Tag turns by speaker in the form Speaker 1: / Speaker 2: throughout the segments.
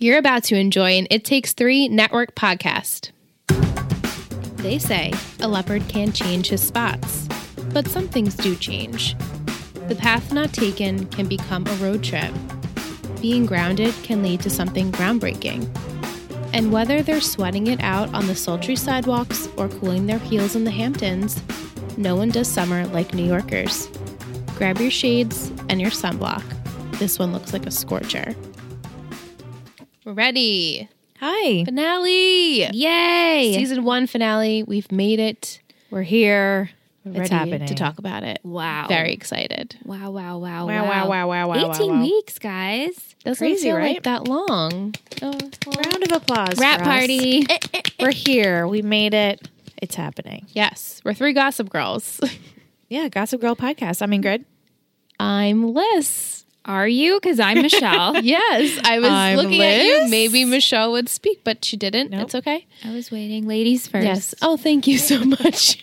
Speaker 1: You're about to enjoy an It Takes Three network podcast. They say a leopard can change his spots, but some things do change. The path not taken can become a road trip. Being grounded can lead to something groundbreaking. And whether they're sweating it out on the sultry sidewalks or cooling their heels in the Hamptons, no one does summer like New Yorkers. Grab your shades and your sunblock. This one looks like a scorcher. We're ready.
Speaker 2: Hi.
Speaker 1: Finale.
Speaker 2: Yay.
Speaker 1: Season one finale. We've made it.
Speaker 2: We're here.
Speaker 1: We're
Speaker 2: It's
Speaker 1: ready
Speaker 2: happening.
Speaker 1: to talk about it.
Speaker 3: Wow.
Speaker 1: Very excited.
Speaker 3: Wow, wow, wow,
Speaker 1: Wow, wow, wow, wow, wow.
Speaker 3: 18
Speaker 1: wow, wow.
Speaker 3: weeks, guys.
Speaker 1: Doesn't
Speaker 2: Crazy,
Speaker 1: feel like
Speaker 2: right?
Speaker 1: that long. Oh,
Speaker 2: Round of applause.
Speaker 1: Rat
Speaker 2: for us.
Speaker 1: party.
Speaker 2: Eh. We're here. We made it. It's happening.
Speaker 1: yes, we're three gossip girls.
Speaker 2: Yeah, Gossip Girl podcast. I'm Ingrid.
Speaker 1: I'm Liz.
Speaker 3: Are you? Because I'm Michelle.
Speaker 1: Yes, I was
Speaker 2: I'm
Speaker 1: looking at you.
Speaker 2: Liz.
Speaker 1: Maybe Michelle would speak, but she didn't. It's okay.
Speaker 3: I was waiting. Ladies first.
Speaker 1: Yes. Oh, thank you so much.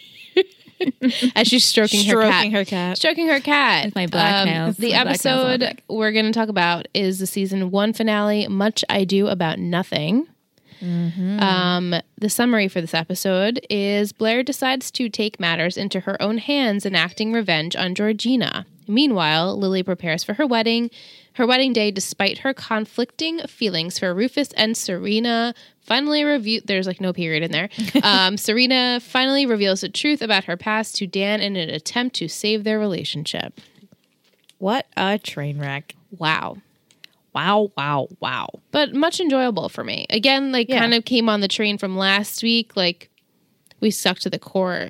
Speaker 1: As she's stroking, her cat.
Speaker 2: her cat.
Speaker 1: Stroking her cat.
Speaker 3: my black nails.
Speaker 1: Um, The
Speaker 3: My black nails on
Speaker 1: episode
Speaker 3: my back.
Speaker 1: we're going to talk about is the season one finale, Much I Do About Nothing.
Speaker 3: Mm-hmm.
Speaker 1: Um, the summary for this episode is Blair decides to take matters into her own hands, enacting revenge on Georgina. Meanwhile, Lily prepares for her wedding, her wedding day, despite her conflicting feelings for Rufus and Serena. Finally, review. There's like no period in there. Um, Serena finally reveals the truth about her past to Dan in an attempt to save their relationship.
Speaker 2: What a train wreck.
Speaker 1: Wow.
Speaker 2: Wow, wow, wow.
Speaker 1: but much enjoyable for me. Again, like
Speaker 2: Yeah.
Speaker 1: kind of came on the train from last week. Like we stuck to the core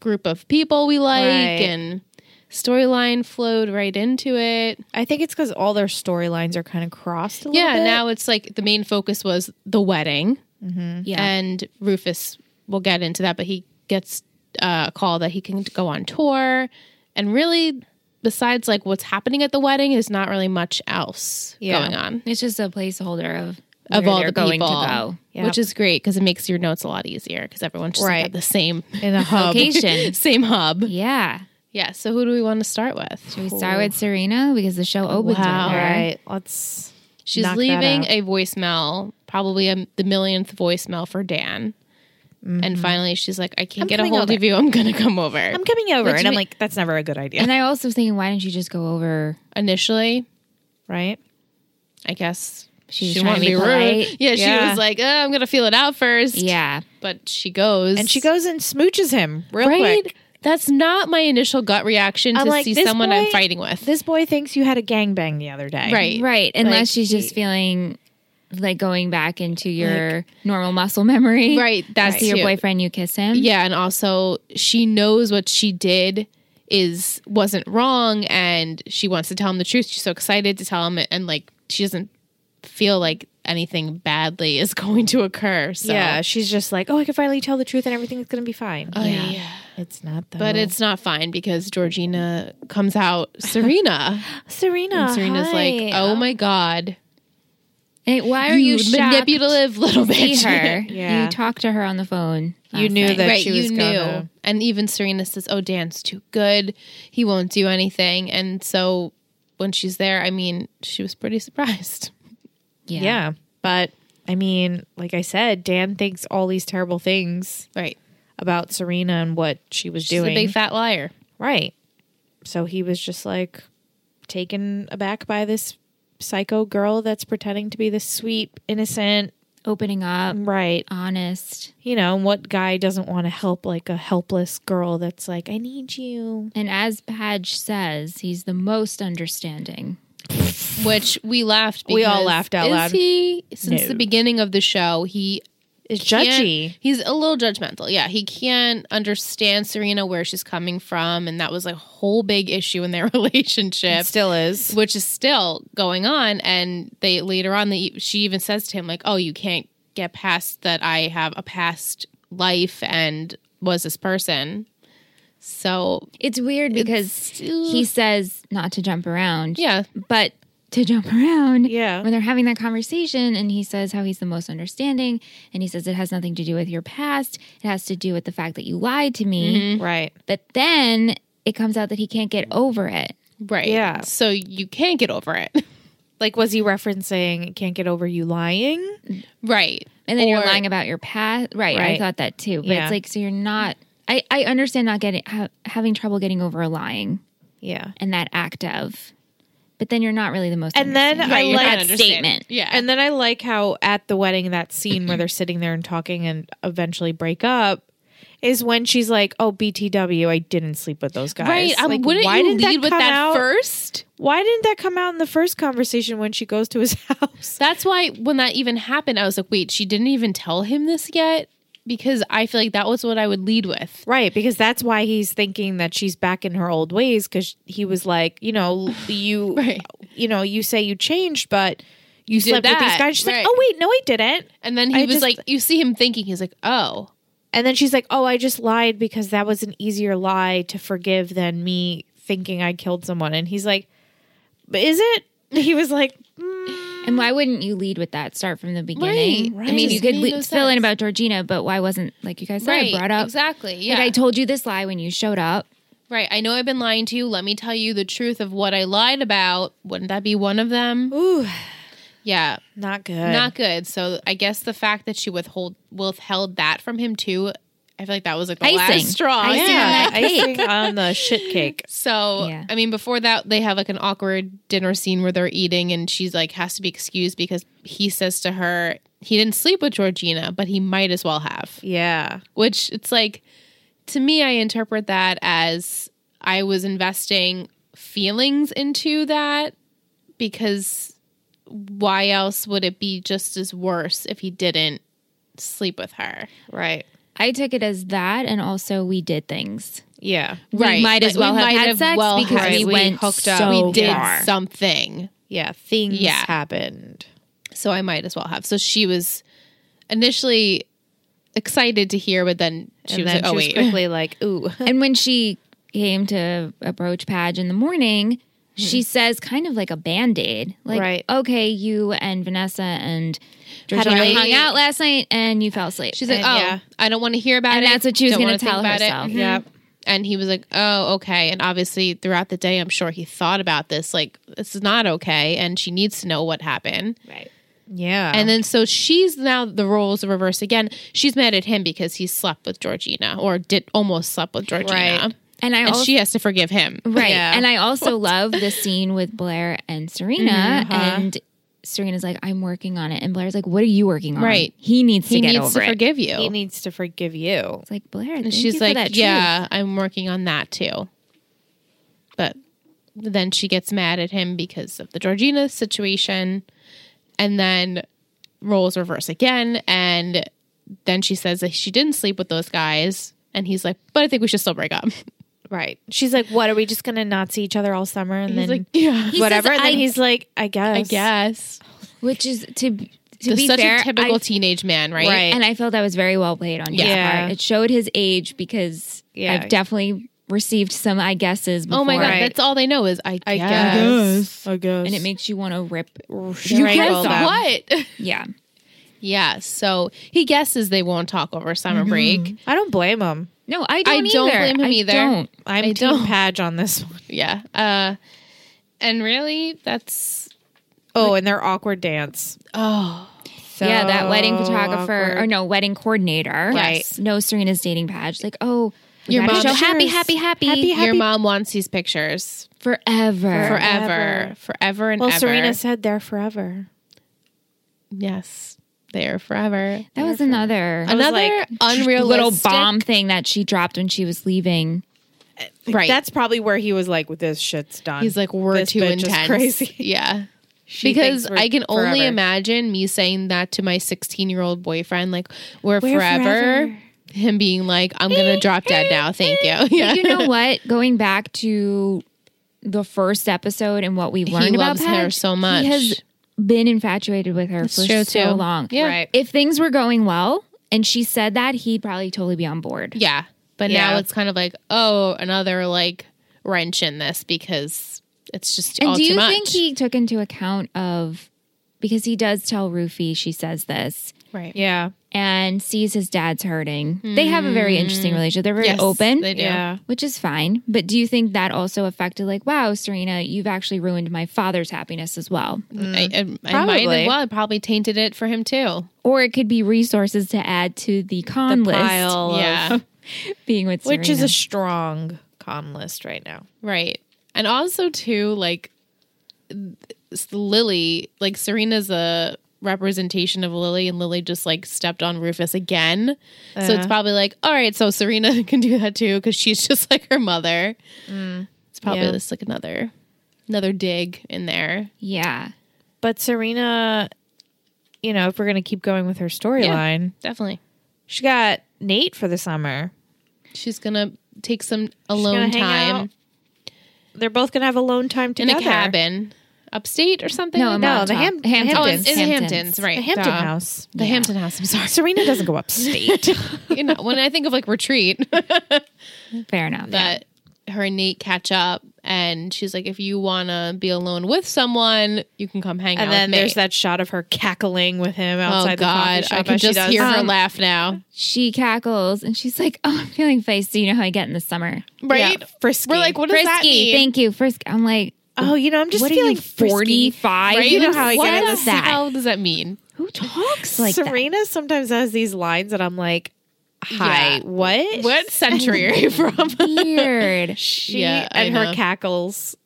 Speaker 1: group of people we like,
Speaker 2: Right.
Speaker 1: and storyline flowed right into it.
Speaker 2: I think it's because all their storylines are kind of crossed a little
Speaker 1: yeah,
Speaker 2: bit.
Speaker 1: now it's like the main focus was the wedding,
Speaker 3: Yeah.
Speaker 1: and Rufus. We'll get into that, but he gets uh, a call that he can go on tour, and really, besides like what's happening at the wedding, is not really much else
Speaker 2: Yeah.
Speaker 1: going on.
Speaker 3: it's just a placeholder of
Speaker 1: of
Speaker 3: where
Speaker 1: all
Speaker 3: they're
Speaker 1: the
Speaker 3: going
Speaker 1: people,
Speaker 3: to go.
Speaker 2: Yep.
Speaker 1: which is great because it makes your notes a lot easier because everyone's just like,
Speaker 2: Right.
Speaker 1: at the same
Speaker 2: in a hub.
Speaker 3: Location.
Speaker 1: same hub.
Speaker 3: yeah.
Speaker 1: Yeah. So who do we want to start with?
Speaker 3: Should we start with Serena because the show opens
Speaker 1: Wow.
Speaker 3: with
Speaker 2: All
Speaker 3: her.
Speaker 2: right, let's.
Speaker 1: She's
Speaker 2: knock that
Speaker 1: leaving
Speaker 2: out.
Speaker 1: a voicemail, probably a, the millionth voicemail for Dan, and finally she's like, "I can't
Speaker 2: Mm-hmm. I'm
Speaker 1: get a
Speaker 2: coming
Speaker 1: hold
Speaker 2: over.
Speaker 1: of you. I'm gonna come over."
Speaker 2: I'm coming over,
Speaker 3: Which
Speaker 2: and I'm
Speaker 3: ma-
Speaker 2: like, that's never a good idea,
Speaker 3: And I also was thinking, why didn't you just go over?
Speaker 1: Initially,
Speaker 2: right?
Speaker 1: I guess
Speaker 3: She was
Speaker 1: didn't
Speaker 3: trying
Speaker 1: want
Speaker 3: to be polite.
Speaker 1: Yeah, she
Speaker 2: Yeah.
Speaker 1: was like, "Uh, "I'm gonna feel it out first.
Speaker 3: Yeah.
Speaker 1: but she goes
Speaker 2: And she goes and smooches him real
Speaker 1: right.
Speaker 2: quick.
Speaker 1: That's not my initial gut reaction
Speaker 2: I'm
Speaker 1: to
Speaker 2: like,
Speaker 1: see
Speaker 2: this
Speaker 1: someone I'm
Speaker 2: boy-
Speaker 1: fighting with.
Speaker 2: This boy thinks you had a gangbang the other day,
Speaker 1: right,
Speaker 3: Right. Unless
Speaker 1: Like,
Speaker 3: she's just
Speaker 1: she-
Speaker 3: feeling like going back into your normal muscle memory.
Speaker 1: Right, that's
Speaker 3: See your
Speaker 1: too.
Speaker 3: boyfriend, you kiss him.
Speaker 1: Yeah, and also she knows what she did is wasn't wrong, and she wants to tell him the truth. She's so excited to tell him, and like she doesn't feel like anything badly is going to occur. So.
Speaker 2: Yeah, she's just like, oh, I can finally tell the truth, and everything's gonna be fine.
Speaker 1: Oh, yeah.
Speaker 2: It's not though.
Speaker 1: But it's not fine because Georgina comes out Serena.
Speaker 2: Serena.
Speaker 1: and Serena's like,
Speaker 2: hi. Um,
Speaker 1: oh my God.
Speaker 3: Hey, why are you, shocked
Speaker 1: manipulative little
Speaker 3: to see
Speaker 1: bitch.
Speaker 3: her?
Speaker 2: Yeah.
Speaker 3: You talked to her on the phone.
Speaker 2: You
Speaker 3: last
Speaker 2: knew
Speaker 3: night.
Speaker 2: that
Speaker 1: right,
Speaker 2: she was
Speaker 1: you knew.
Speaker 2: gonna-
Speaker 1: And even Serena says, "Oh, Dan's too good. He won't do anything." And so when she's there, I mean, she was pretty surprised.
Speaker 3: Yeah.
Speaker 2: yeah. But I mean, like I said, Dan thinks all these terrible things
Speaker 1: Right.
Speaker 2: about Serena and what she was
Speaker 1: She's
Speaker 2: doing.
Speaker 1: a big fat liar.
Speaker 2: right. So he was just like taken aback by this psycho girl that's pretending to be this sweet, innocent,
Speaker 3: Opening up,
Speaker 2: right.
Speaker 3: honest,
Speaker 2: You know, and what guy doesn't want to help like a helpless girl that's like, I need you.
Speaker 3: and as Padge says, he's the most understanding.
Speaker 1: Which we laughed. Because
Speaker 2: We all laughed out
Speaker 1: is
Speaker 2: loud.
Speaker 1: He since
Speaker 2: No.
Speaker 1: the beginning of the show, he
Speaker 2: It's
Speaker 1: can't-
Speaker 2: judgy.
Speaker 1: He's a little judgmental. Yeah, he can't understand Serena where she's coming from, and that was a whole big issue in their relationship.
Speaker 2: It still is.
Speaker 1: which is still going on. And they later on, they, she even says to him, like, "Oh, you can't get past that. I have a past life and was this person." So
Speaker 3: It's weird because he says not to jump around,
Speaker 1: yeah,
Speaker 3: but to jump around.
Speaker 2: Yeah.
Speaker 3: When they're having that conversation, and he says how he's the most understanding, and he says it has nothing to do with your past, it has to do with the fact that you lied to me.
Speaker 2: Right.
Speaker 3: But then it comes out that he can't get over it.
Speaker 1: right.
Speaker 2: Yeah.
Speaker 1: So you can't get over it.
Speaker 2: Like, was he referencing "Can't Get Over You Lying"?
Speaker 1: Right.
Speaker 3: And then you're
Speaker 2: Or-
Speaker 3: lying about your past. Right, I
Speaker 2: Right.
Speaker 3: thought that too. But
Speaker 2: Yeah.
Speaker 3: it's like so you're not. I I understand not getting ha- having trouble getting over lying
Speaker 2: Yeah.
Speaker 3: and that act of, but then you're not really the most.
Speaker 2: And then
Speaker 3: understanding.
Speaker 2: I
Speaker 1: you're
Speaker 2: like-
Speaker 1: not
Speaker 3: That
Speaker 1: understanding.
Speaker 3: statement.
Speaker 1: Yeah.
Speaker 2: And then I like how at the wedding, that scene where they're sitting there and talking and eventually break up is when she's like, "Oh, BTW, I didn't sleep with those guys."
Speaker 1: right. Um,
Speaker 2: Like,
Speaker 1: wouldn't you
Speaker 2: didn't that
Speaker 1: lead with
Speaker 2: come
Speaker 1: that
Speaker 2: out-
Speaker 1: first?
Speaker 2: Why didn't that come out in the first conversation when she goes to his house?
Speaker 1: That's why when that even happened, I was like, wait, she didn't even tell him this yet? Because I feel like that was what I would lead with.
Speaker 2: Right, because that's why he's thinking that she's back in her old ways because he was like, you know, you,
Speaker 1: Right.
Speaker 2: you know, you say you changed, but you,
Speaker 1: did
Speaker 2: slept with
Speaker 1: that,
Speaker 2: these guys. She's
Speaker 1: right.
Speaker 2: like, oh wait, no, I didn't.
Speaker 1: And then he
Speaker 2: I
Speaker 1: was
Speaker 2: just-
Speaker 1: like, you see him thinking, he's like, oh,
Speaker 2: And then she's like, oh, I just lied because that was an easier lie to forgive than me thinking I killed someone. And he's like, but is it? He was like,
Speaker 3: And why wouldn't you lead with that? Start from the beginning.
Speaker 1: Right,
Speaker 3: I mean,
Speaker 1: right.
Speaker 3: you could
Speaker 1: Made
Speaker 3: le-
Speaker 1: no
Speaker 3: fill in
Speaker 1: sense.
Speaker 3: about Georgina, but why wasn't like you guys said,
Speaker 1: right.
Speaker 3: I brought up
Speaker 1: Exactly. Yeah.
Speaker 3: Like I told you this lie when you showed up.
Speaker 1: right. I know I've been lying to you. Let me tell you the truth of what I lied about. Wouldn't that be one of them?
Speaker 2: ooh,
Speaker 1: Yeah.
Speaker 2: not good.
Speaker 1: Not good. So I guess the fact that she withhold withheld that from him too, I feel like that was like the
Speaker 3: Icing.
Speaker 1: last straw.
Speaker 3: Icing on
Speaker 1: Yeah.
Speaker 3: that cake.
Speaker 2: icing on the shit cake.
Speaker 1: So,
Speaker 3: Yeah.
Speaker 1: I mean, before that, they have like an awkward dinner scene where they're eating, and she's like, has to be excused because he says to her, he didn't sleep with Georgina, but he might as well have.
Speaker 2: Yeah,
Speaker 1: Which it's like, to me, I interpret that as I was investing feelings into that because why else would it be just as worse if he didn't sleep with her?
Speaker 2: right.
Speaker 3: I took it as that, and also we did things.
Speaker 2: Yeah,
Speaker 1: Right.
Speaker 3: We might as
Speaker 1: Like,
Speaker 3: well
Speaker 1: we
Speaker 3: have
Speaker 1: might
Speaker 3: had
Speaker 1: have
Speaker 3: sex
Speaker 1: well
Speaker 3: because
Speaker 1: had-
Speaker 3: we,
Speaker 1: we
Speaker 2: hooked
Speaker 3: went hooked
Speaker 2: up.
Speaker 3: up. So
Speaker 1: we did
Speaker 3: far.
Speaker 1: something.
Speaker 2: yeah. Things
Speaker 1: Yeah.
Speaker 2: happened.
Speaker 1: so I might as well have. So she was initially excited to hear, but then she
Speaker 2: and
Speaker 1: was
Speaker 2: then
Speaker 1: like, "Oh
Speaker 2: she
Speaker 1: wait,
Speaker 2: was quickly like, ooh,
Speaker 3: And when she came to approach Padge in the morning, she
Speaker 1: Hmm.
Speaker 3: says kind of like a band aid, like,
Speaker 2: Right.
Speaker 3: "Okay, you and Vanessa and
Speaker 2: a
Speaker 3: Georgina
Speaker 2: late-
Speaker 3: hung out last night, and you fell asleep."
Speaker 1: she's like,
Speaker 2: And
Speaker 1: oh,
Speaker 2: yeah.
Speaker 1: I don't want to hear about
Speaker 3: And
Speaker 1: it."
Speaker 3: that's what she was
Speaker 1: Don't
Speaker 3: gonna
Speaker 1: wanna think
Speaker 3: tell
Speaker 1: about it.
Speaker 3: herself.
Speaker 1: Mhm.
Speaker 2: Yep.
Speaker 1: And he was like, "Oh, okay." And obviously, throughout the day, I'm sure he thought about this. Like, this is not okay, and she needs to know what happened.
Speaker 3: right.
Speaker 2: yeah.
Speaker 1: And then, so she's now the roles are reversed again. She's mad at him because he slept with Georgina, or did almost slept with Georgina,
Speaker 2: Right.
Speaker 3: And I
Speaker 1: and
Speaker 3: also
Speaker 1: she has to forgive him.
Speaker 3: Right.
Speaker 2: Yeah.
Speaker 3: And I also love the scene with Blair and Serena.
Speaker 1: Mm-hmm, uh-huh.
Speaker 3: And Serena's like, I'm working on it. And Blair's like, What are you working on?
Speaker 1: Right.
Speaker 3: He needs
Speaker 1: He
Speaker 3: to get
Speaker 1: needs
Speaker 3: over
Speaker 1: to
Speaker 3: it.
Speaker 1: forgive you.
Speaker 2: he needs to forgive you.
Speaker 3: it's like, Blair, thank
Speaker 1: And she's
Speaker 3: you
Speaker 1: like,
Speaker 3: for that
Speaker 1: "Yeah, I'm working on that too." But then she gets mad at him because of the Georgina situation, and then roles reverse again. And then she says that she didn't sleep with those guys, and he's like, "But I think we should still break up."
Speaker 2: Right. She's like, what are we just gonna not see each other all summer? And
Speaker 1: He's
Speaker 2: then
Speaker 1: like, "Yeah,
Speaker 3: He
Speaker 2: whatever.
Speaker 3: says,
Speaker 2: and then
Speaker 3: "I-
Speaker 2: he's like, I guess.
Speaker 1: I guess."
Speaker 3: truth. Which is to to
Speaker 1: It's
Speaker 3: be
Speaker 1: such
Speaker 3: fair,
Speaker 1: a typical
Speaker 3: I-
Speaker 1: teenage man, right?
Speaker 2: Right.
Speaker 3: and I felt that was very well played on his
Speaker 2: Yeah.
Speaker 3: part. It showed his age because
Speaker 2: Yeah.
Speaker 3: I've definitely received some I guesses before.
Speaker 1: Oh my god,
Speaker 2: Right.
Speaker 1: that's all they know is I,
Speaker 2: I
Speaker 1: guess.
Speaker 2: guess. I guess.
Speaker 3: And it makes you want to rip.
Speaker 2: you
Speaker 1: Guess what?
Speaker 3: Yeah.
Speaker 1: yeah. So he guesses they won't talk over summer
Speaker 3: Mm-hmm.
Speaker 1: break.
Speaker 2: I don't blame him.
Speaker 3: No, I
Speaker 1: I
Speaker 3: don't
Speaker 1: don't blame him
Speaker 3: I
Speaker 1: either.
Speaker 3: don't.
Speaker 2: I'm
Speaker 1: I
Speaker 2: Team
Speaker 1: don't.
Speaker 2: Padge on this one.
Speaker 1: Yeah. Uh and really that's
Speaker 2: Oh, and their awkward dance.
Speaker 1: oh
Speaker 3: yeah, that wedding
Speaker 2: So
Speaker 3: photographer or
Speaker 2: awkward.
Speaker 3: no wedding coordinator.
Speaker 1: Yes.
Speaker 3: No, Serena's dating page. Like, oh, we
Speaker 1: Your
Speaker 3: gotta
Speaker 1: mom-
Speaker 3: show happy,
Speaker 2: Pictures.
Speaker 3: happy, happy,
Speaker 2: Happy,
Speaker 1: your mom wants these pictures
Speaker 3: forever.
Speaker 1: forever.
Speaker 2: Forever.
Speaker 1: Forever and
Speaker 2: Well,
Speaker 1: ever.
Speaker 2: Serena said they're forever.
Speaker 1: Yes. They are forever.
Speaker 3: That was another
Speaker 1: Another
Speaker 2: like,
Speaker 1: unrealistic
Speaker 3: little bomb thing that she dropped when she was leaving.
Speaker 1: Right.
Speaker 2: That's probably where he was like, with this shit's done.
Speaker 1: He's like, we're
Speaker 2: This
Speaker 1: too
Speaker 2: bitch is
Speaker 1: intense.
Speaker 2: crazy.
Speaker 1: Yeah.
Speaker 2: She
Speaker 1: because
Speaker 2: thinks we're
Speaker 1: I can only
Speaker 2: forever.
Speaker 1: imagine me saying that to my 16 year old boyfriend, like, we're,
Speaker 2: We're
Speaker 1: forever.
Speaker 2: forever.
Speaker 1: Him being like, I'm going to drop dead now. Thank you. Yeah.
Speaker 3: But you know what? Going back to the first episode and what we've learned about
Speaker 1: loves her
Speaker 3: Paige,
Speaker 1: so much.
Speaker 3: He has been infatuated with her for
Speaker 1: true,
Speaker 3: so
Speaker 1: too.
Speaker 3: long.
Speaker 1: Yeah.
Speaker 2: Right.
Speaker 3: If things were going well and she said that, he'd probably totally be on board.
Speaker 1: Yeah. But now
Speaker 2: Yeah.
Speaker 1: it's kind of like, oh, another like wrench in this because it's just
Speaker 3: And
Speaker 1: all
Speaker 3: do
Speaker 1: too
Speaker 3: you
Speaker 1: much.
Speaker 3: think he took into account of because he does tell Rufy she says this
Speaker 1: right.
Speaker 2: Yeah.
Speaker 3: and sees his dad's hurting. They have a very interesting
Speaker 1: Hmm.
Speaker 3: relationship. They're very
Speaker 1: Yes,
Speaker 3: open,
Speaker 1: they do.
Speaker 2: Yeah.
Speaker 3: which is fine. But do you think that also affected, like, wow, Serena, you've actually ruined my father's happiness as well?
Speaker 1: I, I, I might
Speaker 2: Probably.
Speaker 1: as well. It probably tainted it for him too.
Speaker 3: Or it could be resources to add to the con list
Speaker 2: pile of-
Speaker 1: Yeah.
Speaker 3: being with Serena.
Speaker 2: which is a strong con list right now.
Speaker 1: Right. And also too like s- Lily, like Serena's a representation of Lily and Lily just like stepped on Rufus again. So it's
Speaker 2: Uh.
Speaker 1: probably like, all right, so Serena can do that too cuz she's just like her mother. It's probably
Speaker 2: Mm. Yeah.
Speaker 1: just like another another dig in there.
Speaker 3: yeah.
Speaker 2: But Serena, you know, if we're gonna keep going with her storyline,
Speaker 1: Definitely.
Speaker 2: she got Nate for the summer.
Speaker 1: She's going to take some
Speaker 2: gonna
Speaker 1: alone
Speaker 2: hang
Speaker 1: time
Speaker 2: out They're both gonna have alone time
Speaker 1: in
Speaker 2: together
Speaker 1: a cabin upstate or something.
Speaker 3: No,
Speaker 1: like
Speaker 3: I'm
Speaker 1: that?
Speaker 2: No,
Speaker 3: on
Speaker 2: the
Speaker 3: top.
Speaker 2: Ham-
Speaker 3: Hamptons.
Speaker 1: Oh, in, in the
Speaker 3: Hamptons.
Speaker 1: Hamptons, right?
Speaker 2: The Hampton
Speaker 1: duh.
Speaker 2: House.
Speaker 1: The Hampton House. I'm sorry.
Speaker 2: Serena doesn't go upstate.
Speaker 1: you know, when I think of like retreat,
Speaker 3: Fair enough.
Speaker 1: that her and Nate catch up and she's like, if you want to be alone with someone, you can come hang out
Speaker 2: and then
Speaker 1: with me.
Speaker 2: there's that shot of her cackling with him
Speaker 1: Oh
Speaker 2: outside the coffee
Speaker 1: God!
Speaker 2: shop.
Speaker 1: I can
Speaker 2: as she
Speaker 1: just
Speaker 2: does.
Speaker 1: hear her
Speaker 3: Um,
Speaker 1: laugh now.
Speaker 3: she cackles and she's like, "Oh, I'm feeling feisty. You know how I get in the summer,
Speaker 1: Right?
Speaker 2: Uh, Yeah, frisky.
Speaker 1: We're like, what does
Speaker 3: frisky.
Speaker 1: that mean?
Speaker 3: Thank you, frisky." I'm like,
Speaker 2: Oh, you know, I'm just
Speaker 3: "What are
Speaker 2: feeling
Speaker 3: you,
Speaker 2: frisky.
Speaker 3: forty five?
Speaker 1: right?
Speaker 2: you know how I
Speaker 1: what
Speaker 2: get
Speaker 1: the
Speaker 2: into that.
Speaker 1: hell does that mean?
Speaker 3: Who talks like that?
Speaker 2: Serena sometimes has these lines that I'm like, "Hi,
Speaker 1: Yeah.
Speaker 2: what?
Speaker 1: What century are you from?
Speaker 3: Weird.
Speaker 2: She
Speaker 1: Yeah, I
Speaker 2: and her
Speaker 1: know.
Speaker 2: cackles.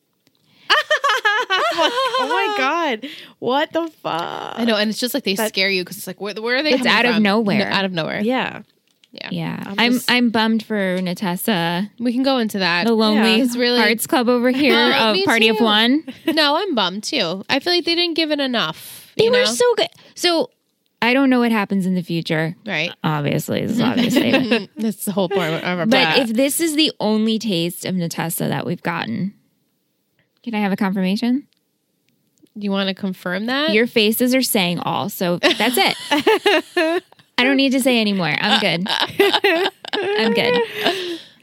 Speaker 2: I'm like, oh my god, what the fuck?
Speaker 1: I know, and it's just like they
Speaker 2: That-
Speaker 1: scare you because it's like, where, where are they?
Speaker 3: It's
Speaker 1: coming
Speaker 3: out of
Speaker 1: from?
Speaker 3: nowhere.
Speaker 1: No, out of nowhere.
Speaker 2: Yeah,
Speaker 3: yeah,
Speaker 2: I'm
Speaker 3: I'm I'm,
Speaker 2: just-
Speaker 3: bummed for Natessa,
Speaker 1: We can go into that.
Speaker 3: the lonely
Speaker 2: Yeah.
Speaker 1: It's really-
Speaker 3: hearts club over here
Speaker 1: Oh,
Speaker 3: of
Speaker 1: me
Speaker 3: Party of
Speaker 1: too.
Speaker 3: One.
Speaker 1: no, I'm bummed too. I feel like they didn't give it enough.
Speaker 3: They
Speaker 1: you
Speaker 3: were
Speaker 1: know?
Speaker 3: so good. So I don't know what happens in the future.
Speaker 1: right.
Speaker 3: Obviously, this is obviously. but
Speaker 1: That's the whole point of our
Speaker 3: if this is the only taste of Natessa that we've gotten, can I have a confirmation?
Speaker 1: you want to confirm that,
Speaker 3: Your faces are saying all, so that's it. I don't need to say anymore. I'm good. I'm good.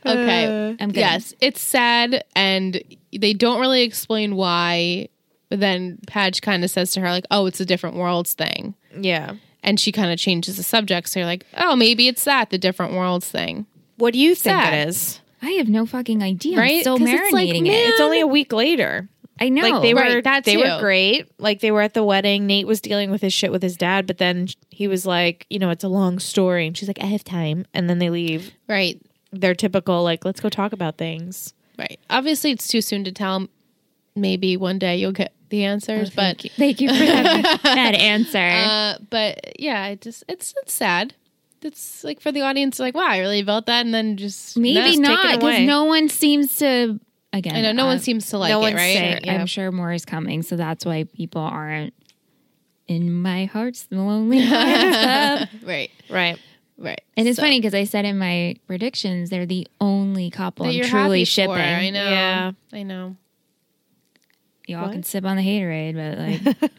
Speaker 1: okay.
Speaker 3: I'm good.
Speaker 1: Uh, Yes, it's sad, and they don't really explain why. But then Padge kind of says to her like, "Oh, it's a different worlds thing,"
Speaker 2: yeah.
Speaker 1: and she kind of changes the subject. So you're like, "Oh, maybe it's that the different worlds thing."
Speaker 2: What do you think
Speaker 1: Sad.
Speaker 2: it is?
Speaker 3: I have no fucking idea. I'm
Speaker 1: Right?
Speaker 3: so
Speaker 1: 'Cause it's like,
Speaker 3: marinating
Speaker 1: man,
Speaker 3: it.
Speaker 2: It's only a week later.
Speaker 3: I know.
Speaker 2: like they were,
Speaker 1: right, that
Speaker 2: they were
Speaker 1: too.
Speaker 2: great. Like they were at the wedding. Nate was dealing with his shit with his dad, but then he was like, you know, it's a long story, and she's like, I have time, and then they leave.
Speaker 1: Right.
Speaker 2: Their typical like, let's go talk about things.
Speaker 1: Right. Obviously, it's too soon to tell. Maybe one day you'll get the answers, but
Speaker 3: Oh, Thank you for that, that answer.
Speaker 1: Uh, but yeah, it just it's it's sad. It's like for the audience, like wow, I really felt that, and then just
Speaker 3: Maybe
Speaker 1: no.
Speaker 3: not
Speaker 2: taken away.
Speaker 3: because no one seems to. Again,
Speaker 1: I know no
Speaker 3: uh,
Speaker 1: one seems to like
Speaker 2: no
Speaker 1: it,
Speaker 2: one's
Speaker 1: right?
Speaker 2: saying- Yeah.
Speaker 3: I'm sure more is coming, so that's why people aren't in my heart's the lonely hearts club.
Speaker 1: Right,
Speaker 2: Right.
Speaker 1: right.
Speaker 3: And it's
Speaker 1: So-
Speaker 3: funny because I said in my predictions they're the only couple
Speaker 1: that
Speaker 3: I'm
Speaker 1: you're
Speaker 3: truly
Speaker 1: happy
Speaker 3: shipping.
Speaker 1: For. I know.
Speaker 2: Yeah.
Speaker 1: I know.
Speaker 3: Y'all
Speaker 2: What?
Speaker 3: can sip on the haterade, but like,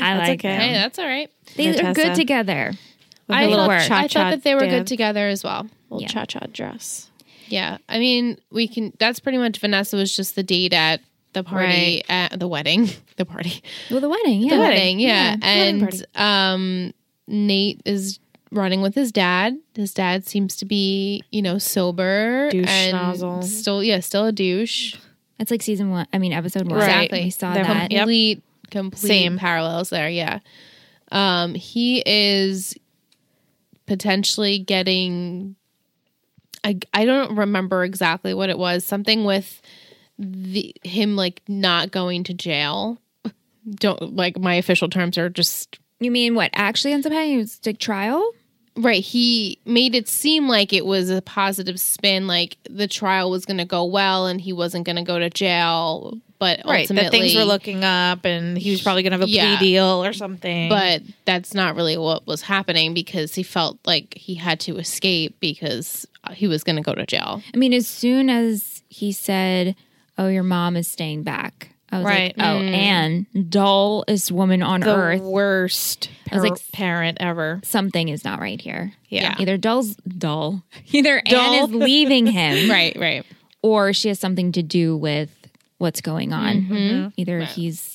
Speaker 3: I
Speaker 2: That's
Speaker 3: like
Speaker 2: okay.
Speaker 3: them.
Speaker 1: Hey, that's all right.
Speaker 3: They are
Speaker 2: Natasha.
Speaker 3: good together.
Speaker 2: her
Speaker 1: I
Speaker 3: little
Speaker 1: thought,
Speaker 3: work.
Speaker 1: I
Speaker 2: Cha-cha
Speaker 1: thought that they were good
Speaker 2: dance.
Speaker 1: together as well.
Speaker 2: Little
Speaker 3: Yeah.
Speaker 2: cha-cha dress.
Speaker 1: Yeah. I mean, we can. That's pretty much Vanessa was just the date at the party at the wedding, the party,
Speaker 3: Well, the wedding, yeah,
Speaker 1: the wedding. Yeah,
Speaker 3: Yeah,
Speaker 1: and
Speaker 2: wedding party.
Speaker 1: um, Nate is running with his dad. His dad seems to be, you know, sober
Speaker 2: Douche
Speaker 1: and
Speaker 2: nozzle.
Speaker 1: still, yeah, still a douche.
Speaker 3: That's like season one. I mean, episode one.
Speaker 1: Right.
Speaker 3: We saw
Speaker 2: They're
Speaker 3: that.
Speaker 2: Yep.
Speaker 1: Complete, complete
Speaker 2: Same.
Speaker 1: parallels there. Yeah. Um, he is potentially getting. I, I don't remember exactly what it was. Something with the him like not going to jail. Don't like my official terms are just
Speaker 3: You mean what actually ends up happening? It's like trial.
Speaker 1: Right. He made it seem like it was a positive spin, like the trial was going to go well and he wasn't going to go to jail. But
Speaker 2: Right.
Speaker 1: ultimately,
Speaker 2: That things were looking up, and he was probably gonna have a
Speaker 1: Yeah.
Speaker 2: plea deal or something.
Speaker 1: but that's not really what was happening because he felt like he had to escape because he was going to go to jail.
Speaker 3: I mean, as soon as he said, "Oh, your mom is staying back," I was
Speaker 2: Right.
Speaker 3: like,
Speaker 1: Mm.
Speaker 3: "Oh, Anne, dullest woman on
Speaker 2: the
Speaker 3: earth.
Speaker 2: worst
Speaker 3: I was
Speaker 2: par-
Speaker 3: like-
Speaker 2: parent ever.
Speaker 3: Something is not right here."
Speaker 2: Yeah.
Speaker 3: Either dull's dull. Either Anne
Speaker 2: Dull.
Speaker 3: is leaving him,
Speaker 1: Right, right.
Speaker 3: or she has something to do with what's going on. Either Mm-hmm. he's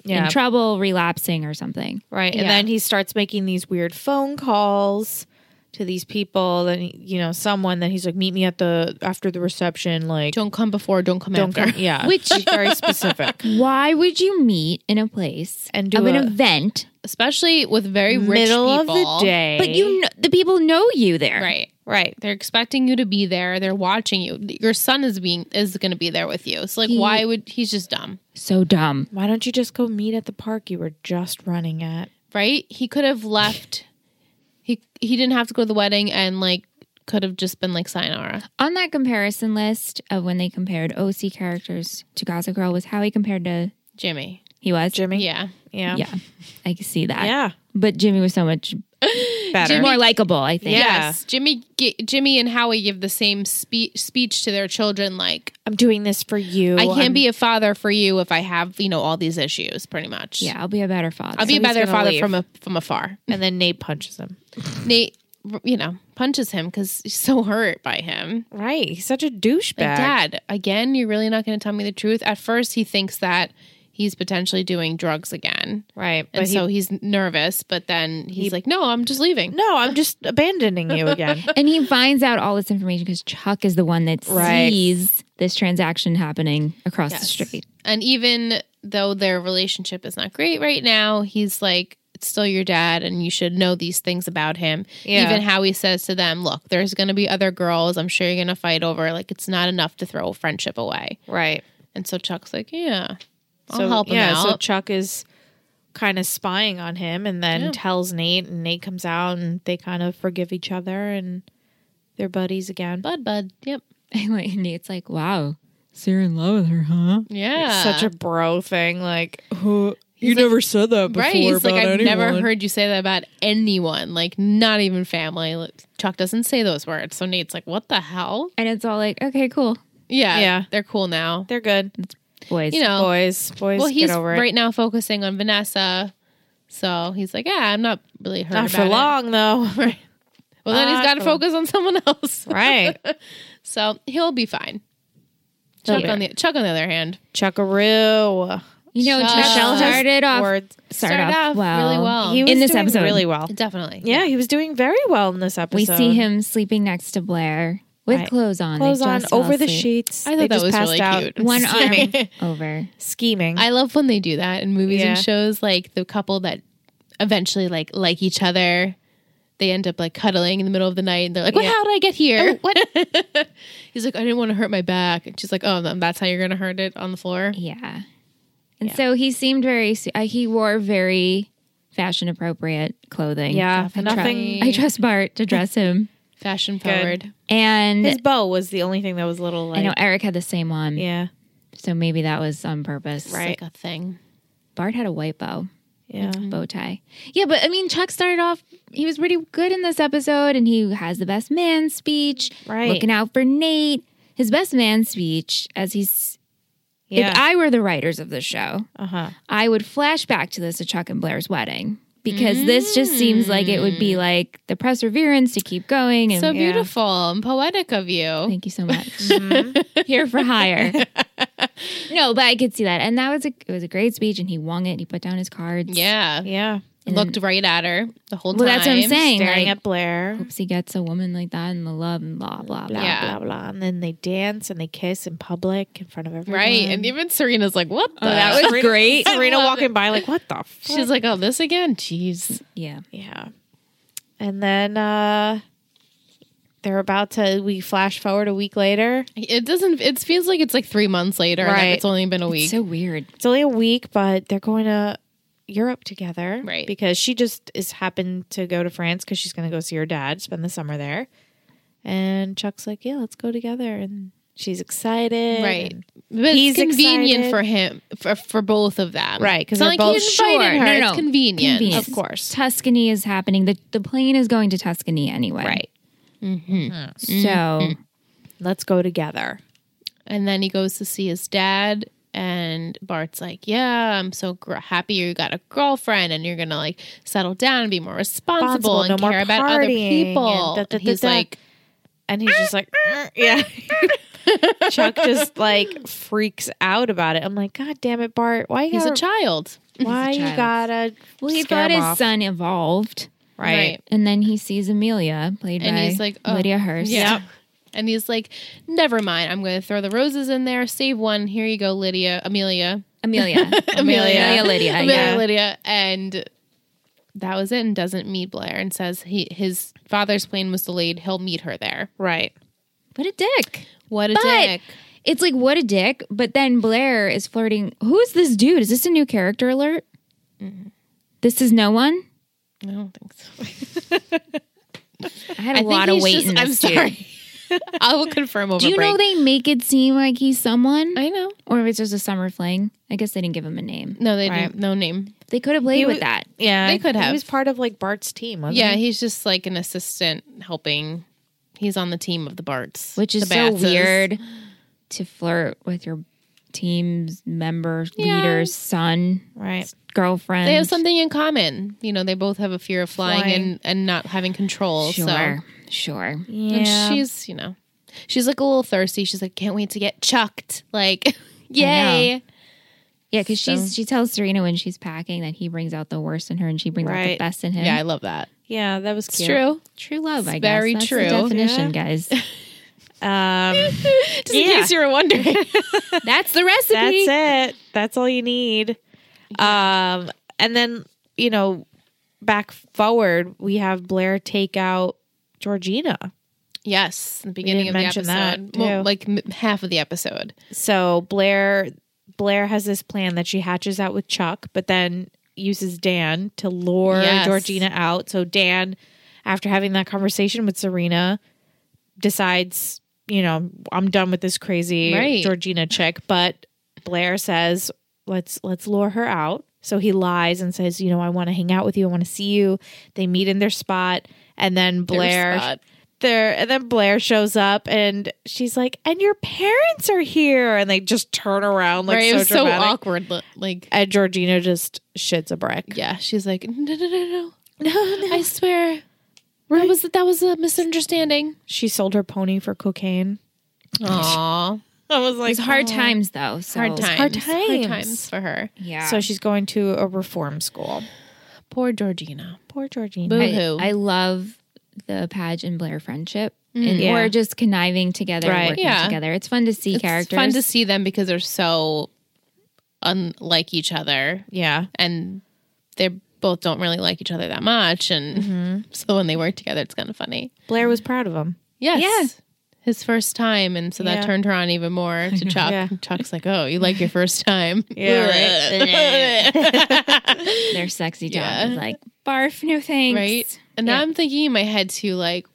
Speaker 2: Mm-hmm. Yeah.
Speaker 3: in trouble relapsing or something.
Speaker 2: Right. And
Speaker 1: Yeah.
Speaker 2: then he starts making these weird phone calls to these people and you know, someone that he's like, Meet me at the after the reception, like
Speaker 1: Don't come before, don't come
Speaker 2: don't
Speaker 1: after.
Speaker 2: come- Yeah.
Speaker 3: Which-
Speaker 2: she's very specific.
Speaker 3: Why would you meet in a place
Speaker 2: And do
Speaker 3: of an
Speaker 2: a-
Speaker 3: event?
Speaker 1: Especially with very rich
Speaker 2: Middle
Speaker 1: people.
Speaker 2: of the day.
Speaker 3: But you know, the people know you there.
Speaker 1: Right.
Speaker 2: Right.
Speaker 1: They're expecting you to be there. They're watching you. Your son is being is going to be there with you. So like,
Speaker 3: He-
Speaker 1: why would he's just dumb,
Speaker 3: So dumb.
Speaker 2: Why don't you just go meet at the park you were just running at?
Speaker 1: right? He could have left. He he didn't have to go to the wedding and like could have just been like sayonara.
Speaker 3: On that comparison list of when they compared OC characters to Gossip Girl was how he compared to
Speaker 1: Jimmy.
Speaker 3: he was.
Speaker 2: Jimmy?
Speaker 1: Yeah.
Speaker 2: Yeah.
Speaker 3: Yeah. I can see that.
Speaker 2: Yeah.
Speaker 3: But Jimmy was so much
Speaker 2: Better.
Speaker 3: more likable, I think.
Speaker 1: Yes. Jimmy gi- Jimmy and Howie give the same spe- speech to their children like
Speaker 2: I'm doing this for you.
Speaker 1: I can't
Speaker 2: I'm-
Speaker 1: be a father for you if I have, you know, all these issues pretty much.
Speaker 3: Yeah, I'll be a better father.
Speaker 1: I'll be a
Speaker 2: he's
Speaker 1: better
Speaker 2: gonna
Speaker 1: father
Speaker 2: leave.
Speaker 1: from a, from afar.
Speaker 2: and then Nate punches him.
Speaker 1: Nate, you know, punches him cuz he's so hurt by him.
Speaker 2: Right. He's such a douchebag.
Speaker 1: Like, Dad, again, you're really not going to tell me the truth. At first, he thinks that he's potentially doing drugs again.
Speaker 2: Right.
Speaker 1: And
Speaker 2: But he,
Speaker 1: so he's nervous, but then he's like, no, I'm just leaving.
Speaker 2: no, I'm just abandoning you again.
Speaker 3: and he finds out all this information because Chuck is the one that
Speaker 2: Right.
Speaker 3: sees this transaction happening across the street.
Speaker 1: And even though their relationship is not great right now, he's like, it's still your dad, and you should know these things about him.
Speaker 2: Yeah.
Speaker 1: Even how he says to them, look, there's going to be other girls. I'm sure you're going to fight over. Like, it's not enough to throw friendship away.
Speaker 2: right.
Speaker 1: And so Chuck's like, yeah, I'll
Speaker 2: so
Speaker 1: help him
Speaker 2: yeah,
Speaker 1: out.
Speaker 2: so Chuck is kind of spying on him and then
Speaker 1: Yeah.
Speaker 2: tells Nate and Nate comes out and they kind of forgive each other and they're buddies again.
Speaker 1: bud, bud. Yep.
Speaker 3: And like, Nate's like, wow, so you're in love with her, huh?
Speaker 1: Yeah.
Speaker 2: Such a bro thing like
Speaker 1: He's
Speaker 4: you
Speaker 1: like-
Speaker 4: never said that before
Speaker 1: Right. He's like,
Speaker 4: about
Speaker 1: I've
Speaker 4: anyone.
Speaker 1: never heard you say that about anyone, like not even family. Like, Chuck doesn't say those words. So Nate's like, what the hell?
Speaker 3: And it's all like, okay, cool.
Speaker 1: Yeah.
Speaker 2: Yeah.
Speaker 1: They're cool now.
Speaker 2: they're good.
Speaker 3: Boys.
Speaker 1: You know,
Speaker 2: boys, boys
Speaker 1: well, he's
Speaker 2: get over
Speaker 1: right
Speaker 2: it.
Speaker 1: now focusing on Vanessa. So he's like, yeah, I'm not really hurt
Speaker 2: Not
Speaker 1: about
Speaker 2: for
Speaker 1: it."
Speaker 2: long though. right.
Speaker 1: Well, then he's
Speaker 2: Not
Speaker 1: got to
Speaker 2: for long.
Speaker 1: focus on someone else.
Speaker 2: Right.
Speaker 1: So he'll be fine.
Speaker 2: He'll
Speaker 1: Chuck
Speaker 2: be
Speaker 1: on the Chuck on the other hand Uh,
Speaker 2: Chuckaroo.
Speaker 3: You know,
Speaker 1: Chuck
Speaker 3: Michelle
Speaker 1: has
Speaker 3: started off,
Speaker 2: Words.
Speaker 3: started
Speaker 1: started
Speaker 3: off,
Speaker 1: off
Speaker 3: well.
Speaker 1: really well.
Speaker 2: He was
Speaker 3: In this
Speaker 2: doing
Speaker 3: episode.
Speaker 2: really well.
Speaker 1: definitely.
Speaker 2: Yeah, he was doing very well in this episode.
Speaker 3: We see him sleeping next to Blair with
Speaker 2: Right.
Speaker 3: clothes on. They
Speaker 2: clothes on
Speaker 3: just fell
Speaker 2: over the
Speaker 3: asleep.
Speaker 2: sheets.
Speaker 1: I thought
Speaker 2: They
Speaker 1: that
Speaker 2: just
Speaker 1: was
Speaker 2: passed
Speaker 1: really
Speaker 2: out.
Speaker 1: cute.
Speaker 3: One arm
Speaker 2: Scheming.
Speaker 3: over.
Speaker 2: scheming.
Speaker 1: I love when they do that in movies
Speaker 2: Yeah.
Speaker 1: and shows, like the couple that eventually like like each other. They end up like cuddling in the middle of the night, and they're like, "What?
Speaker 2: Yeah. Oh,
Speaker 1: How did I get here? what?" He's like, "I didn't want to hurt my back." And she's like, "Oh, then that's how you're gonna hurt it on the floor."
Speaker 3: Yeah. And so he seemed very, su- uh, he wore very fashion appropriate clothing.
Speaker 2: yeah,
Speaker 3: I try-
Speaker 2: nothing.
Speaker 3: I trust Bart to dress him.
Speaker 1: Fashion forward.
Speaker 3: And
Speaker 2: His bow was the only thing that was a little like.
Speaker 3: I know Eric had the same on.
Speaker 2: Yeah,
Speaker 3: So maybe that was on purpose.
Speaker 2: Right.
Speaker 1: It's like a thing.
Speaker 3: Bart had a white bow,
Speaker 2: yeah.
Speaker 3: bow tie. Yeah, but I mean, Chuck started off, he was pretty good in this episode and he has the best man speech.
Speaker 2: Right.
Speaker 3: Looking out for Nate. His best man speech, as he's,
Speaker 2: Yeah.
Speaker 3: if I were the writers of the show,
Speaker 2: uh huh.
Speaker 3: I would flash back to this at Chuck and Blair's wedding because this just seems like it would be like the perseverance to keep going. And
Speaker 1: So beautiful and poetic of you.
Speaker 3: thank you so much.
Speaker 2: Mm-hmm.
Speaker 3: Here for hire. no, but I could see that, and that was a it was a great speech, and he won it. He put down his cards.
Speaker 1: Yeah.
Speaker 2: Yeah.
Speaker 1: Looked right at her the whole
Speaker 3: Well,
Speaker 1: time.
Speaker 3: that's what I'm saying.
Speaker 2: Staring
Speaker 3: Like,
Speaker 2: at Blair.
Speaker 3: hopes he gets a woman like that and the love and blah blah blah.
Speaker 2: Blah
Speaker 1: Yeah.
Speaker 2: blah blah, and then they dance and they kiss in public in front of everyone. Oh,
Speaker 1: Right. And even Serena's like, what the?
Speaker 3: Mm-hmm. Oh, that was great.
Speaker 2: Serena
Speaker 1: love
Speaker 2: walking by like, what the? Fuck?
Speaker 1: She's like, oh, this again? Jeez.
Speaker 3: Yeah,
Speaker 2: yeah. And then uh they're about to. We flash forward a week later.
Speaker 1: It doesn't, it feels like it's like three months later and
Speaker 2: Right.
Speaker 1: it's only been a week.
Speaker 3: so weird.
Speaker 2: It's only a week, but they're going to Europe together.
Speaker 1: Right.
Speaker 2: Because she just is happened to go to France because she's going to go see her dad, spend the summer there. And Chuck's like, yeah, let's go together. And she's excited.
Speaker 1: Right.
Speaker 2: And-
Speaker 1: But
Speaker 2: He's
Speaker 1: it's convenient
Speaker 2: excited.
Speaker 1: for him, for, for both of them.
Speaker 2: Right, 'cause
Speaker 1: It's not
Speaker 2: they're both
Speaker 1: he's inviting
Speaker 2: short.
Speaker 1: Her.
Speaker 3: No, no,
Speaker 1: It's
Speaker 3: no.
Speaker 1: convenient.
Speaker 3: Convenient.
Speaker 2: Of course.
Speaker 3: Tuscany is happening. the The plane is going to Tuscany anyway.
Speaker 2: Right. Hmm.
Speaker 3: So
Speaker 2: Let's go together.
Speaker 1: And then he goes to see his dad. And Bart's like, yeah, I'm so gr- happy you got a girlfriend and you're going to like settle down and be more responsible,
Speaker 2: Responsible,
Speaker 1: and
Speaker 2: no more
Speaker 1: care about other
Speaker 2: partying and
Speaker 1: people.
Speaker 2: da, da,
Speaker 1: And he's
Speaker 2: da, da.
Speaker 1: like,
Speaker 2: And he's just like, "Mm," "Uh, yeah. Chuck just like freaks out about it. I'm like, God damn it, Bart! Why you
Speaker 1: He's a
Speaker 2: gotta,
Speaker 1: child.
Speaker 2: why you
Speaker 3: child.
Speaker 2: gotta
Speaker 3: Well, he
Speaker 2: scare
Speaker 3: thought
Speaker 2: him
Speaker 3: his
Speaker 2: off.
Speaker 3: son evolved,
Speaker 2: right?
Speaker 1: Right.
Speaker 3: and then he sees Amelia played
Speaker 1: And
Speaker 3: by
Speaker 1: he's like, oh,
Speaker 3: Lydia Hearst.
Speaker 1: Yeah. And he's like, never mind. I'm going to throw the roses in there. Save one. Here you go, Lydia. Amelia.
Speaker 3: Amelia,
Speaker 1: Amelia.
Speaker 3: Amelia,
Speaker 2: Uh,
Speaker 3: Lydia,
Speaker 1: Amelia,
Speaker 3: yeah.
Speaker 1: Lydia. And that was it. And doesn't meet Blair and says he, his father's plane was delayed. He'll meet her there.
Speaker 2: Right.
Speaker 3: What a dick!
Speaker 1: What a
Speaker 3: But-
Speaker 1: dick.
Speaker 3: It's like what a dick. But then Blair is flirting. Who is this dude? Is this a new character alert?
Speaker 1: Mm-hmm.
Speaker 3: This is no one.
Speaker 1: I don't think so.
Speaker 3: I had
Speaker 1: I
Speaker 3: a
Speaker 1: think
Speaker 3: lot of
Speaker 1: he's
Speaker 3: weight
Speaker 1: just-
Speaker 3: in
Speaker 1: I'm
Speaker 3: this dude.
Speaker 1: sorry. I will confirm over
Speaker 3: Do you
Speaker 1: break.
Speaker 3: know they make it seem like he's someone,
Speaker 1: I know.
Speaker 3: or if it's just a summer fling? I guess they didn't give him a name.
Speaker 1: No, they
Speaker 2: Right.
Speaker 1: didn't. No name.
Speaker 3: They could have played
Speaker 2: He
Speaker 3: with
Speaker 2: wa-
Speaker 3: that.
Speaker 2: Yeah,
Speaker 1: They could have.
Speaker 2: He was part of like Bart's team. Wasn't
Speaker 1: Yeah,
Speaker 2: he?
Speaker 1: he's just like an assistant helping. He's on the team of the Barts,
Speaker 3: which is
Speaker 1: the
Speaker 3: so
Speaker 1: Batses.
Speaker 3: weird to flirt with your team's member,
Speaker 1: Yeah.
Speaker 3: leader's son,
Speaker 2: right.
Speaker 3: girlfriend.
Speaker 1: They have something in common. You know, they both have a fear of flying,
Speaker 2: Flying.
Speaker 1: and and not having control.
Speaker 3: Sure,
Speaker 1: So
Speaker 3: sure.
Speaker 1: and
Speaker 2: Yeah,
Speaker 1: she's you know, she's like a little thirsty. She's like, can't wait to get chucked. Like, yay!
Speaker 3: Yeah, because she's she tells Serena when she's packing that he brings out the worst in her and she brings out the
Speaker 2: Right.
Speaker 3: best in him.
Speaker 1: Yeah, I love that.
Speaker 2: yeah, that was
Speaker 1: It's
Speaker 2: cute.
Speaker 1: true.
Speaker 3: True love, I
Speaker 1: It's
Speaker 3: guess.
Speaker 1: very
Speaker 3: That's the
Speaker 1: true.
Speaker 3: definition, guys.
Speaker 2: Um,
Speaker 1: Just in
Speaker 2: Yeah.
Speaker 1: case you were wondering.
Speaker 3: That's the recipe.
Speaker 2: That's it. That's all you need. Um, and then you know, back forward, we have Blair take out Georgina.
Speaker 1: yes, in the beginning of
Speaker 2: didn't
Speaker 1: the
Speaker 2: mention
Speaker 1: episode,
Speaker 2: that,
Speaker 1: well,
Speaker 2: too.
Speaker 1: like m- half of the episode.
Speaker 2: So Blair, Blair has this plan that she hatches out with Chuck, but then uses Dan to lure
Speaker 1: Yes.
Speaker 2: Georgina out. So Dan, after having that conversation with Serena, decides, you know, I'm done with this crazy
Speaker 1: Right.
Speaker 2: Georgina chick. But Blair says, let's let's lure her out. So he lies and says, you know, I want to hang out with you. I want to see you. They meet in their spot, and then
Speaker 1: Their
Speaker 2: Blair
Speaker 1: spot.
Speaker 2: there and then blair shows up and she's like and your parents are here and they just turn around like
Speaker 1: right, it
Speaker 2: so
Speaker 1: was so
Speaker 2: dramatic
Speaker 1: awkward. li- Like,
Speaker 2: and georgina just shits a brick
Speaker 1: yeah, she's like, no, no, no, no.
Speaker 2: no no
Speaker 1: I swear. That was that was a misunderstanding.
Speaker 2: she sold her pony for cocaine
Speaker 1: Aw,
Speaker 2: i was like "Oh,
Speaker 3: It's hard times though. So.
Speaker 1: Oh. hard times.
Speaker 2: hard
Speaker 1: Hard
Speaker 2: times.
Speaker 1: times for her.
Speaker 3: Yeah.
Speaker 2: so she's going to a reform school
Speaker 1: Poor Georgina.
Speaker 2: poor georgina
Speaker 1: Boo.
Speaker 3: I,
Speaker 1: Woohoo.
Speaker 3: I love the Padge and Blair friendship, and,
Speaker 2: Yeah.
Speaker 3: or just conniving together, and
Speaker 2: Right.
Speaker 3: working
Speaker 1: Mm, Yeah.
Speaker 3: together. It's fun to see characters.
Speaker 1: It's fun to see them because they're so unlike each other,
Speaker 2: yeah
Speaker 1: and they both don't really like each other that much. And so when they work together, it's kind of funny.
Speaker 2: blair was proud of him
Speaker 1: Yes.
Speaker 3: Yeah.
Speaker 1: His first time, and so that
Speaker 2: Yeah.
Speaker 1: turned her on even more to Chuck.
Speaker 2: Yeah.
Speaker 1: Chuck's like, "Oh, you like your first time?
Speaker 2: Yeah,
Speaker 3: their sexy dog
Speaker 1: Yeah.
Speaker 3: is like barf, no thanks.
Speaker 1: right? And
Speaker 3: Yeah.
Speaker 1: now I'm thinking in my head too, like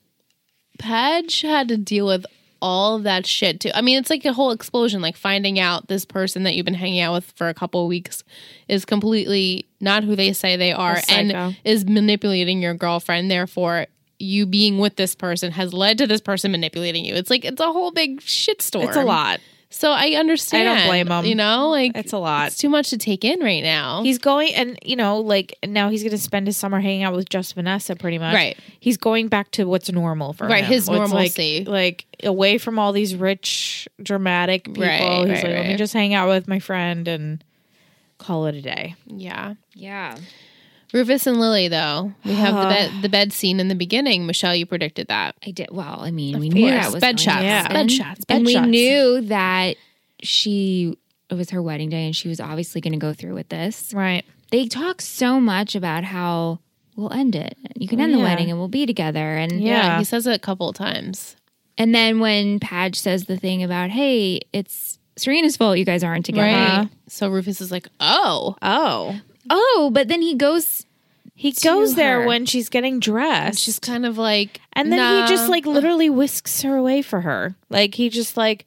Speaker 1: Padge had to deal with all that shit too. I mean, it's like a whole explosion, like finding out this person that you've been hanging out with for a couple of weeks is completely not who they say they are and
Speaker 2: psycho.
Speaker 1: is manipulating your girlfriend. Therefore, you being with this person has led to this person manipulating you. It's like it's a whole big shitstorm.
Speaker 2: it's a lot
Speaker 1: So I understand.
Speaker 2: blame 'em.
Speaker 1: You know, like
Speaker 2: it's a lot
Speaker 1: it's too much to take in right now.
Speaker 2: He's going and you know, like now he's gonna spend his summer hanging out with just Vanessa pretty much.
Speaker 1: Right.
Speaker 2: He's going back to what's normal for
Speaker 1: Right,
Speaker 2: him.
Speaker 1: his
Speaker 2: What's,
Speaker 1: normalcy.
Speaker 2: Like, like away from all these rich, dramatic people.
Speaker 1: Right,
Speaker 2: he's
Speaker 1: right,
Speaker 2: like, let me
Speaker 1: right.
Speaker 2: just hang out with my friend and call it a day.
Speaker 1: yeah.
Speaker 3: Yeah.
Speaker 1: Rufus and Lily, though we have the bed the bed scene in the beginning. Michelle, you predicted that.
Speaker 3: I did. Well, I mean, we knew
Speaker 1: course.
Speaker 3: that was
Speaker 1: Bed
Speaker 3: going
Speaker 1: shots.
Speaker 3: to
Speaker 2: Yeah.
Speaker 3: happen.
Speaker 1: Bed shots. Bed
Speaker 3: and we
Speaker 1: shots.
Speaker 3: knew that she it was her wedding day, and she was obviously going to go through with this.
Speaker 2: Right.
Speaker 3: They talk so much about how we'll end it. You can end the
Speaker 2: Yeah.
Speaker 3: wedding, and we'll be together. And
Speaker 2: Yeah.
Speaker 1: he says it a couple of times.
Speaker 3: and then when Padge says the thing about, "Hey, it's Serena's fault you guys aren't together."
Speaker 1: Right. So Rufus is like, "Oh,
Speaker 2: Oh.
Speaker 3: Oh, but then he goes.
Speaker 2: He goes there
Speaker 3: her.
Speaker 2: when she's getting dressed.
Speaker 1: she's kind of like,"
Speaker 2: and then
Speaker 1: "Nah."
Speaker 2: he just like literally whisks her away for her. Like he just like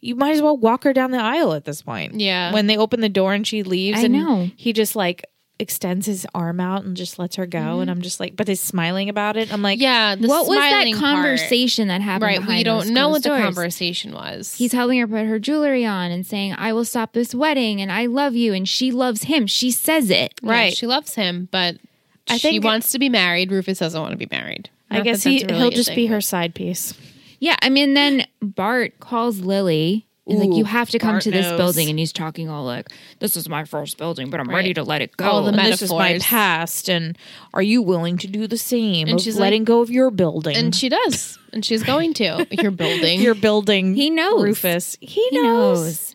Speaker 2: you might as well walk her down the aisle at this point.
Speaker 1: Yeah.
Speaker 2: When they open the door and she leaves
Speaker 3: I
Speaker 2: and
Speaker 3: know.
Speaker 2: he just like extends his arm out and just lets her go and I'm just like but he's smiling about it. I'm like
Speaker 1: Mm-hmm. "Yeah, the
Speaker 3: What was that
Speaker 1: smiling part.
Speaker 3: conversation that happened?
Speaker 1: Right, we
Speaker 3: behind
Speaker 1: don't
Speaker 3: those
Speaker 1: know what
Speaker 3: closed
Speaker 1: the
Speaker 3: doors?
Speaker 1: conversation was.
Speaker 3: He's helping her put her jewelry on and saying, I will stop this wedding and I love you. And she loves him. She says it.
Speaker 1: Yeah,
Speaker 2: right.
Speaker 1: she loves him, but
Speaker 2: I
Speaker 1: she
Speaker 2: think-
Speaker 1: wants to be married. Rufus doesn't want to be married.
Speaker 2: I
Speaker 1: Not
Speaker 2: guess
Speaker 1: that
Speaker 2: he
Speaker 1: that's really
Speaker 2: he'll
Speaker 1: a
Speaker 2: just be
Speaker 1: thing.
Speaker 2: her side piece.
Speaker 3: Yeah, I mean, then Bart calls Lily. He's like,
Speaker 2: Ooh,
Speaker 3: you have to come
Speaker 2: Bart
Speaker 3: to this
Speaker 2: knows.
Speaker 3: building, and he's talking all like, "This is my first building, but I'm ready
Speaker 1: Right.
Speaker 3: to let it go."
Speaker 1: All the
Speaker 3: And
Speaker 2: This is my
Speaker 1: metaphors.
Speaker 2: past, and are you willing to do the same?
Speaker 1: And
Speaker 2: of
Speaker 1: she's like-
Speaker 2: letting go of your building.
Speaker 1: And she does. And she's going to. Your building.
Speaker 2: your building.
Speaker 3: He knows.
Speaker 2: Rufus. He,
Speaker 3: he
Speaker 2: knows.
Speaker 3: knows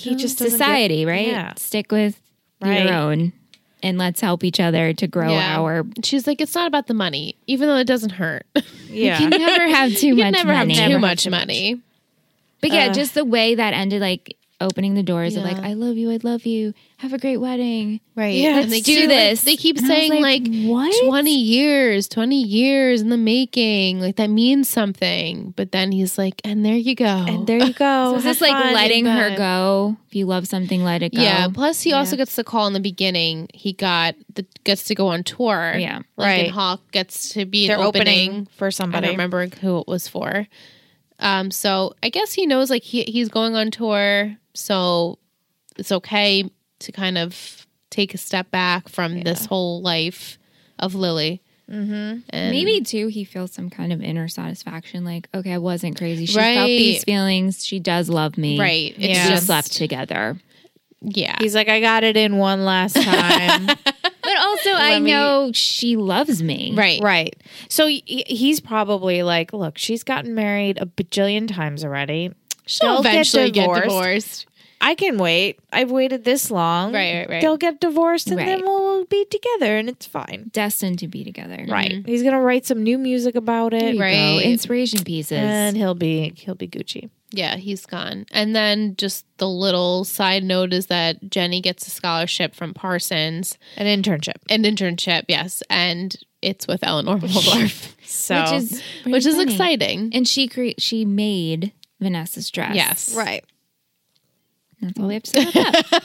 Speaker 2: He just doesn't
Speaker 3: society,
Speaker 2: get-
Speaker 3: right?
Speaker 2: Yeah.
Speaker 3: Stick with
Speaker 2: Right.
Speaker 3: your own, and let's help each other to grow
Speaker 1: Yeah.
Speaker 3: our.
Speaker 1: She's like, it's not about the money, even though it doesn't hurt.
Speaker 2: Yeah.
Speaker 3: You can never have too
Speaker 1: you
Speaker 3: much
Speaker 1: never
Speaker 3: money.
Speaker 1: have too
Speaker 2: have
Speaker 1: much
Speaker 2: too much. Uh.
Speaker 1: money.
Speaker 3: But yeah,
Speaker 2: Ugh.
Speaker 3: just the way that ended, like opening the doors of like,
Speaker 1: Yeah.
Speaker 3: "I love you, I love you, have a great wedding."
Speaker 1: Right.
Speaker 2: Yeah,
Speaker 1: And
Speaker 3: let's do
Speaker 1: keep-
Speaker 3: this.
Speaker 1: They keep
Speaker 3: And I was
Speaker 1: saying
Speaker 3: like,
Speaker 1: like,
Speaker 3: "What?"
Speaker 1: 20 years, 20 years in the making. Like that means something. But then he's like, and there you go.
Speaker 2: And there you go.
Speaker 3: So is
Speaker 2: Have
Speaker 3: this like
Speaker 2: fun.
Speaker 3: letting her
Speaker 1: but-
Speaker 3: go? If you love something, let it go.
Speaker 1: Yeah. Plus, he also
Speaker 2: Yeah.
Speaker 1: gets the call in the beginning. He got the gets to go on tour.
Speaker 3: Yeah.
Speaker 1: Like,
Speaker 2: Right.
Speaker 1: And Hawk gets to be an
Speaker 2: They're opening,
Speaker 1: opening
Speaker 2: for
Speaker 1: I
Speaker 2: somebody.
Speaker 1: don't remember who it was for. Um, so I guess he knows like he he's going on tour, so it's okay to kind of take a step back from this whole life of Lily. Mm-hmm. And
Speaker 3: Maybe too, he feels some kind of inner satisfaction, like, okay, I wasn't crazy. She felt
Speaker 1: Right.
Speaker 3: these feelings. She does love me.
Speaker 1: right. It's
Speaker 2: Yeah.
Speaker 3: We
Speaker 1: just
Speaker 3: slept together.
Speaker 1: Yeah.
Speaker 2: He's like, I got it in one last time.
Speaker 3: But also, I
Speaker 2: me-
Speaker 3: know she loves me.
Speaker 1: right.
Speaker 2: right. So he- he's probably like, look, she's gotten married a bajillion times already.
Speaker 1: She'll
Speaker 2: They'll
Speaker 1: eventually get divorced.
Speaker 2: I can wait. I've waited this long.
Speaker 1: Right, right, right.
Speaker 2: They'll get divorced and
Speaker 3: Right.
Speaker 2: then we'll be together and it's fine.
Speaker 3: Destined to be together.
Speaker 2: Right. He's going to write some new music about
Speaker 3: There
Speaker 2: it.
Speaker 3: you
Speaker 1: Right.
Speaker 3: Go. Inspiration pieces.
Speaker 2: And he'll be he'll be Gucci.
Speaker 1: Yeah, he's gone. And then just the little side note is that Jenny gets a scholarship from Parsons,
Speaker 2: An internship.
Speaker 1: an internship, yes, and it's with Eleanor Waldorf.
Speaker 2: So
Speaker 3: which is pretty
Speaker 1: which is
Speaker 3: funny.
Speaker 1: exciting.
Speaker 3: And she cre- she made Vanessa's dress.
Speaker 1: Yes.
Speaker 2: right.
Speaker 3: That's all we have to say about that.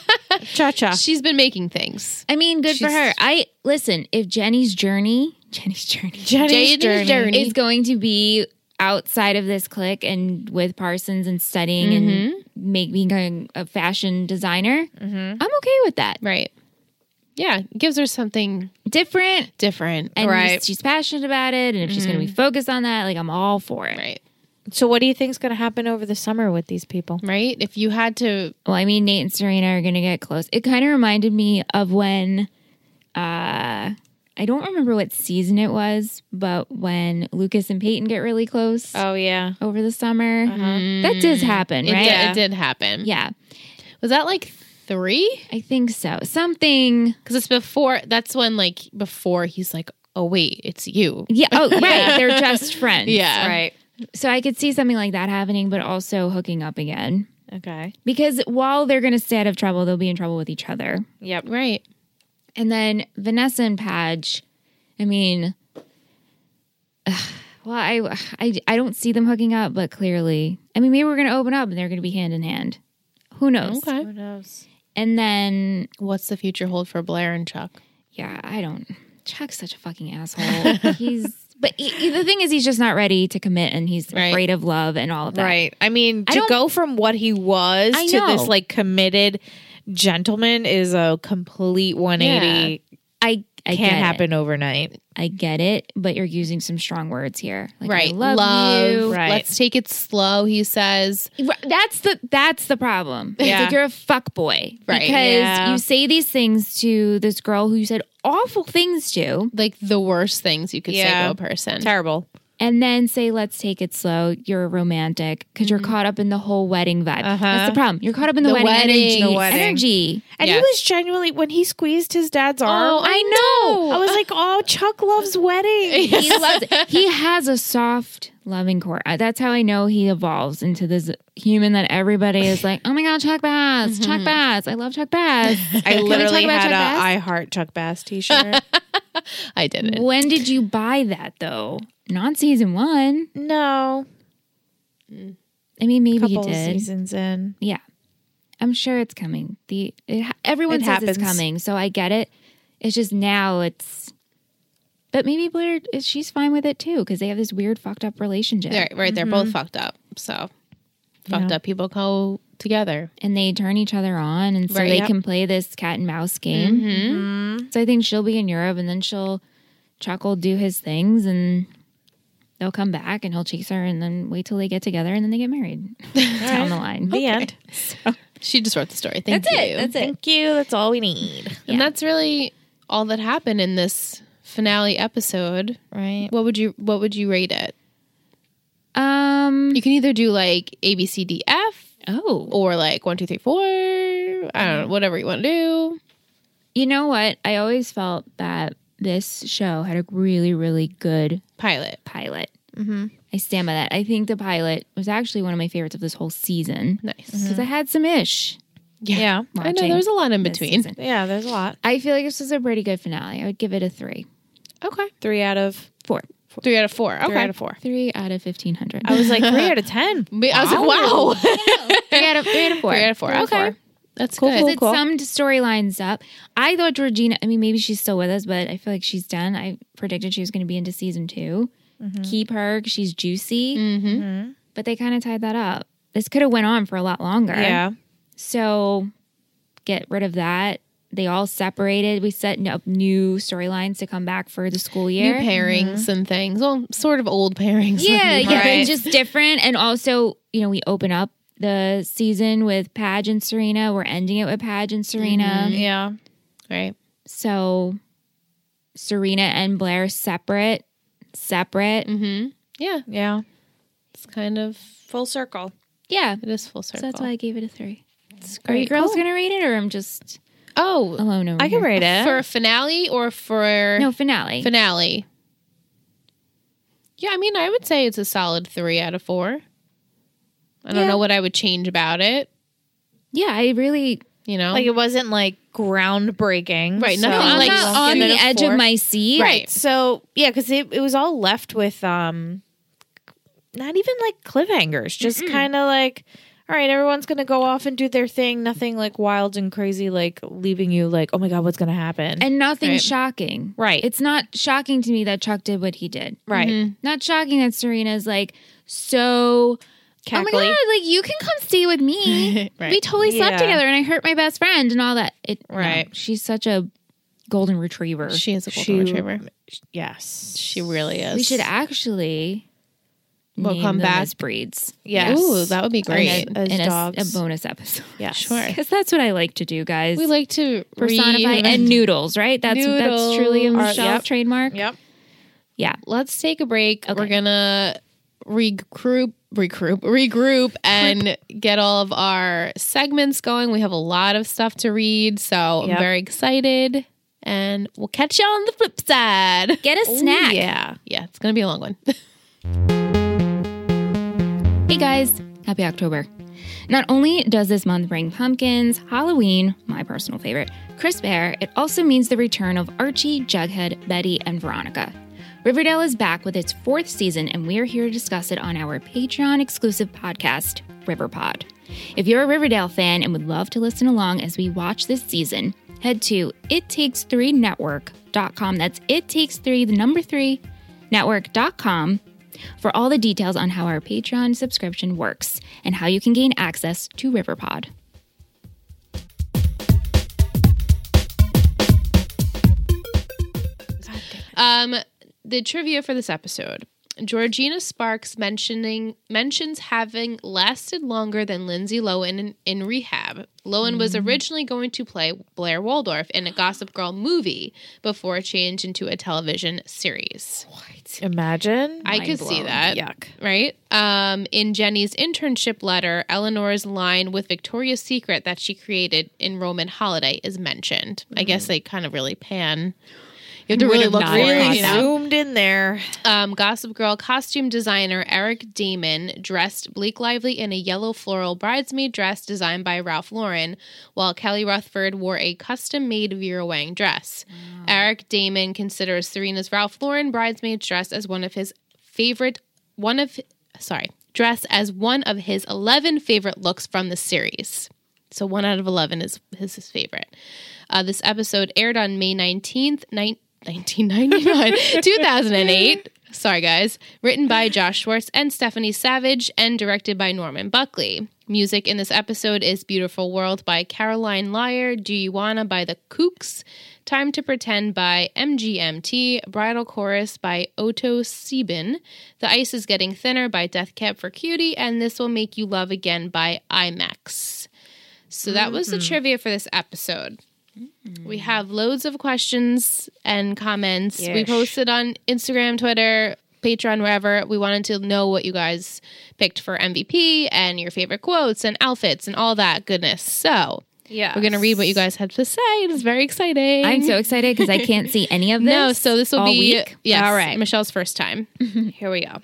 Speaker 2: Cha cha.
Speaker 1: She's been making things.
Speaker 3: I mean, good for
Speaker 1: She's-
Speaker 3: her. I listen. If Jenny's journey, Jenny's journey,
Speaker 2: Jenny's
Speaker 1: Jaden's
Speaker 2: journey.
Speaker 1: journey.
Speaker 3: is going to be outside of this clique and with Parsons and studying and
Speaker 2: Mm-hmm.
Speaker 3: make being a fashion designer, I'm okay with that.
Speaker 1: Right. Yeah. it Gives her something
Speaker 3: Different,
Speaker 1: different.
Speaker 3: and
Speaker 2: Right. Mm-hmm.
Speaker 3: she's passionate about it. And if she's going to be focused on that, like I'm all for it.
Speaker 1: Right.
Speaker 2: So what do you think's going to happen over the summer with these people?
Speaker 1: Right. If you had to
Speaker 3: Well, I mean, Nate and Serena are going to get close. It kind of reminded me of when, uh, I don't remember what season it was, but when Lucas and Peyton get really close.
Speaker 2: Oh Uh-huh. yeah.
Speaker 3: over the summer. That does happen,
Speaker 1: it,
Speaker 3: right?
Speaker 1: did,
Speaker 3: Yeah.
Speaker 1: it did happen. Was that like three?
Speaker 3: I think so. Something.
Speaker 1: Because it's before that's when like before he's like, Oh wait, it's you.
Speaker 3: Yeah. Oh, right. They're just friends.
Speaker 1: Yeah.
Speaker 2: Right.
Speaker 3: So I could see something like that happening, but also hooking up again.
Speaker 2: Okay.
Speaker 3: Because while they're going to stay out of trouble, they'll be in trouble with each other.
Speaker 2: Yep.
Speaker 1: Right.
Speaker 3: And then Vanessa and Padge, I mean, well, I, I, I don't see them hooking up, but clearly, I mean, maybe we're going to open up and they're going to be hand in hand. Who knows?
Speaker 1: Okay.
Speaker 2: knows?
Speaker 3: And then
Speaker 1: What's the future hold for Blair and Chuck?
Speaker 3: Yeah, I don't. Chuck's such a fucking asshole. he's but he, the thing is, he's just not ready to commit, and he's
Speaker 1: Right.
Speaker 3: afraid of love and all of that.
Speaker 2: Right. I mean,
Speaker 3: I
Speaker 2: to
Speaker 3: don't-
Speaker 2: go from what he was
Speaker 3: I
Speaker 2: to
Speaker 3: know.
Speaker 2: this like committed gentleman is a complete 180.
Speaker 3: I, I
Speaker 2: Can't
Speaker 3: get
Speaker 2: happen overnight.
Speaker 3: It. I get it, but you're using some strong words here. Like, I
Speaker 1: right.
Speaker 3: love, you.
Speaker 2: Right.
Speaker 1: Let's take it slow, he says.
Speaker 3: Right. That's the that's the problem. It's
Speaker 2: Yeah.
Speaker 3: like you're a fuck boy,
Speaker 1: Right.
Speaker 3: Because
Speaker 2: Yeah.
Speaker 3: you say these things to this girl who you said awful things to,
Speaker 1: Like the worst things you could
Speaker 2: Yeah.
Speaker 1: say to a person.
Speaker 2: Terrible.
Speaker 3: and then say, "Let's take it slow." You're a romantic because you're caught up in the whole wedding vibe. That's the problem. You're caught up in the,
Speaker 1: The
Speaker 3: wedding,
Speaker 1: wedding.
Speaker 3: energy.
Speaker 1: The
Speaker 2: wedding.
Speaker 3: energy.
Speaker 2: And he
Speaker 1: Yes.
Speaker 2: was genuinely when he squeezed his dad's
Speaker 1: Oh,
Speaker 2: arm.
Speaker 1: I know.
Speaker 2: I was like, "Oh, Chuck loves weddings."
Speaker 3: he loves it. He has a soft, loving core. Uh, That's how I know he evolves into this human that everybody is like, oh my God, Chuck Bass, Chuck Bass. I love Chuck Bass.
Speaker 2: Mm-hmm. I
Speaker 3: we talk
Speaker 2: literally had
Speaker 3: about Chuck
Speaker 2: a
Speaker 3: Bass?
Speaker 2: I heart Chuck Bass t-shirt.
Speaker 1: I didn't.
Speaker 3: when did you buy that though? Not season one.
Speaker 2: no,
Speaker 3: I mean, maybe you
Speaker 2: couple
Speaker 3: did.
Speaker 2: seasons in.
Speaker 3: Yeah. I'm sure it's coming. The it, ha- Everyone
Speaker 2: It
Speaker 3: says it's
Speaker 2: happens.
Speaker 3: coming. So I get it. It's just now it's. But maybe Blair, is she's fine with it too because they have this weird fucked up relationship.
Speaker 1: They're, right. They're both fucked up. So fucked up people go together.
Speaker 3: and they turn each other on and so
Speaker 1: Right.
Speaker 3: they
Speaker 1: Yep. Mm-hmm.
Speaker 3: can play this cat and mouse game so i think she'll be in europe and then she'll chuck will do his things and they'll come back and he'll chase her and then wait till they get together and then they get married down the line.
Speaker 2: The end.
Speaker 1: She just wrote the story. Thank
Speaker 3: That's
Speaker 1: you.
Speaker 3: it. That's it.
Speaker 2: Thank you. That's all we need.
Speaker 1: And that's really all that happened in this finale episode.
Speaker 2: Right.
Speaker 1: What would you What would you rate it?
Speaker 3: Um.
Speaker 1: You can either do like A B C D F
Speaker 3: Oh.
Speaker 1: or like one two three four. I don't know, whatever you want to do.
Speaker 3: You know what? I always felt that this show had a really, really good
Speaker 1: Pilot.
Speaker 3: pilot. Mm-hmm. I stand by that. I think the pilot was actually one of my favorites of this whole season
Speaker 1: Nice.
Speaker 3: because I had some ish
Speaker 2: Yeah.
Speaker 1: I know
Speaker 3: watching
Speaker 1: there was a lot in
Speaker 3: this
Speaker 1: between.
Speaker 3: season.
Speaker 2: Yeah, there's a lot.
Speaker 3: I feel like this was a pretty good finale. I would give it a three,
Speaker 1: Okay,
Speaker 2: Three out of
Speaker 3: four,
Speaker 1: three out of four. Okay,
Speaker 2: three out of four.
Speaker 3: three out of fifteen hundred.
Speaker 2: I was like three out of ten.
Speaker 1: Me- I was like, wow,
Speaker 3: three out of three out of four.
Speaker 1: three out of four.
Speaker 3: Three out of
Speaker 1: okay,
Speaker 3: four.
Speaker 1: that's
Speaker 2: Cool,
Speaker 1: good.
Speaker 2: cool.
Speaker 3: It summed storylines up. I thought Georgina. I mean, maybe she's still with us, but I feel like she's done. I predicted she was going to be into season 2 Keep her. 'cause She's juicy.
Speaker 1: Mm-hmm.
Speaker 3: But they kind of tied that up. This could have went on for a lot longer.
Speaker 2: Yeah.
Speaker 3: So get rid of that. They all separated. We set up new storylines to come back for the school
Speaker 1: New
Speaker 3: year.
Speaker 1: pairings and things. Well, sort of old pairings.
Speaker 3: Mm-hmm. Yeah, yeah,
Speaker 2: Right.
Speaker 3: and just different. And also, you know, we open up the season with Page and Serena. We're ending it with Page and Serena.
Speaker 2: Yeah.
Speaker 1: Right.
Speaker 3: So Serena and Blair separate, separate.
Speaker 1: Mm-hmm. Yeah,
Speaker 2: Yeah.
Speaker 1: it's kind of
Speaker 2: Full circle.
Speaker 3: Yeah.
Speaker 1: it is full circle.
Speaker 3: So that's why I gave it a three.
Speaker 1: it's
Speaker 3: Are you
Speaker 1: great.
Speaker 3: girls gonna rate it, or I'm just
Speaker 1: Oh,
Speaker 3: alone over
Speaker 2: I can
Speaker 3: here?
Speaker 2: rate it.
Speaker 1: for a finale or for
Speaker 3: No finale.
Speaker 1: finale? Yeah, I mean, I would say it's a solid three out of four. I don't
Speaker 3: Yeah.
Speaker 1: know what I would change about it.
Speaker 3: yeah, I really.
Speaker 1: You know,
Speaker 2: like it wasn't like groundbreaking.
Speaker 1: Right,
Speaker 2: So
Speaker 1: nothing
Speaker 3: I'm
Speaker 1: like-
Speaker 3: not
Speaker 1: I'll
Speaker 3: on
Speaker 1: give
Speaker 3: the
Speaker 1: it a
Speaker 3: edge
Speaker 1: four.
Speaker 3: of my seat.
Speaker 1: Right.
Speaker 2: So yeah, because it, it was all left with um not even like cliffhangers, just kind of like all right, everyone's gonna go off and do their thing. Nothing like wild and crazy, like leaving you like oh my god, what's gonna happen?
Speaker 3: And nothing
Speaker 1: Right.
Speaker 3: shocking.
Speaker 2: Right.
Speaker 3: It's not shocking to me that Chuck did what he did. Mm-hmm.
Speaker 2: right,
Speaker 3: Not shocking that Serena's like so. Oh my
Speaker 2: Cackly.
Speaker 3: god! Like you can come stay with me.
Speaker 1: Right.
Speaker 3: We totally slept
Speaker 2: Yeah.
Speaker 3: together, and I hurt my best friend and all that. It, no.
Speaker 1: Right.
Speaker 3: she's such a golden retriever.
Speaker 1: she is a golden
Speaker 2: She-
Speaker 1: retriever.
Speaker 2: yes,
Speaker 1: She really is.
Speaker 3: we should actually
Speaker 1: We'll
Speaker 3: name
Speaker 1: come
Speaker 3: them
Speaker 1: back.
Speaker 3: as breeds.
Speaker 2: yes.
Speaker 1: Ooh, that would be great.
Speaker 2: As
Speaker 3: in a,
Speaker 2: dogs.
Speaker 3: a bonus episode.
Speaker 2: yes,
Speaker 1: Sure.
Speaker 3: Because that's what I like to do, guys.
Speaker 1: We like to
Speaker 3: personify
Speaker 1: read-
Speaker 3: and noodles, right? That's that's truly a
Speaker 1: Noodles.
Speaker 3: Michelle
Speaker 2: Yep.
Speaker 3: trademark.
Speaker 2: Yep.
Speaker 3: Yeah.
Speaker 1: Let's take a break.
Speaker 3: Okay.
Speaker 1: We're gonna regroup, regroup, regroup, and get all of our segments going. We have a lot of stuff to read, so
Speaker 2: Yep.
Speaker 1: I'm very excited. And we'll catch you on the flip side.
Speaker 3: Get a snack.
Speaker 1: Yeah, yeah, it's gonna be a long one.
Speaker 3: Hey guys, happy October. Not only does this month bring pumpkins, Halloween, my personal favorite, crisp air, it also means the return of Archie, Jughead, Betty, and Veronica. Riverdale is back with its fourth season, and we're here to discuss it on our Patreon exclusive podcast, RiverPod. If you're a Riverdale fan and would love to listen along as we watch this season, head to ittakes3network.com. That's it takes three, the number three, network.com for all the details on how our Patreon subscription works and how you can gain access to RiverPod.
Speaker 1: Um, the trivia for this episode. Georgina Sparks mentioning mentions having lasted longer than Lindsay Lohan in, in rehab. Lohan was originally going to play Blair Waldorf in a Gossip Girl movie before it changed into a television series.
Speaker 2: Imagine.
Speaker 1: I could see
Speaker 3: blown.
Speaker 1: that.
Speaker 2: Yuck.
Speaker 1: Right? Um, in Jenny's internship letter, Eleanor's line with Victoria's Secret that she created in Roman Holiday is mentioned. I guess they kind of really pan. You have to really
Speaker 3: have
Speaker 1: look
Speaker 3: not
Speaker 1: for it.
Speaker 2: Really
Speaker 1: you know?
Speaker 2: zoomed in there.
Speaker 1: Um, Gossip Girl costume designer Eric Damon dressed Bleak Lively in a yellow floral bridesmaid dress designed by Ralph Lauren, while Kelly Rutherford wore a custom made Vera Wang dress. Eric Damon considers Serena's Ralph Lauren bridesmaid dress as one of his favorite, one of, sorry, dress as one of his 11 favorite looks from the series. So one out of 11 is, is his favorite. Uh, this episode aired on May 19th, nine- 1999, 2008. Sorry, guys. Written by Josh Schwartz and Stephanie Savage and directed by Norman Buckley. Music in this episode is Beautiful World by Caroline Lyer, Do You Wanna by The Kooks, Time to Pretend by MGMT, Bridal Chorus by Otto Sieben, The Ice is Getting Thinner by Death Cab for Cutie, and This Will Make You Love Again by IMAX. So that was the trivia for this episode. We have loads of questions and comments. We
Speaker 2: Yes.
Speaker 1: posted on Instagram, Twitter, Patreon, wherever. We wanted to know what you guys picked for MVP and your favorite quotes and outfits and all that goodness. So
Speaker 2: Yeah.
Speaker 1: we're going to read what you guys had to say. It is very exciting.
Speaker 3: I'm so excited because I can't see any of this.
Speaker 1: No, so this will
Speaker 3: all
Speaker 1: be
Speaker 3: week.
Speaker 1: yes,
Speaker 2: All right.
Speaker 1: Michelle's first time. Here we go.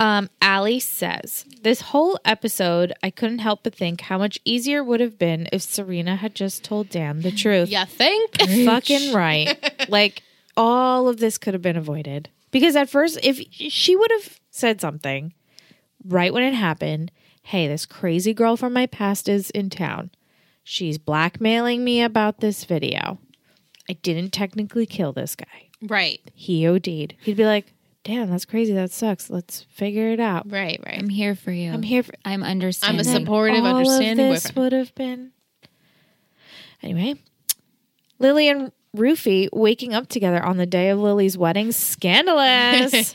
Speaker 2: Um, Allie says, This whole episode, I couldn't help but think how much easier it would have been if Serena had just told Dan the truth.
Speaker 1: You think?
Speaker 2: Fucking right. like, all of this could have been avoided. Because at first, if she would have said something right when it happened, hey, this crazy girl from my past is in town. She's blackmailing me about this video. I didn't technically kill this guy.
Speaker 1: right,
Speaker 2: He OD'd. He'd be like, damn, that's crazy. That sucks. Let's figure it out.
Speaker 1: right, right.
Speaker 3: I'm here for you.
Speaker 2: I'm here for
Speaker 3: I'm understanding.
Speaker 1: I'm a supportive,
Speaker 2: all
Speaker 1: understanding
Speaker 2: of this
Speaker 1: boyfriend.
Speaker 2: would have been. Anyway, Lily and Rufy waking up together on the day of Lily's wedding. Scandalous.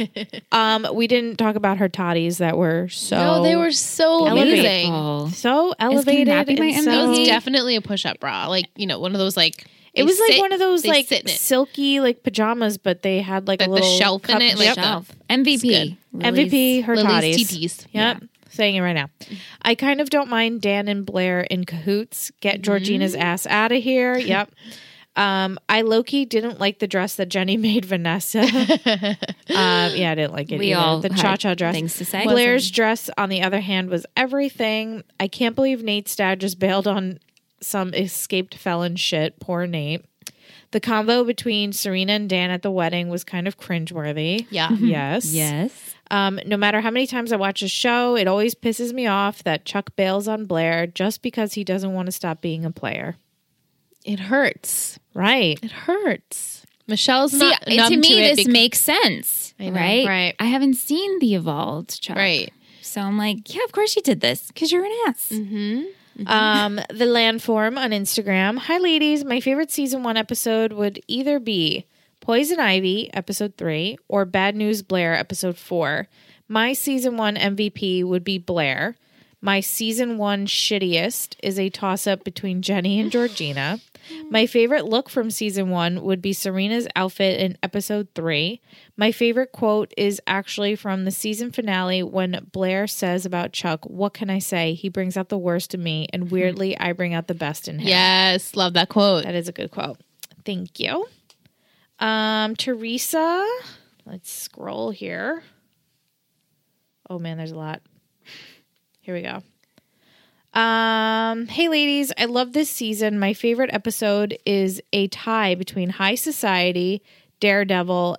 Speaker 2: um, we didn't talk about her toddies that were so
Speaker 1: no, they were so
Speaker 2: Elevate.
Speaker 1: amazing.
Speaker 2: so elevated.
Speaker 3: that be my
Speaker 2: and so-
Speaker 1: That was
Speaker 3: Oh.
Speaker 1: definitely a push-up bra, like you know, one of those like
Speaker 2: it
Speaker 1: they
Speaker 2: was like
Speaker 1: sit-
Speaker 2: one of those
Speaker 1: they
Speaker 2: like
Speaker 1: sit in it.
Speaker 2: silky like pajamas, but they had like
Speaker 1: Like
Speaker 2: a
Speaker 1: the
Speaker 2: little
Speaker 1: shelf in
Speaker 2: cup-
Speaker 1: it, like
Speaker 2: Yep.
Speaker 1: the-
Speaker 3: Shelf. MVP.
Speaker 2: MVP her
Speaker 1: Lily's
Speaker 2: toddies.
Speaker 1: TTs.
Speaker 2: Yep. Saying it right now. I kind of don't mind Dan and Blair in cahoots. Get Georgina's
Speaker 3: Mm-hmm.
Speaker 2: ass out of here. Yep. Um, I Loki didn't like the dress that Jenny made Vanessa. um, yeah, I didn't like it.
Speaker 3: We
Speaker 2: either.
Speaker 3: all
Speaker 2: the
Speaker 3: had
Speaker 2: cha cha dress.
Speaker 3: things to say.
Speaker 2: Blair's dress, on the other hand, was everything. I can't believe Nate Stad just bailed on some escaped felon shit. Poor Nate. The combo between Serena and Dan at the wedding was kind of cringeworthy.
Speaker 1: Yeah.
Speaker 2: Yes.
Speaker 3: Yes.
Speaker 2: Um, no matter how many times I watch a show, it always pisses me off that Chuck bails on Blair just because he doesn't want to stop being a player.
Speaker 1: It hurts.
Speaker 2: Right.
Speaker 1: It hurts. Michelle's
Speaker 3: See,
Speaker 1: not
Speaker 3: it-
Speaker 1: numb
Speaker 3: to me,
Speaker 1: it
Speaker 3: this
Speaker 1: because-
Speaker 3: makes sense,
Speaker 1: I know,
Speaker 3: right?
Speaker 1: right.
Speaker 3: I haven't seen the evolved Chuck,
Speaker 1: right.
Speaker 3: So I'm like, yeah, of course you did this because you're an ass.
Speaker 1: Mm-hmm.
Speaker 2: Um, the landform on Instagram. Hi, ladies. My favorite season one episode would either be Poison Ivy, episode three, or Bad News Blair, episode four. My season one MVP would be Blair. My season one shittiest is a toss up between Jenny and Georgina. My favorite look from season one would be Serena's outfit in episode three. My favorite quote is actually from the season finale when Blair says about Chuck, What can I say? He brings out the worst in me, and weirdly, I bring out the best in him.
Speaker 1: Yes, love that quote.
Speaker 2: That is a good quote. Thank you. Um, Teresa, let's scroll here. Oh man, there's a lot. Here we go. Um, hey ladies, I love this season. My favorite episode is a tie between High Society, Daredevil,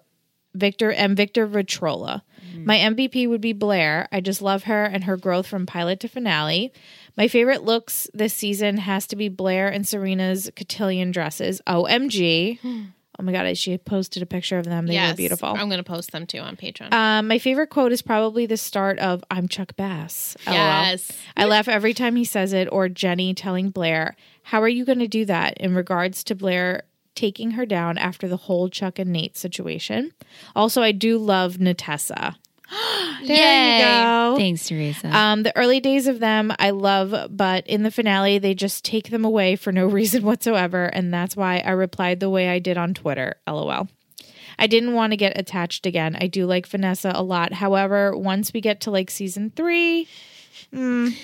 Speaker 2: Victor and Victor Vitrola.
Speaker 1: Mm.
Speaker 2: My MVP would be Blair. I just love her and her growth from pilot to finale. My favorite looks this season has to be Blair and Serena's cotillion dresses. OMG. Oh my god, she posted a picture of them. They
Speaker 1: yes.
Speaker 2: were beautiful.
Speaker 1: I'm gonna post them too on Patreon.
Speaker 2: Um, my favorite quote is probably the start of "I'm Chuck Bass." LOL.
Speaker 1: yes.
Speaker 2: I laugh every time he says it, or Jenny telling Blair, "How are you going to do that?" In regards to Blair taking her down after the whole Chuck and Nate situation. Also, I do love Natessa. there
Speaker 1: Yay.
Speaker 2: you go.
Speaker 3: Thanks, Teresa.
Speaker 2: Um, the early days of them, I love, but in the finale, they just take them away for no reason whatsoever. And that's why I replied the way I did on Twitter. LOL. I didn't want to get attached again. I do like Vanessa a lot. However, once we get to like season three, mm,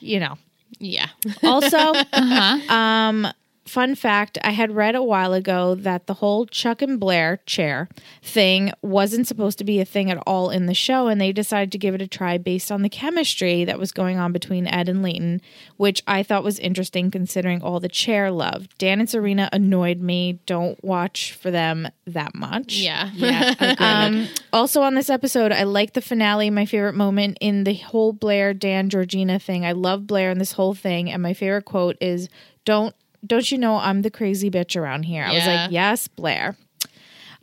Speaker 2: you know.
Speaker 1: Yeah.
Speaker 2: Also,
Speaker 3: uh-huh.
Speaker 2: um, fun fact I had read a while ago that the whole Chuck and Blair chair thing wasn't supposed to be a thing at all in the show, and they decided to give it a try based on the chemistry that was going on between Ed and Leighton, which I thought was interesting considering all the chair love. Dan and Serena annoyed me. Don't watch for them that much.
Speaker 1: Yeah.
Speaker 2: Um, also on this episode, I like the finale. My favorite moment in the whole Blair Dan Georgina thing. I love Blair and this whole thing. And my favorite quote is, "Don't don't you know I'm the crazy bitch around here?" I was
Speaker 1: Yeah.
Speaker 2: like, "Yes, Blair."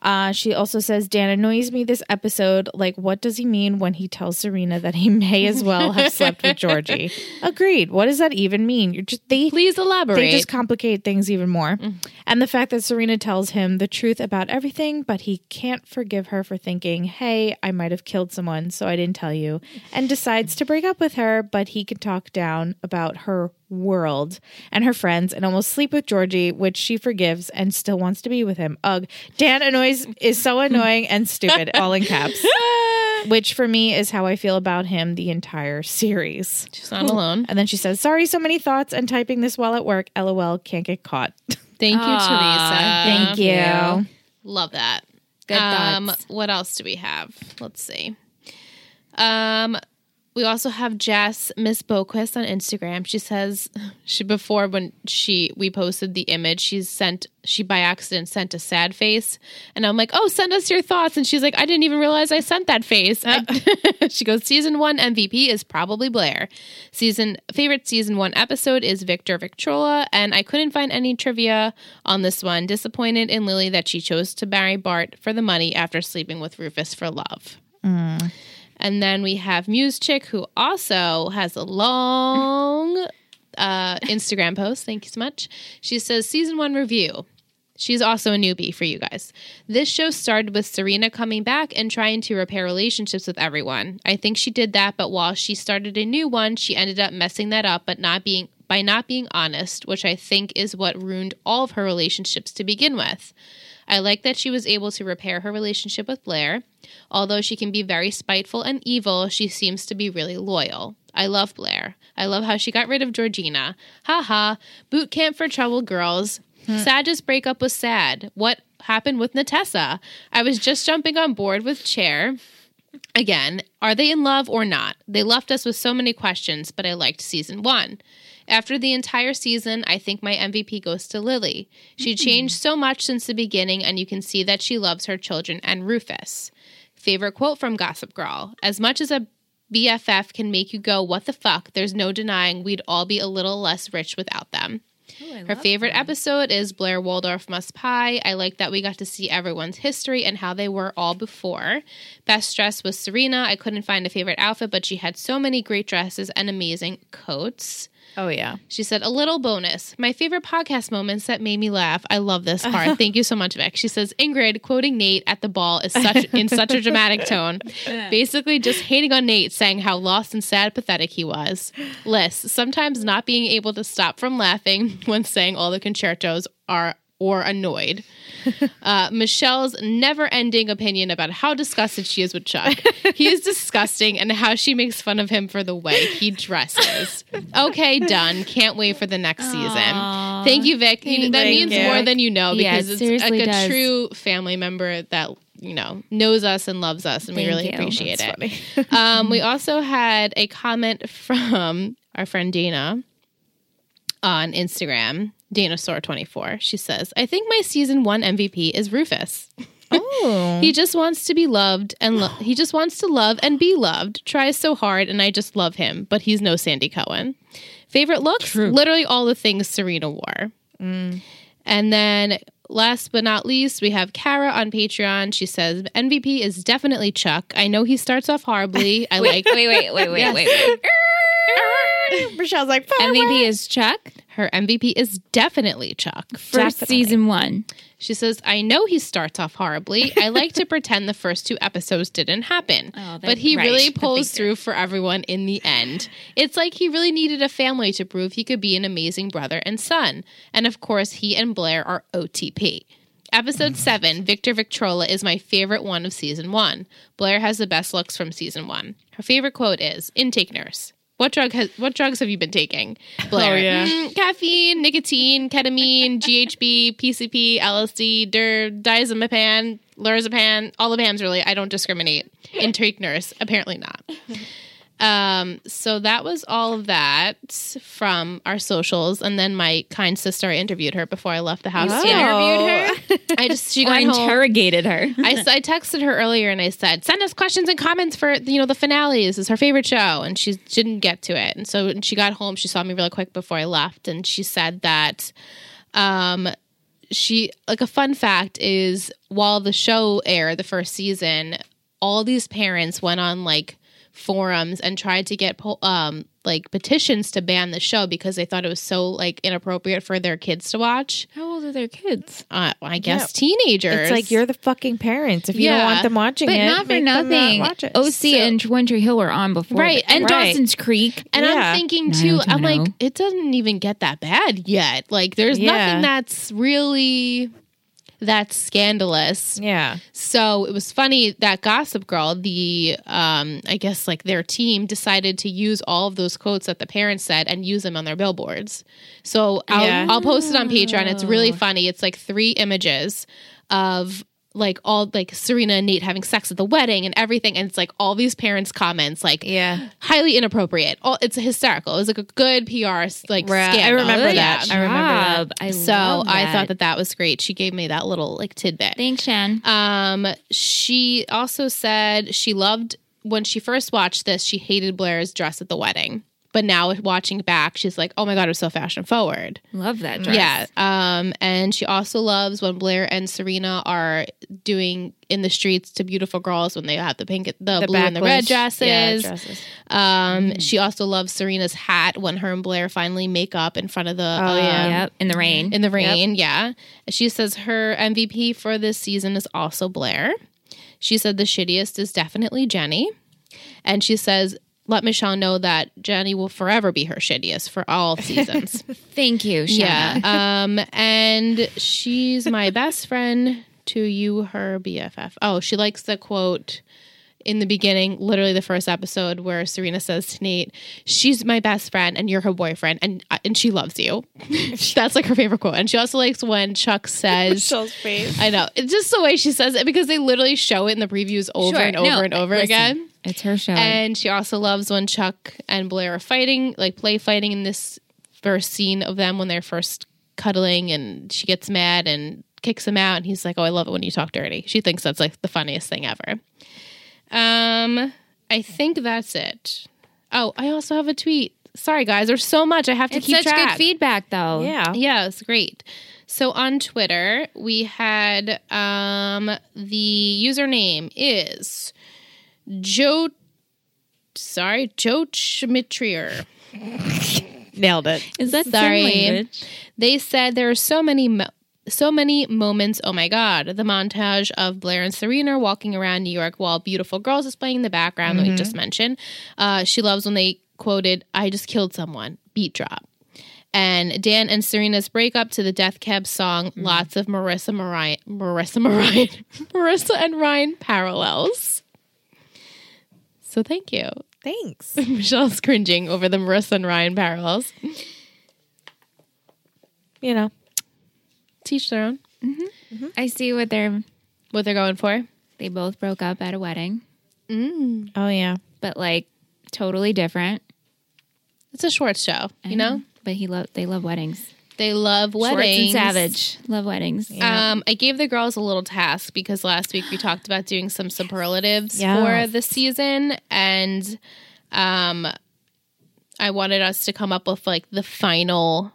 Speaker 2: Uh, she also says, Dan annoys me this episode. Like, what does he mean when he tells Serena that he may as well have slept with Georgie? Agreed. What does that even mean? You're just they
Speaker 1: Please elaborate.
Speaker 2: they just complicate things even more. And the fact that Serena tells him the truth about everything, but he can't forgive her for thinking, hey, I might have killed someone, so I didn't tell you, and decides to break up with her, but he can talk down about her world and her friends and almost sleep with Georgie, which she forgives and still wants to be with him. Ugh. Dan annoys is so annoying and stupid, all in caps. Which for me is how I feel about him the entire series.
Speaker 1: She's not alone.
Speaker 2: And then she says, Sorry, so many thoughts and typing this while at work. LOL, can't get caught.
Speaker 1: Thank you, Teresa.
Speaker 3: Aw,
Speaker 2: Thank you.
Speaker 1: Love that.
Speaker 3: Good
Speaker 1: um,
Speaker 3: thoughts.
Speaker 1: What else do we have? Let's see. Um, we also have Jess Miss Boquist on Instagram. She says she before when she we posted the image, she sent she by accident sent a sad face, and I'm like, oh, send us your thoughts, and she's like, I didn't even realize I sent that face. I- she goes, season one MVP is probably Blair. Season favorite season one episode is Victor Victrola, and I couldn't find any trivia on this one. Disappointed in Lily that she chose to marry Bart for the money after sleeping with Rufus for love. And then we have Muse Chick, who also has a long uh, Instagram post. Thank you so much. She says, Season one review. She's also a newbie for you guys. This show started with Serena coming back and trying to repair relationships with everyone. I think she did that, but while she started a new one, she ended up messing that up, but not being by not being honest, which I think is what ruined all of her relationships to begin with. I like that she was able to repair her relationship with Blair. Although she can be very spiteful and evil, she seems to be really loyal. I love Blair. I love how she got rid of Georgina. Ha ha. Boot camp for troubled girls. Sadge's breakup was sad. What happened with Natessa? I was just jumping on board with Chair. Again, are they in love or not? They left us with so many questions, but I liked season one. After the entire season, I think my MVP goes to Lily. She changed so much since the beginning, and you can see that she loves her children and Rufus. Favorite quote from Gossip Girl As much as a BFF can make you go, what the fuck, there's no denying we'd all be a little less rich without them. Her favorite episode is Blair Waldorf Must Pie. I like that we got to see everyone's history and how they were all before. Best dress was Serena. I couldn't find a favorite outfit, but she had so many great dresses and amazing coats.
Speaker 2: Oh, yeah.
Speaker 1: She said, a little bonus. My favorite podcast moments that made me laugh. I love this part. Thank you so much, Vic. She says, Ingrid quoting Nate at the ball is such in such a dramatic tone. Basically just hating on Nate, saying how lost and sad pathetic he was. Liz, sometimes not being able to stop from laughing when saying all the concertos are or annoyed. Uh, Michelle's never ending opinion about how disgusted she is with Chuck. he is disgusting and how she makes fun of him for the way he dresses. Okay, done. Can't wait for the next season. Thank you, Vic. You- that
Speaker 2: Thank
Speaker 1: means
Speaker 2: you.
Speaker 1: more than you know
Speaker 3: Yeah,
Speaker 1: because
Speaker 3: it
Speaker 1: it's like
Speaker 3: seriously
Speaker 1: a
Speaker 3: does.
Speaker 1: true family member that you know knows us and loves us and we
Speaker 3: Thank
Speaker 1: really
Speaker 3: you.
Speaker 1: appreciate it um, we also had a comment from our friend dana on Instagram, Danasaur24. She says, I think my season one MVP is Rufus.
Speaker 2: Oh.
Speaker 1: He just wants to be loved and lo- he just wants to love and be loved. Tries so hard and I just love him, but he's no Sandy Cohen. Favorite looks? Literally all the things Serena wore. And then last but not least, we have Kara on Patreon. She says, MVP is definitely Chuck. I know he starts off horribly. I like
Speaker 3: wait, wait, wait, wait, wait, wait.
Speaker 2: Michelle's like,
Speaker 3: MVP is Chuck
Speaker 1: her MVP is definitely Chuck.
Speaker 3: for
Speaker 2: Definitely.
Speaker 3: season one.
Speaker 1: She says, I know he starts off horribly. I like to pretend the first two episodes didn't happen.
Speaker 3: Oh, they-
Speaker 1: but he
Speaker 3: right,
Speaker 1: really
Speaker 3: but they
Speaker 1: pulls
Speaker 3: do.
Speaker 1: through for everyone in the end. It's like he really needed a family to prove he could be an amazing brother and son. And of course, he and Blair are OTP. Episode 7, Victor Victrola is my favorite one of season 1. Blair has the best looks from season 1. Her favorite quote is intake nurse. What drug has what drugs have you been taking? Blair.
Speaker 2: yeah.
Speaker 1: "Mm, caffeine, nicotine, ketamine, GHB, PCP, LSD, dir, diazepam, lorazepam, all the pams really. I don't discriminate. Intake nurse, apparently not. Um, so that was all of that from our socials, and then my kind sister I interviewed her before I left the house. Yeah.
Speaker 2: her.
Speaker 1: I just she
Speaker 3: I
Speaker 1: got home.
Speaker 3: interrogated her.
Speaker 1: I, s- I texted her earlier and I said, send us questions and comments for you know the finale. This is her favorite show, and she didn't get to it. And so when she got home, she saw me really quick before I left, and she said that um, she like a fun fact is while the show aired the first season, all these parents went on like forums and tried to get po- um like petitions to ban the show because they thought it was so like inappropriate for their kids to watch.
Speaker 3: How old are their kids?
Speaker 1: Uh, I
Speaker 2: Yeah.
Speaker 1: guess teenagers.
Speaker 2: It's like you're the fucking parents. If you
Speaker 1: Yeah.
Speaker 2: don't want them watching
Speaker 3: But
Speaker 2: it,
Speaker 3: not for
Speaker 2: make them
Speaker 3: nothing.
Speaker 2: Not watch it.
Speaker 3: OC and Wintry Hill were on before,
Speaker 1: Right,
Speaker 3: that. and
Speaker 2: right.
Speaker 3: Dawson's Creek.
Speaker 1: And
Speaker 2: Yeah.
Speaker 1: I'm thinking too, I'm like,
Speaker 3: 90210.
Speaker 1: it doesn't even get that bad yet. Like, there's
Speaker 2: Yeah.
Speaker 1: nothing that's really that scandalous.
Speaker 2: yeah,
Speaker 1: So it was funny that Gossip Girl, the, um, I guess like their team decided to use all of those quotes that the parents said and use them on their billboards. So I'll,
Speaker 2: Yeah.
Speaker 1: I'll post it on Patreon. It's really
Speaker 3: Oh.
Speaker 1: funny. It's like three images of like all like Serena and Nate having sex at the wedding and everything. And it's like all these parents' comments, like,
Speaker 2: yeah.
Speaker 1: highly inappropriate. All it's hysterical. It was like a good PR like
Speaker 2: Right. I
Speaker 1: scandal.
Speaker 2: remember
Speaker 1: Yeah.
Speaker 2: that. I remember that.
Speaker 3: Job. I
Speaker 1: So
Speaker 3: love
Speaker 1: I thought that that was great. She gave me that little like tidbit.
Speaker 3: Thanks, Shan.
Speaker 1: Um, she also said she loved when she first watched this. She hated Blair's dress at the wedding, but now watching back, she's like, "Oh my god, it was so fashion forward."
Speaker 3: Love that dress.
Speaker 1: Yeah. Um, and she also loves when Blair and Serena are doing in the streets to beautiful girls when they have the pink, the, blue and the red
Speaker 2: backlash. Yeah,
Speaker 1: dresses. Um,
Speaker 2: Mm.
Speaker 1: she also loves Serena's hat when her and Blair finally make up in front of the
Speaker 2: Oh, yeah.
Speaker 1: um,
Speaker 3: Yep. In the rain.
Speaker 1: in the rain. Yeah, she says her MVP for this season is also Blair. She said the shittiest is definitely Jenny, and she says. Let Michelle know that Jenny will forever be her shittiest for all seasons.
Speaker 3: Thank you, Shan.
Speaker 1: yeah. Um, and she's my best friend to you, her BFF. Oh, she likes the quote in the beginning, literally the first episode, where Serena says to Nate, "She's my best friend, and you're her boyfriend, and uh, and she loves you." That's like her favorite quote, and she also likes when Chuck says.
Speaker 2: Michelle's face.
Speaker 1: I know. It's just the way she says it because they literally show it in the previews over
Speaker 3: Sure.
Speaker 1: and over
Speaker 3: No,
Speaker 1: and over
Speaker 3: listen,
Speaker 1: again.
Speaker 3: It's her show.
Speaker 1: And she also loves when Chuck and Blair are fighting, like play fighting in this first scene of them when they're first cuddling and she gets mad and kicks him out and he's like, Oh, I love it when you talk dirty. She thinks that's like the funniest thing ever. Um I think that's it. Oh, I also have a tweet. Sorry guys, there's so much I have to
Speaker 3: it's
Speaker 1: keep
Speaker 3: such
Speaker 1: track.
Speaker 3: good feedback, though.
Speaker 2: Yeah.
Speaker 1: Yeah, it's great. So on Twitter, we had um the username is Joe sorry, Joe Schmitrier.
Speaker 2: Nailed it.
Speaker 3: Is that
Speaker 1: Sorry.
Speaker 3: language?
Speaker 1: They said there are so many mo- so many moments, oh my god. The montage of Blair and Serena walking around New York while beautiful girls is playing in the background that we just mentioned. Uh, she loves when they quoted, I just killed someone, beat drop. and Dan and Serena's breakup to the Death Cab song. Lots of Marissa Marion, Marissa Marion, Marissa and Ryan parallels. So thank you.
Speaker 2: Thanks.
Speaker 1: Michelle's cringing over the Marissa and Ryan parallels.
Speaker 2: You know.
Speaker 1: Teach their own
Speaker 3: I see what they're.
Speaker 1: what they're going for.
Speaker 3: They both broke up at a wedding,
Speaker 1: Mm.
Speaker 2: Oh yeah.
Speaker 3: but like totally different.
Speaker 1: It's a short show, you know.
Speaker 3: But he love. They love weddings.
Speaker 1: They love
Speaker 3: Schwartz
Speaker 1: weddings.
Speaker 3: and Savage love weddings.
Speaker 1: Um, I gave the girls a little task because last week we talked about doing some superlatives
Speaker 2: Yes.
Speaker 1: for the season, and um, I wanted us to come up with like the final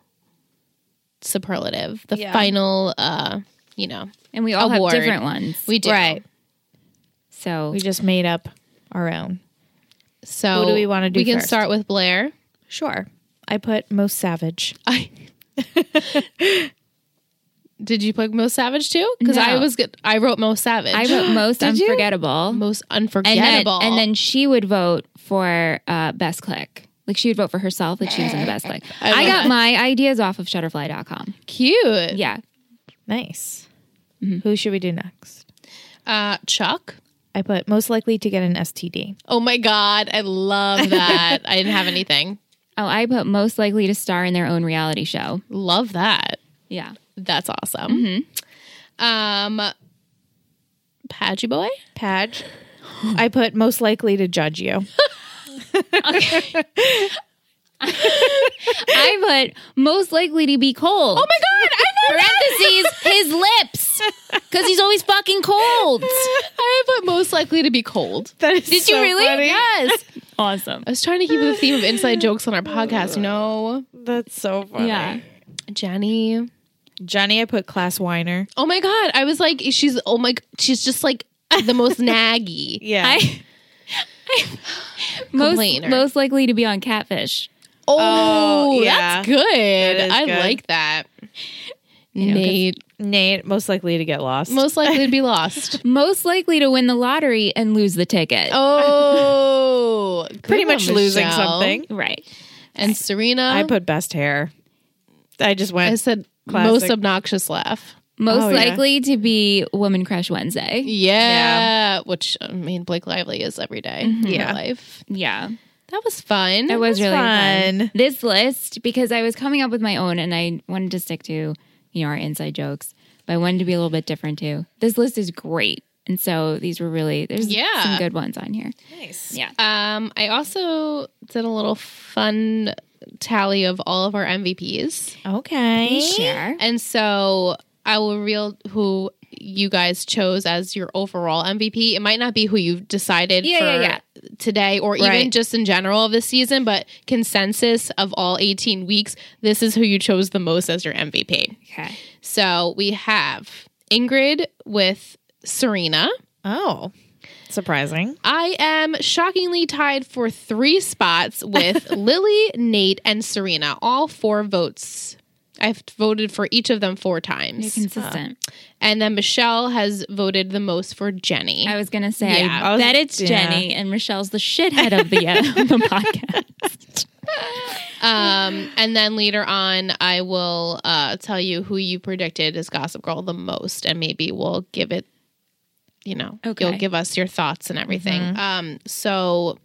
Speaker 1: superlative, the
Speaker 2: Yeah.
Speaker 1: final, uh, you know,
Speaker 3: And we all
Speaker 1: Award.
Speaker 3: have different ones.
Speaker 1: we do
Speaker 2: Right.
Speaker 3: so
Speaker 2: We just made up our own.
Speaker 1: So
Speaker 2: Who do we wanna do
Speaker 1: We can
Speaker 2: first?
Speaker 1: start with Blair.
Speaker 2: Sure. I put most savage.
Speaker 1: I. Did you pick most savage too? Because I
Speaker 3: No.
Speaker 1: was good. I wrote most savage.
Speaker 3: I wrote most
Speaker 2: Did you?
Speaker 3: unforgettable.
Speaker 1: most
Speaker 3: and then,
Speaker 1: unforgettable.
Speaker 3: and then she would vote for uh, best click. Like she would vote for herself. Like she was in the best click.
Speaker 1: I
Speaker 3: I,
Speaker 1: love
Speaker 3: got
Speaker 1: that.
Speaker 3: my ideas off of Shutterfly.com.
Speaker 1: cute.
Speaker 3: Yeah,
Speaker 2: Nice. Who should we do next?
Speaker 1: Uh, Chuck.
Speaker 2: I put most likely to get an STD.
Speaker 1: Oh my god, I love that. I didn't have anything.
Speaker 3: Oh, I put most likely to star in their own reality show.
Speaker 1: Love that.
Speaker 3: Yeah.
Speaker 1: That's awesome. Um Padgy boy?
Speaker 2: Padge. I put most likely to judge you.
Speaker 3: I put most likely to be cold. Oh my god, I Parentheses, his lips. Because he's always fucking cold.
Speaker 1: I put most likely to be cold.
Speaker 2: That is
Speaker 3: Did you
Speaker 2: so
Speaker 3: really?
Speaker 2: funny.
Speaker 3: Yes. Awesome.
Speaker 1: I was trying to keep the theme of inside jokes on our podcast, you know.
Speaker 2: That's so funny.
Speaker 3: Yeah.
Speaker 1: Jenny.
Speaker 2: Johnny, I put class whiner.
Speaker 1: Oh my god! I was like, she's oh my, she's just like the most naggy.
Speaker 2: Yeah.
Speaker 3: I, most,
Speaker 1: Complainer.
Speaker 3: most likely to be on catfish.
Speaker 1: Oh,
Speaker 2: Oh,
Speaker 1: that's
Speaker 2: yeah.
Speaker 1: good.
Speaker 2: is
Speaker 1: I
Speaker 2: good.
Speaker 1: like that.
Speaker 3: know, 'cause-
Speaker 1: Nate
Speaker 2: Nate, most likely to get lost.
Speaker 1: most likely to be lost.
Speaker 3: Most likely to win the lottery and lose the ticket.
Speaker 1: Oh, good
Speaker 2: Pretty
Speaker 1: one,
Speaker 2: much losing
Speaker 1: Michelle.
Speaker 2: something.
Speaker 3: Right.
Speaker 1: And Serena,
Speaker 2: I put best hair. I just
Speaker 1: I
Speaker 2: went.
Speaker 1: said
Speaker 2: Classic.
Speaker 1: most obnoxious laugh.
Speaker 3: Most
Speaker 2: Oh, yeah.
Speaker 3: likely to be Woman Crush Wednesday.
Speaker 1: Yeah, which I mean, Blake Lively is every day in
Speaker 2: Yeah.
Speaker 1: her life.
Speaker 3: Yeah.
Speaker 1: That was fun.
Speaker 3: That was
Speaker 2: was
Speaker 3: really fun.
Speaker 2: fun.
Speaker 3: This list, because I was coming up with my own and I wanted to stick to, you know, our inside jokes, but I wanted to be a little bit different too. This list is great. And so these were really, there's
Speaker 1: Yeah.
Speaker 3: some good ones on here.
Speaker 2: Nice.
Speaker 3: Yeah.
Speaker 1: Um, I also did a little fun tally of all of our MVPs.
Speaker 2: Okay.
Speaker 3: Share.
Speaker 1: And so I will reveal who you guys chose as your overall MVP. It might not be who you've decided
Speaker 3: Yeah,
Speaker 1: for
Speaker 3: yeah, yeah.
Speaker 1: today or even
Speaker 2: Right.
Speaker 1: just in general of the season, but consensus of all 18 weeks, this is who you chose the most as your MVP.
Speaker 3: Okay.
Speaker 1: So we have Ingrid with Serena.
Speaker 2: Oh, surprising.
Speaker 1: I am shockingly tied for three spots with Lily, Nate, and Serena, all four votes. I've voted for each of them four
Speaker 3: You're
Speaker 1: times.
Speaker 3: consistent.
Speaker 1: And then Michelle has voted the most for Jenny.
Speaker 3: I was going to say,
Speaker 1: Yeah,
Speaker 3: I,
Speaker 2: I was-
Speaker 3: bet it's
Speaker 2: yeah.
Speaker 3: Jenny and Michelle's the shithead of the, uh, the podcast.
Speaker 1: Um, and then later on, I will uh, tell you who you predicted is Gossip Girl the most, and maybe we'll give it, you know,
Speaker 3: Okay. Mm-hmm.
Speaker 1: you'll give us your thoughts and everything. Um, so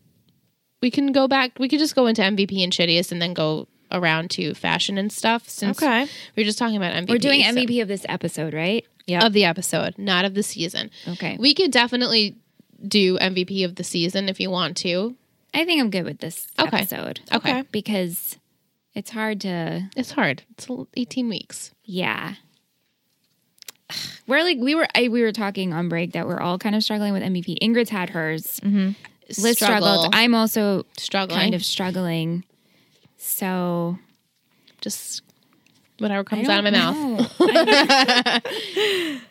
Speaker 1: we can go back. We could just go into MVP and shittiest, and then go around to fashion and stuff. Since
Speaker 2: Okay.
Speaker 1: we were just talking about MVP,
Speaker 3: We're doing
Speaker 1: so-
Speaker 3: MVP of this episode, right?
Speaker 2: Yeah.
Speaker 1: of the episode, not of the season.
Speaker 3: Okay.
Speaker 1: We could definitely do MVP of the season if you want to.
Speaker 3: I think I'm good with this
Speaker 1: Okay.
Speaker 3: episode.
Speaker 1: Okay.
Speaker 3: Because it's hard to,
Speaker 1: It's hard. It's eighteen weeks.
Speaker 3: yeah. We're like we were I, we were talking on break that we're all kind of struggling with MVP. Ingrid's had hers. Liz struggled. I'm also
Speaker 1: Mm-hmm. struggling.
Speaker 3: kind of struggling. So
Speaker 1: just whatever
Speaker 3: I
Speaker 1: comes out of my
Speaker 3: don't
Speaker 1: mouth.
Speaker 3: know. I-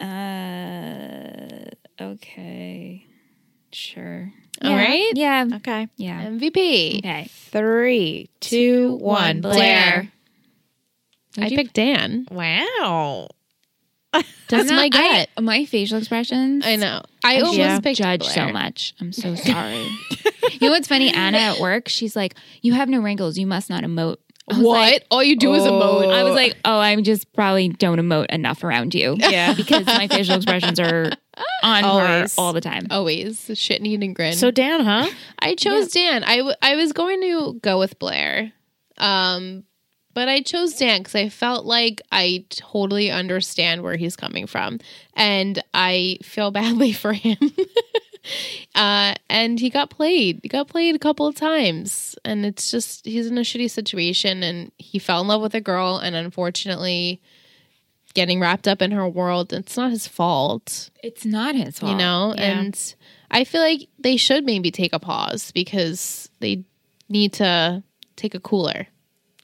Speaker 3: uh, okay, sure.
Speaker 1: All
Speaker 3: yeah.
Speaker 1: right. Uh,
Speaker 3: Yeah.
Speaker 2: Okay.
Speaker 3: Yeah.
Speaker 1: MVP.
Speaker 3: Okay.
Speaker 2: Three, two, one.
Speaker 3: Blair.
Speaker 1: I picked Dan.
Speaker 2: Wow.
Speaker 1: That's
Speaker 3: I'm
Speaker 1: my
Speaker 3: not- I-
Speaker 1: gut.
Speaker 3: my facial expressions.
Speaker 1: I, know. I almost
Speaker 2: Yeah.
Speaker 1: picked
Speaker 3: judge
Speaker 1: Blair.
Speaker 3: so much. I'm so sorry. you know what's funny? Anna at work, she's like, "You have no wrinkles. You must not emote." I was
Speaker 1: What?
Speaker 3: like-
Speaker 1: All you do is emote.
Speaker 3: I was like, "Oh, I'm just probably don't emote enough around you."
Speaker 2: Yeah.
Speaker 3: because my facial expressions are on her
Speaker 2: Always.
Speaker 3: all the time.
Speaker 1: Oh. always the shit needing grin.
Speaker 2: So Dan, huh?
Speaker 1: I chose Dan. I, w- I was going to go with Blair. Um but I chose Dan because I felt like I totally understand where he's coming from. And I feel badly for him. uh, and he got played. He got played a couple of times. And it's just, he's in a shitty situation. And he fell in love with a girl. And unfortunately, getting wrapped up in her world, it's not his fault
Speaker 3: It's not his fault.
Speaker 1: you know
Speaker 2: yeah.
Speaker 1: and i feel like they should maybe take a pause because they need to take a cooler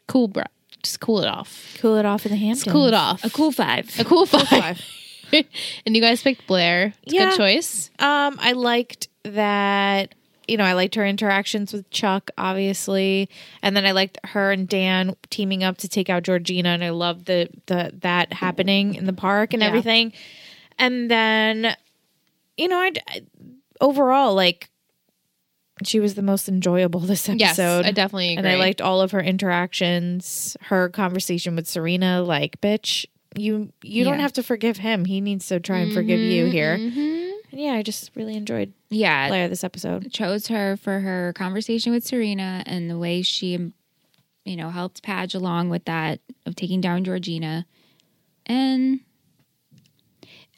Speaker 1: cool breath just cool it off
Speaker 2: Cool it off in the Hamptons.
Speaker 1: just cool it off
Speaker 3: a cool five.
Speaker 1: a cool five, and you guys picked blair it's a
Speaker 2: Yeah.
Speaker 1: good choice
Speaker 2: Um, I liked that. You know, I liked her interactions with Chuck, obviously, and then I liked her and Dan teaming up to take out Georgina, and I loved the the that happening in the park and
Speaker 1: Yeah.
Speaker 2: everything. And then, you know, I'd, I overall like she was the most enjoyable this episode.
Speaker 1: yes i definitely agree
Speaker 2: and I liked all of her interactions, her conversation with Serena. Like, bitch, you you don't
Speaker 3: Yeah. Mm-hmm,
Speaker 2: have to forgive him. He needs to try and forgive you here. Yeah, I just really enjoyed
Speaker 3: yeah,
Speaker 2: Blair this episode.
Speaker 3: chose her for her conversation with Serena and the way she, you know, helped Padge along with that of taking down Georgina, and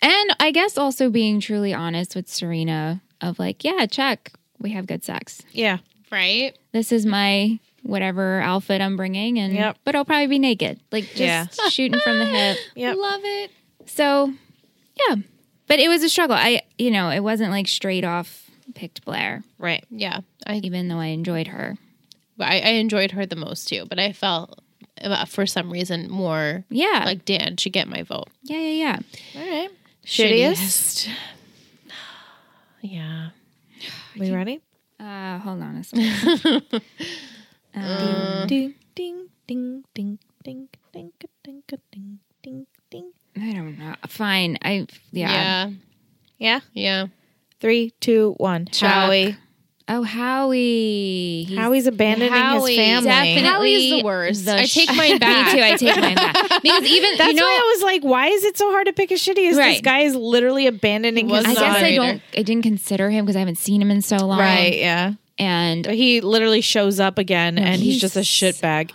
Speaker 3: and I guess also being truly honest with Serena of like, yeah, check, we have good sex.
Speaker 2: Yeah,
Speaker 1: right
Speaker 3: This is my whatever outfit I'm bringing, and
Speaker 2: Yep.
Speaker 3: but I'll probably be naked, like just
Speaker 2: Yeah.
Speaker 3: shooting from the hip.
Speaker 2: Yep.
Speaker 1: love it
Speaker 3: So, yeah, but it was a struggle. I, you know, it wasn't like straight off picked Blair,
Speaker 2: right.
Speaker 1: yeah i
Speaker 3: even though I enjoyed her.
Speaker 1: I, I enjoyed her the most too but i felt uh, for some reason more
Speaker 3: Yeah.
Speaker 1: like Dan should get my vote.
Speaker 3: yeah, yeah, yeah.
Speaker 2: All right.
Speaker 1: Shittiest. yeah.
Speaker 2: We ready?
Speaker 3: Uh, hold on a second.
Speaker 1: Mm.
Speaker 3: um,
Speaker 2: Ding, ding, ding, ding, ding, ding, ding, ding, ding, ding.
Speaker 3: I don't know. Fine. I yeah.
Speaker 1: Yeah.
Speaker 2: Yeah.
Speaker 1: Yeah.
Speaker 2: Three, two, one.
Speaker 3: Chuck.
Speaker 2: Howie.
Speaker 3: Oh, Howie. He's
Speaker 2: Howie's abandoning
Speaker 1: Howie,
Speaker 2: his family.
Speaker 3: Definitely
Speaker 1: Howie's the worst. I take mine back.
Speaker 3: Me too. I take mine back because even
Speaker 2: That's
Speaker 3: you know.
Speaker 2: why I was like, why is it so hard to pick a shittiest? This
Speaker 3: Right.
Speaker 2: guy is literally abandoning his
Speaker 1: Was
Speaker 3: I
Speaker 1: not
Speaker 3: guess
Speaker 1: a
Speaker 3: I
Speaker 1: reader.
Speaker 3: don't. I didn't consider him because I haven't seen him in so long.
Speaker 2: Right, yeah.
Speaker 3: And
Speaker 2: But he literally shows up again and he's, just a shitbag.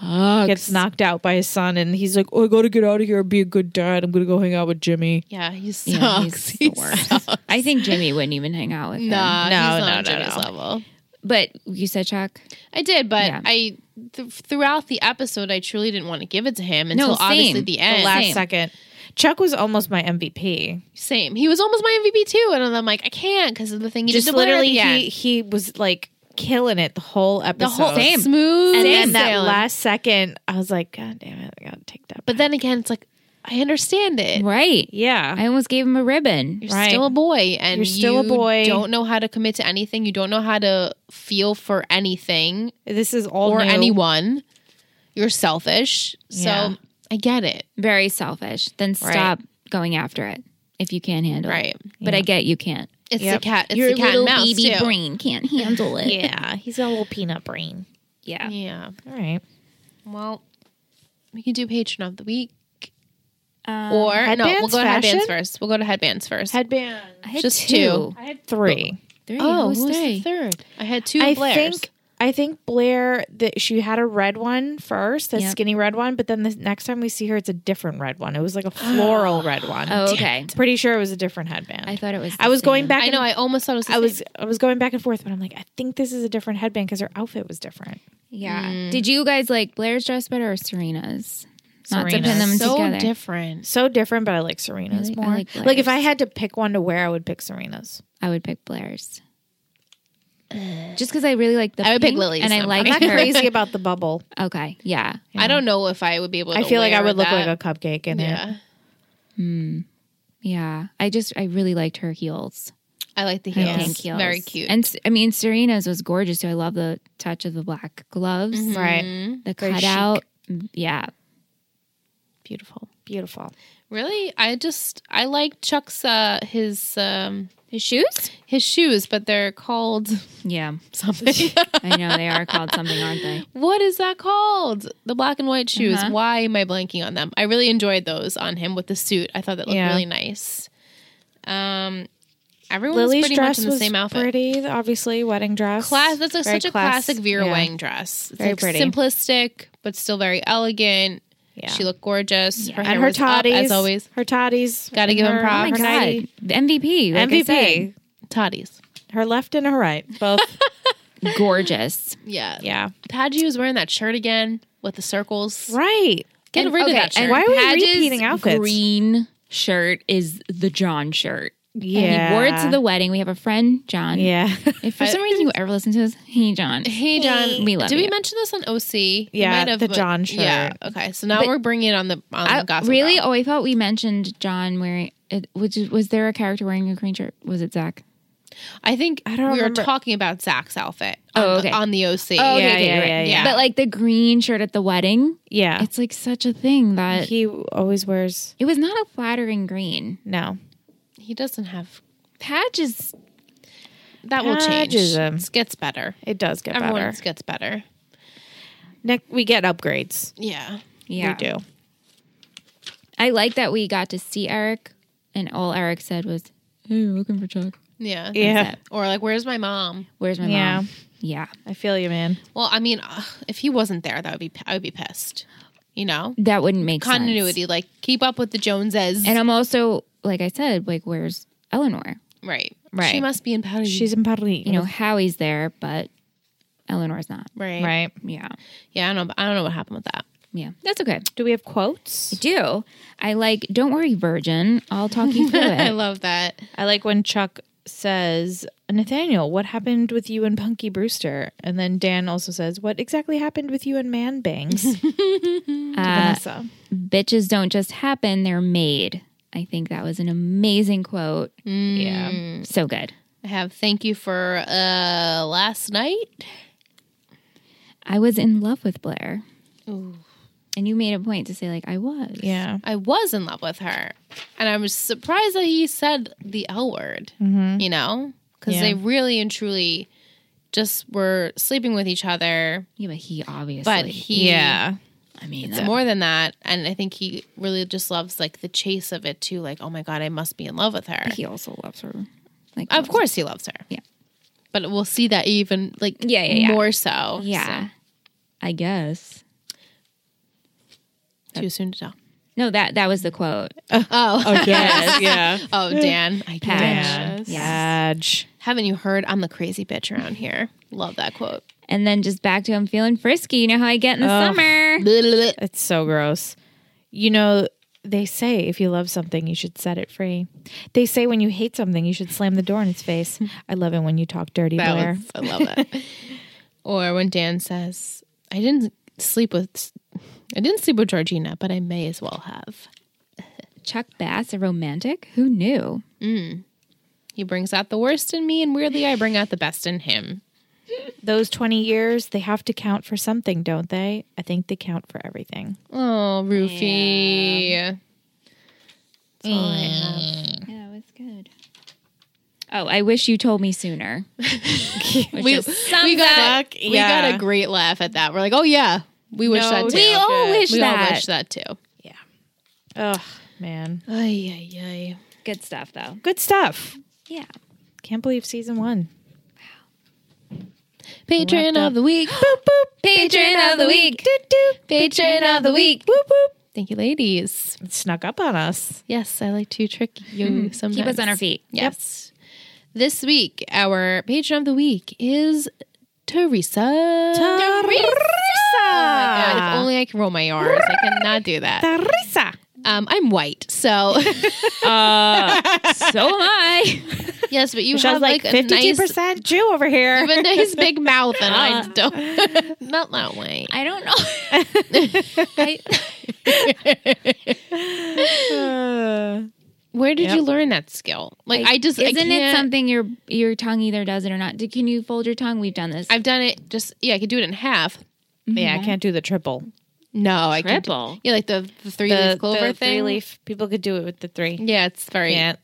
Speaker 2: Gets knocked out by his son and he's like, Oh, I gotta get out of here and be a good dad. I'm gonna go hang out with Jimmy.
Speaker 1: Yeah. He sucks.
Speaker 3: yeah, he's
Speaker 1: He
Speaker 3: the worst.
Speaker 1: sucks.
Speaker 3: I think Jimmy wouldn't even hang out with him.
Speaker 1: Nah,
Speaker 2: No,
Speaker 1: he's not
Speaker 2: no,
Speaker 1: on
Speaker 2: no,
Speaker 1: Jimmy's
Speaker 2: no.
Speaker 1: level.
Speaker 3: But you said Chuck.
Speaker 1: I did, but
Speaker 3: Yeah.
Speaker 1: I th- throughout the episode, I truly didn't want to give it to him until
Speaker 3: No, same.
Speaker 1: obviously the end.
Speaker 2: Last
Speaker 3: Same.
Speaker 2: second. Chuck was almost my MVP.
Speaker 1: Same. He was almost my MVP too, and I'm like, I can't because of the thing he
Speaker 2: just
Speaker 1: did to Blair at
Speaker 2: literally
Speaker 1: the end.
Speaker 2: he, he was like killing it the whole episode.
Speaker 1: the whole
Speaker 3: Same.
Speaker 1: smooth
Speaker 2: and then that
Speaker 1: sailing.
Speaker 2: last second, I was like, God damn it, I gotta take that.
Speaker 1: But then again, it's like I understand it.
Speaker 3: Right.
Speaker 2: yeah,
Speaker 3: I almost gave him a ribbon.
Speaker 1: You're
Speaker 2: Right.
Speaker 1: still a boy, and
Speaker 2: You're still a
Speaker 1: you
Speaker 2: boy.
Speaker 1: Don't know how to commit to anything. You don't know how to feel for anything
Speaker 2: this is all
Speaker 1: or
Speaker 2: new.
Speaker 1: anyone. You're selfish,
Speaker 2: Yeah.
Speaker 1: so I get it.
Speaker 3: Very selfish. Then stop going after it if you can't handle it.
Speaker 1: Right.
Speaker 3: But I get you can't.
Speaker 1: It's
Speaker 2: Yep.
Speaker 1: the cat. It's
Speaker 3: Your
Speaker 1: the cat and
Speaker 3: little
Speaker 1: mouse
Speaker 3: baby
Speaker 1: too.
Speaker 3: brain can't handle it.
Speaker 2: Yeah, he's got a little peanut brain.
Speaker 3: Yeah.
Speaker 1: Yeah.
Speaker 2: All right.
Speaker 1: Well, we can do patron of the week.
Speaker 3: Um,
Speaker 1: Or no, we'll
Speaker 2: headbands,
Speaker 1: go to headbands
Speaker 2: fashion?
Speaker 1: first. We'll go to headbands first.
Speaker 2: Headband.
Speaker 3: I had
Speaker 1: Just two.
Speaker 3: two.
Speaker 2: I had three.
Speaker 3: Three.
Speaker 1: oh,
Speaker 3: Who's
Speaker 1: who's
Speaker 3: three?
Speaker 1: the third? I had two
Speaker 2: I
Speaker 1: Blairs.
Speaker 2: think I think Blair that she had a red one first, that
Speaker 3: Yep.
Speaker 2: skinny red one, but then the next time we see her, it's a different red one. It was like a floral red one.
Speaker 3: Oh, okay.
Speaker 2: Pretty sure it was a different headband.
Speaker 3: I
Speaker 2: I,
Speaker 3: thought it was.
Speaker 2: was
Speaker 3: the
Speaker 2: going
Speaker 3: same.
Speaker 2: back.
Speaker 1: I know.
Speaker 2: And,
Speaker 1: I almost thought it was. The
Speaker 2: I was I was going back and forth, but I'm like, I think this is a different headband because her outfit was different.
Speaker 3: Yeah.
Speaker 1: Mm.
Speaker 3: Did you guys like Blair's dress better or Serena's? Not to pin
Speaker 2: Serena's.
Speaker 3: them
Speaker 1: same. so
Speaker 3: together.
Speaker 1: different.
Speaker 2: So different, but I like Serena's
Speaker 3: Really? I
Speaker 2: more.
Speaker 3: like
Speaker 2: like if I
Speaker 3: Blair's.
Speaker 2: had to pick one to wear, I would pick Serena's.
Speaker 3: I would pick Blair's. Just because I really like the
Speaker 1: I would pick
Speaker 3: pink,
Speaker 1: Lily's,
Speaker 3: and I
Speaker 1: I'm
Speaker 3: like
Speaker 2: I'm not
Speaker 3: her.
Speaker 2: crazy about the bubble.
Speaker 3: Okay, yeah,
Speaker 1: I don't know if I would be able. to
Speaker 2: I feel like I
Speaker 1: wear
Speaker 2: would look
Speaker 1: that.
Speaker 2: like a cupcake in it.
Speaker 1: Yeah,
Speaker 3: Hmm. yeah. I just I really liked her heels,
Speaker 1: I like the
Speaker 3: her
Speaker 1: heels.
Speaker 3: pink heels,
Speaker 1: Very cute.
Speaker 3: And s- I mean, Serena's was gorgeous too. I love the touch of the black gloves,
Speaker 1: Mm-hmm.
Speaker 2: Right.
Speaker 3: the
Speaker 2: Very
Speaker 3: cutout. Mm, Yeah,
Speaker 1: beautiful.
Speaker 2: Beautiful.
Speaker 1: Really, I just I like Chuck's uh his um
Speaker 3: his shoes.
Speaker 1: his shoes, but they're called
Speaker 3: Yeah,
Speaker 1: something.
Speaker 3: I know they are called something, aren't they?
Speaker 1: what is that called? The black and white shoes.
Speaker 3: Uh-huh.
Speaker 1: Why am I blanking on them? I really enjoyed those on him with the suit. I thought that looked
Speaker 2: Yeah.
Speaker 1: really nice. Um, everyone was
Speaker 2: Lily's
Speaker 1: pretty much
Speaker 2: dress
Speaker 1: in the
Speaker 2: was
Speaker 1: same outfit.
Speaker 2: pretty, obviously wedding dress.
Speaker 1: Class. That's a,
Speaker 2: Very
Speaker 1: such a
Speaker 2: class-
Speaker 1: classic Vera
Speaker 2: yeah.
Speaker 1: Wang dress. It's
Speaker 2: Very
Speaker 1: like
Speaker 2: pretty.
Speaker 1: simplistic, but still very elegant.
Speaker 2: Yeah.
Speaker 1: She looked gorgeous. Her hair
Speaker 2: and her
Speaker 1: was up,
Speaker 2: toddies,
Speaker 1: as always.
Speaker 2: Her toddies.
Speaker 1: Gotta
Speaker 2: and
Speaker 1: give him
Speaker 2: her-
Speaker 1: props.
Speaker 3: Oh my
Speaker 2: her
Speaker 1: Our
Speaker 3: god,
Speaker 2: nightie.
Speaker 3: the MVP, like I said.
Speaker 2: MVP.
Speaker 1: Toddies.
Speaker 2: Her left and her right, both.
Speaker 3: gorgeous.
Speaker 1: Yeah.
Speaker 2: yeah,
Speaker 1: Padgy was wearing that shirt again with the circles.
Speaker 2: right.
Speaker 1: Get
Speaker 3: And-
Speaker 1: rid
Speaker 3: okay,
Speaker 1: of that shirt.
Speaker 3: and
Speaker 2: Why are we
Speaker 3: Padge's
Speaker 2: repeating outfits?
Speaker 3: Green shirt is the John shirt.
Speaker 2: Yeah,
Speaker 3: And he wore it to the wedding. We have a friend, John.
Speaker 2: yeah.
Speaker 3: If for some reason you ever listen to this, hey John.
Speaker 1: Hey John,
Speaker 3: We love
Speaker 1: Did we
Speaker 3: you.
Speaker 1: mention this on OC? We
Speaker 2: Yeah,
Speaker 1: might have,
Speaker 2: the
Speaker 1: but-
Speaker 2: John shirt.
Speaker 1: Yeah, okay. So now
Speaker 3: But-
Speaker 1: we're bringing it on the on
Speaker 3: I,
Speaker 1: the gossip.
Speaker 3: really?
Speaker 1: Girl.
Speaker 3: Oh, I thought we mentioned John wearing. It, which is- was there a character wearing a green shirt? Was it Zach?
Speaker 1: I think
Speaker 2: I don't
Speaker 1: we
Speaker 2: remember.
Speaker 1: were talking about Zach's outfit. on
Speaker 3: Oh,
Speaker 1: the-
Speaker 3: okay.
Speaker 1: on the OC.
Speaker 3: Oh, okay,
Speaker 2: Yeah,
Speaker 3: okay,
Speaker 2: yeah,
Speaker 3: right.
Speaker 2: yeah,
Speaker 1: yeah.
Speaker 3: But like the green shirt at the wedding,
Speaker 2: yeah.
Speaker 3: it's like such a thing that
Speaker 2: He always wears
Speaker 3: it was not a flattering green.
Speaker 2: no.
Speaker 1: He doesn't have.
Speaker 3: Patch is
Speaker 1: That will change.
Speaker 2: Patches him.
Speaker 1: It gets better.
Speaker 2: It does get
Speaker 1: Everyone
Speaker 2: better.
Speaker 1: gets better.
Speaker 2: Next, we get upgrades.
Speaker 1: Yeah.
Speaker 3: yeah.
Speaker 2: We do.
Speaker 3: I like that we got to see Eric, and all Eric said was, "Hey, you're looking for Chuck."
Speaker 1: Yeah.
Speaker 2: Yeah,
Speaker 3: it.
Speaker 1: Or like, where's my mom?
Speaker 3: Where's my
Speaker 2: Yeah.
Speaker 3: mom? Yeah.
Speaker 2: I feel you, man.
Speaker 1: Well, I mean, ugh, if he wasn't there, that would be I would be pissed. You know,
Speaker 3: That wouldn't make sense.
Speaker 1: continuity. Like, keep up with the Joneses.
Speaker 3: And uh, I'm also, like I said, like, where's Eleanor?
Speaker 1: right.
Speaker 2: Right.
Speaker 1: She must be in Paris.
Speaker 2: She's in Paris.
Speaker 3: You know, Howie's there, but Eleanor's not.
Speaker 1: right.
Speaker 2: right?
Speaker 3: Yeah.
Speaker 1: Yeah. I don't. know- I don't know what happened with that.
Speaker 3: Yeah. That's okay.
Speaker 2: Do we have quotes?
Speaker 3: Do I like, don't worry, virgin. I'll talk you through
Speaker 1: I
Speaker 3: it.
Speaker 1: love that.
Speaker 2: I like when Chuck says, Nathaniel, what happened with you and Punky Brewster? And then Dan also says, What exactly happened with you and Man Bangs? to
Speaker 3: Uh,
Speaker 2: Vanessa.
Speaker 3: bitches don't just happen, they're made. I think that was an amazing quote.
Speaker 2: Yeah.
Speaker 1: Mm.
Speaker 3: So good.
Speaker 1: I have thank you for uh last night.
Speaker 3: I was in love with Blair.
Speaker 1: Ooh.
Speaker 3: And you made a point to say, like, I was.
Speaker 2: Yeah.
Speaker 1: I was in love with her. And I was surprised that he said the L word,
Speaker 3: Mm-hmm.
Speaker 1: you know? Because
Speaker 2: Yeah.
Speaker 1: they really and truly just were sleeping with each other.
Speaker 3: Yeah, but he obviously.
Speaker 1: But he,
Speaker 2: yeah.
Speaker 3: I mean, uh,
Speaker 1: it's
Speaker 3: that-
Speaker 1: more than that. And I think he really just loves like the chase of it too. Like, oh my God, I must be in love with her.
Speaker 3: he also loves her. Like,
Speaker 1: of
Speaker 3: loves-
Speaker 1: course he loves her.
Speaker 3: Yeah.
Speaker 1: But we'll see that even like
Speaker 3: Yeah, yeah, yeah.
Speaker 1: more so.
Speaker 3: Yeah. I guess.
Speaker 1: So, too soon to tell.
Speaker 3: No, that that was the quote.
Speaker 1: Oh.
Speaker 2: Oh, yes. yeah.
Speaker 1: Oh, Dan. I
Speaker 3: Patch.
Speaker 1: guess.
Speaker 2: Yes.
Speaker 1: Haven't you heard? I'm the crazy bitch around here. Love that quote.
Speaker 3: And then just back to him feeling frisky. You know how I get in the
Speaker 2: Ugh.
Speaker 3: summer.
Speaker 2: It's so gross. You know, they say if you love something, you should set it free. They say when you hate something, you should slam the door in its face. I love it when you talk dirty,
Speaker 1: That
Speaker 2: Blair.
Speaker 1: was- I love it. or when Dan says, "I didn't sleep with, I didn't sleep with Georgina, but I may as well have."
Speaker 3: Chuck Bass, a romantic? Who knew?
Speaker 1: He brings out the worst in me, and weirdly, I bring out the best in him.
Speaker 2: Those 20 years, they have to count for something, don't they? I think they count for everything.
Speaker 1: Oh, Rufy.
Speaker 3: Yeah, it was good. Oh, I wish you told me sooner.
Speaker 1: We, we got a, we got a great laugh at that. We're like, oh yeah, we wish
Speaker 2: No
Speaker 1: that too.
Speaker 3: we all wish
Speaker 1: we
Speaker 3: that.
Speaker 1: all wish that too.
Speaker 2: Ugh, man.
Speaker 1: Ay ay ay.
Speaker 3: Good stuff, though.
Speaker 2: Good stuff.
Speaker 3: Yeah.
Speaker 2: Can't believe season one.
Speaker 1: Patron
Speaker 2: Wrapped up.
Speaker 1: of the week.
Speaker 2: Boop, boop.
Speaker 3: Patron of the week.
Speaker 2: Doot, doot.
Speaker 1: Patron of the week.
Speaker 2: Boop, boop.
Speaker 1: Thank you, ladies. Mm-hmm.
Speaker 2: It snuck up on us.
Speaker 1: Yes, I like to trick you sometimes.
Speaker 3: Keep us on our feet.
Speaker 1: Yes. This week, our patron of the week is Teresa.
Speaker 2: Teresa!
Speaker 1: Oh my God, if only I could roll my R's. I cannot do that.
Speaker 2: Teresa.
Speaker 1: Um, I'm white, so
Speaker 2: Uh,
Speaker 3: so am I.
Speaker 1: yes, but you
Speaker 2: Michelle's
Speaker 1: have like,
Speaker 2: like
Speaker 1: a
Speaker 2: 52%
Speaker 1: nice, you
Speaker 2: Jew over here.
Speaker 1: have a nice big mouth, and I don't. Not that way.
Speaker 3: I don't know. I,
Speaker 2: Uh,
Speaker 1: Where did
Speaker 2: Yep.
Speaker 1: you learn that skill? Like I, just I
Speaker 3: isn't it
Speaker 1: can't-
Speaker 3: something your your tongue either does it or not? Do- Can you fold your tongue? We've done this.
Speaker 1: I've done it. Just yeah, I could do it in half.
Speaker 2: yeah, I can't do the triple.
Speaker 1: No, I can't. do-
Speaker 3: Triple.
Speaker 1: Yeah, like the, the three leaf clover thing. Mm,
Speaker 2: three leaf. People could do it with the three.
Speaker 1: Yeah, it's very.
Speaker 2: Can't.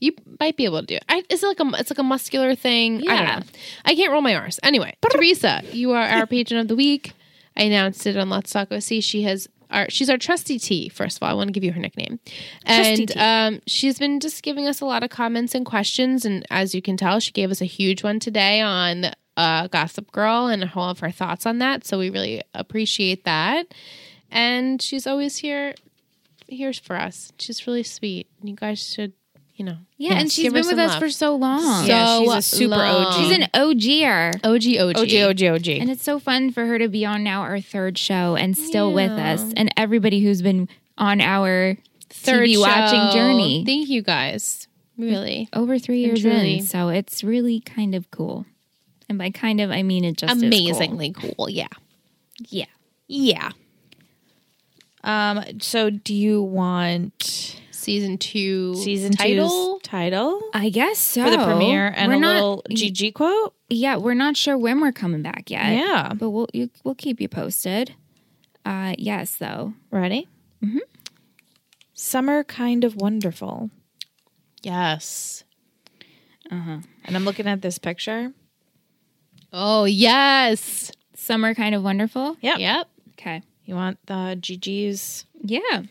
Speaker 1: You might be able to do it. I, it's like a it's like a muscular thing. I
Speaker 3: Yeah.
Speaker 1: don't know. I can't roll my R's. Anyway, Teresa, you are our patron of the week. I announced it on Let's Talk OC. She has our she's our trusty T. First of all, I want to give you her nickname,
Speaker 3: Trusty
Speaker 1: and
Speaker 3: T.
Speaker 1: um, she's been just giving us a lot of comments and questions. And as you can tell, she gave us a huge one today on uh, Gossip Girl and all of her thoughts on that. So we really appreciate that. And she's always here here's for us. She's really sweet. And you guys should, you know.
Speaker 3: yeah, and
Speaker 1: just
Speaker 3: she's
Speaker 1: give
Speaker 3: been
Speaker 1: her
Speaker 3: with
Speaker 1: some
Speaker 3: us
Speaker 1: love.
Speaker 3: for so long.
Speaker 2: Yeah,
Speaker 1: so uh,
Speaker 2: she's a super
Speaker 1: long.
Speaker 2: OG.
Speaker 3: She's an OGer.
Speaker 1: OG OG.
Speaker 2: OG, OG, OG.
Speaker 3: And it's so fun for her to be on now our third show and still with us, and everybody who's been on our
Speaker 1: Third
Speaker 3: TV watching
Speaker 1: show.
Speaker 3: journey
Speaker 1: Thank you guys. Really.
Speaker 3: over three years
Speaker 1: truly.
Speaker 3: in. So it's really kind of cool, and by kind of I mean it just Mm-hmm. is cool.
Speaker 1: Amazingly cool. Yeah.
Speaker 3: Yeah,
Speaker 2: yeah. Um. So, do you want
Speaker 1: Season two
Speaker 2: season
Speaker 1: title.
Speaker 2: two's title
Speaker 3: I guess so
Speaker 2: for the premiere and
Speaker 3: we're
Speaker 2: a
Speaker 3: not,
Speaker 2: little GG quote?
Speaker 3: Yeah, we're not sure when we're coming back yet.
Speaker 2: Yeah.
Speaker 3: but we'll you, we'll keep you posted. Uh, yes, though.
Speaker 2: Ready? Mm-hmm. Summer kind of wonderful.
Speaker 1: Yes.
Speaker 2: And I'm looking at this picture.
Speaker 1: Oh yes.
Speaker 3: Summer kind of wonderful.
Speaker 2: Yep.
Speaker 1: Yep.
Speaker 3: Okay.
Speaker 2: You want the GG's?
Speaker 3: Yeah.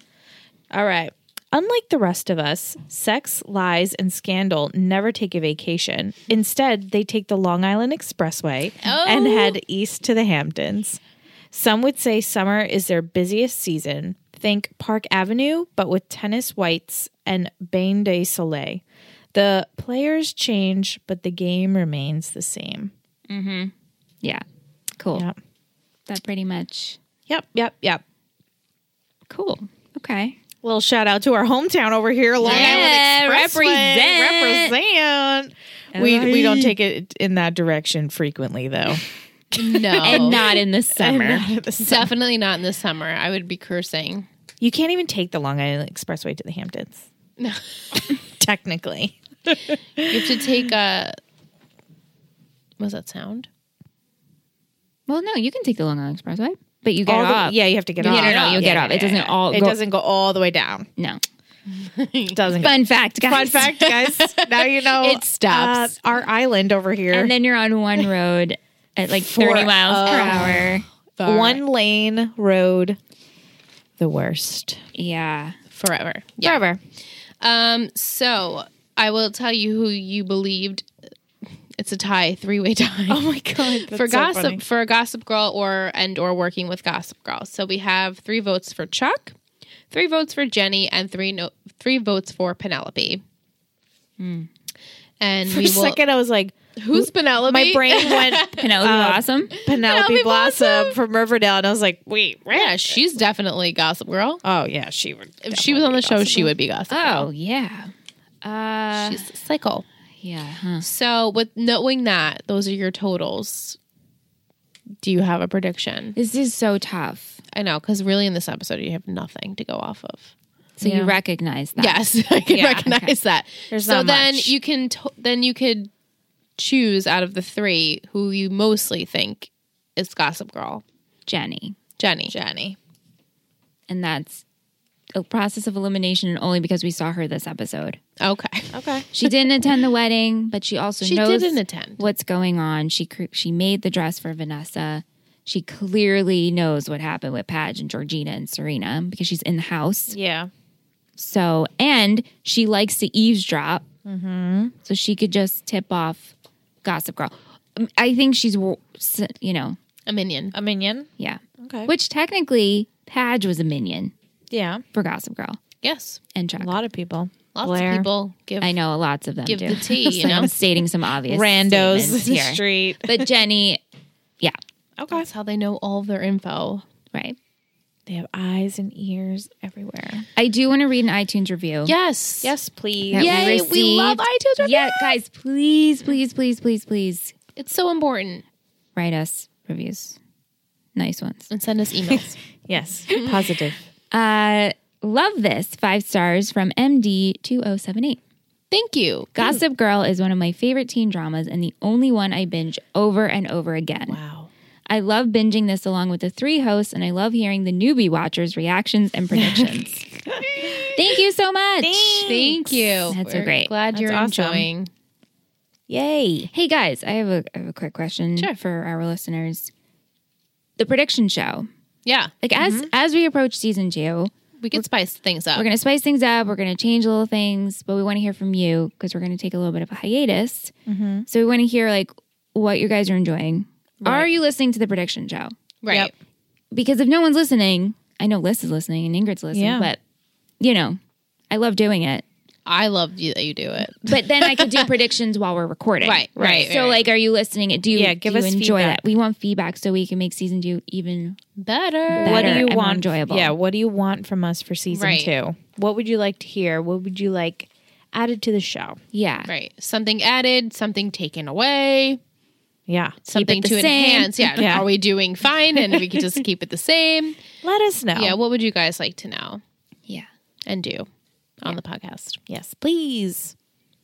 Speaker 2: All right. Unlike the rest of us, sex, lies, and scandal never take a vacation. Instead, they take the Long Island Expressway and head east to the Hamptons. Some would say summer is their busiest season. Think Park Avenue, but with tennis whites and bain de soleil. The players change, but the game remains the same.
Speaker 3: Yeah. Cool.
Speaker 2: Yep.
Speaker 3: That pretty much.
Speaker 2: Yep. Yep. Yep.
Speaker 3: Cool. Okay.
Speaker 2: Little shout out to our hometown over here, Long
Speaker 3: Yeah,
Speaker 2: Island Expressway.
Speaker 3: represent.
Speaker 2: Represent. We we don't
Speaker 3: Alright.
Speaker 2: take it in that direction frequently though.
Speaker 1: No.
Speaker 3: Oh. and not in the
Speaker 2: And
Speaker 3: summer.
Speaker 2: not at the same-
Speaker 1: Definitely not in the summer. I would be cursing.
Speaker 2: You can't even take the Long Island Expressway to the Hamptons.
Speaker 1: No.
Speaker 2: Technically.
Speaker 1: You have to take a. Was that sound?
Speaker 3: Well, no, you can take the Long Island Expressway, but you get
Speaker 2: All the-
Speaker 3: off.
Speaker 2: yeah, you have to get
Speaker 3: No,
Speaker 2: off.
Speaker 3: no, no,
Speaker 2: Yeah,
Speaker 3: you get
Speaker 2: yeah,
Speaker 3: off. It
Speaker 2: yeah,
Speaker 3: doesn't
Speaker 2: yeah.
Speaker 3: all
Speaker 2: It
Speaker 3: go-
Speaker 2: doesn't go all the way down.
Speaker 3: No.
Speaker 2: It doesn't go.
Speaker 3: Fun fact, guys.
Speaker 2: Fun fact, guys. Now you know
Speaker 3: It stops.
Speaker 2: uh, our island over here.
Speaker 3: And then you're on one road at like
Speaker 2: For
Speaker 3: 30 miles per
Speaker 2: a-
Speaker 3: hour.
Speaker 1: Far-
Speaker 2: one lane road. The worst.
Speaker 3: Yeah.
Speaker 1: forever. Yeah.
Speaker 2: Forever.
Speaker 1: Um. So I will tell you who you believed. It's a tie, three way tie.
Speaker 2: Oh my god.
Speaker 1: for gossip for a gossip girl or and or working with gossip girl. So we have three votes for Chuck, three votes for Jenny, and three no three votes for Penelope. And
Speaker 2: Hmm. For
Speaker 1: we
Speaker 2: a
Speaker 1: will.
Speaker 2: second, I was like,
Speaker 1: who's Penelope?
Speaker 2: my brain went
Speaker 3: Penelope Blossom.
Speaker 2: Penelope,
Speaker 1: Penelope
Speaker 2: Blossom, from Riverdale, and I was like, wait, what?
Speaker 1: Yeah, she's definitely gossip girl.
Speaker 2: Oh yeah, she would.
Speaker 1: If she was on the show, she would be gossip.
Speaker 3: Oh, yeah.
Speaker 2: Ah.
Speaker 3: Uh,
Speaker 1: She's a psycho.
Speaker 3: yeah. Huh.
Speaker 1: So with knowing that, those are your totals. Do you have a prediction?
Speaker 3: This is so tough.
Speaker 1: I know, because really in this episode you have nothing to go off of.
Speaker 3: So
Speaker 2: Yeah.
Speaker 3: you recognize that.
Speaker 1: Yes, I can
Speaker 3: Yeah,
Speaker 1: recognize
Speaker 3: okay.
Speaker 1: that.
Speaker 2: There's
Speaker 1: so
Speaker 2: not
Speaker 1: then
Speaker 2: much.
Speaker 1: you can t- then you could choose out of the three who you mostly think is Gossip Girl,
Speaker 3: Jenny.
Speaker 1: Jenny.
Speaker 2: Jenny.
Speaker 3: And that's a process of elimination only because we saw her this episode.
Speaker 1: Okay,
Speaker 2: Okay.
Speaker 3: She didn't attend the wedding, but she also
Speaker 1: she
Speaker 3: Uh, knows
Speaker 1: didn't attend.
Speaker 3: what's going on. She cr- she made the dress for Vanessa. She clearly knows what happened with Paige and Georgina and Serena because she's in the house.
Speaker 2: Yeah.
Speaker 3: So, and she likes to eavesdrop.
Speaker 1: Mm-hmm.
Speaker 3: So she could just tip off Gossip Girl. Um, I think she's, wo- s- you know,
Speaker 1: A
Speaker 3: Uh,
Speaker 1: minion.
Speaker 2: A minion.
Speaker 3: yeah.
Speaker 2: Okay.
Speaker 3: Which technically, Paige was a minion
Speaker 2: yeah.
Speaker 3: for Gossip Girl
Speaker 1: Yes,
Speaker 3: and
Speaker 2: A
Speaker 3: Chuck.
Speaker 2: lot of people.
Speaker 1: lots
Speaker 2: Blair.
Speaker 1: of people give.
Speaker 3: I know lots of them
Speaker 1: Give
Speaker 3: do.
Speaker 1: the tea, you
Speaker 3: So
Speaker 1: know?
Speaker 3: I'm stating some obvious
Speaker 2: Randos
Speaker 3: statements
Speaker 2: in the
Speaker 3: here.
Speaker 2: street.
Speaker 3: But Jenny, yeah,
Speaker 2: Okay.
Speaker 1: That's how they know all their info.
Speaker 3: right.
Speaker 2: They have eyes and ears everywhere.
Speaker 3: I do want to read an iTunes review.
Speaker 1: Yes.
Speaker 2: Yes, please.
Speaker 3: that
Speaker 1: Yay,
Speaker 3: we
Speaker 1: we love
Speaker 3: received.
Speaker 1: iTunes reviews.
Speaker 3: Yeah, guys, please, please, please, please, please
Speaker 1: It's so important.
Speaker 3: write us reviews. Nice ones.
Speaker 1: And send us emails.
Speaker 2: Yes. Positive.
Speaker 3: Uh love this. Five stars from MD2078.
Speaker 1: Thank you.
Speaker 3: Gossip Girl is one of my favorite teen dramas and the only one I binge over and over again.
Speaker 2: Wow.
Speaker 3: I love binging this along with the three hosts and I love hearing the newbie watchers' reactions and predictions. Thank you so much.
Speaker 1: Thank you.
Speaker 3: That's so
Speaker 1: We're
Speaker 3: great.
Speaker 1: Glad
Speaker 2: That's
Speaker 1: you're
Speaker 2: awesome.
Speaker 1: enjoying.
Speaker 2: Yay.
Speaker 3: Hey guys, I have a, I have a quick question
Speaker 1: Sure.
Speaker 3: for our listeners. The prediction show.
Speaker 1: Yeah,
Speaker 3: Like
Speaker 1: Mm-hmm.
Speaker 3: as as we approach season two,
Speaker 1: we can spice things up.
Speaker 3: we're gonna spice things up. We're gonna change little things, but we want to hear from you because we're gonna take a little bit of a hiatus. So we want to hear like what you guys are enjoying. Are you listening to the prediction show?
Speaker 1: right.
Speaker 2: Yep.
Speaker 3: Because if no one's listening, I know Liz is listening and Ingrid's listening,
Speaker 2: Yeah.
Speaker 3: but you know, I love doing it.
Speaker 1: I love you that you do it.
Speaker 3: But then I could do predictions while we're recording.
Speaker 1: Right, right,
Speaker 3: So
Speaker 1: right.
Speaker 3: like, are you listening? Do you,
Speaker 2: Yeah, give
Speaker 3: do you
Speaker 2: us
Speaker 3: enjoy
Speaker 2: feedback.
Speaker 3: that? We want feedback so we can make season two even
Speaker 1: Better.
Speaker 3: Better
Speaker 2: what do you
Speaker 3: and more
Speaker 2: want
Speaker 3: enjoyable.
Speaker 2: yeah what do you want from us for season
Speaker 1: Right.
Speaker 2: two what would you like to hear what would you like added to the show
Speaker 3: yeah.
Speaker 1: Right. Something added, something taken away,
Speaker 2: yeah
Speaker 1: something
Speaker 3: the
Speaker 1: to
Speaker 3: same.
Speaker 1: enhance. Yeah.
Speaker 2: Yeah.
Speaker 1: Are we doing fine? And we can just keep it the same.
Speaker 2: let us know
Speaker 1: Yeah. What would you guys like to know
Speaker 3: Yeah.
Speaker 1: and do on the podcast?
Speaker 2: yes please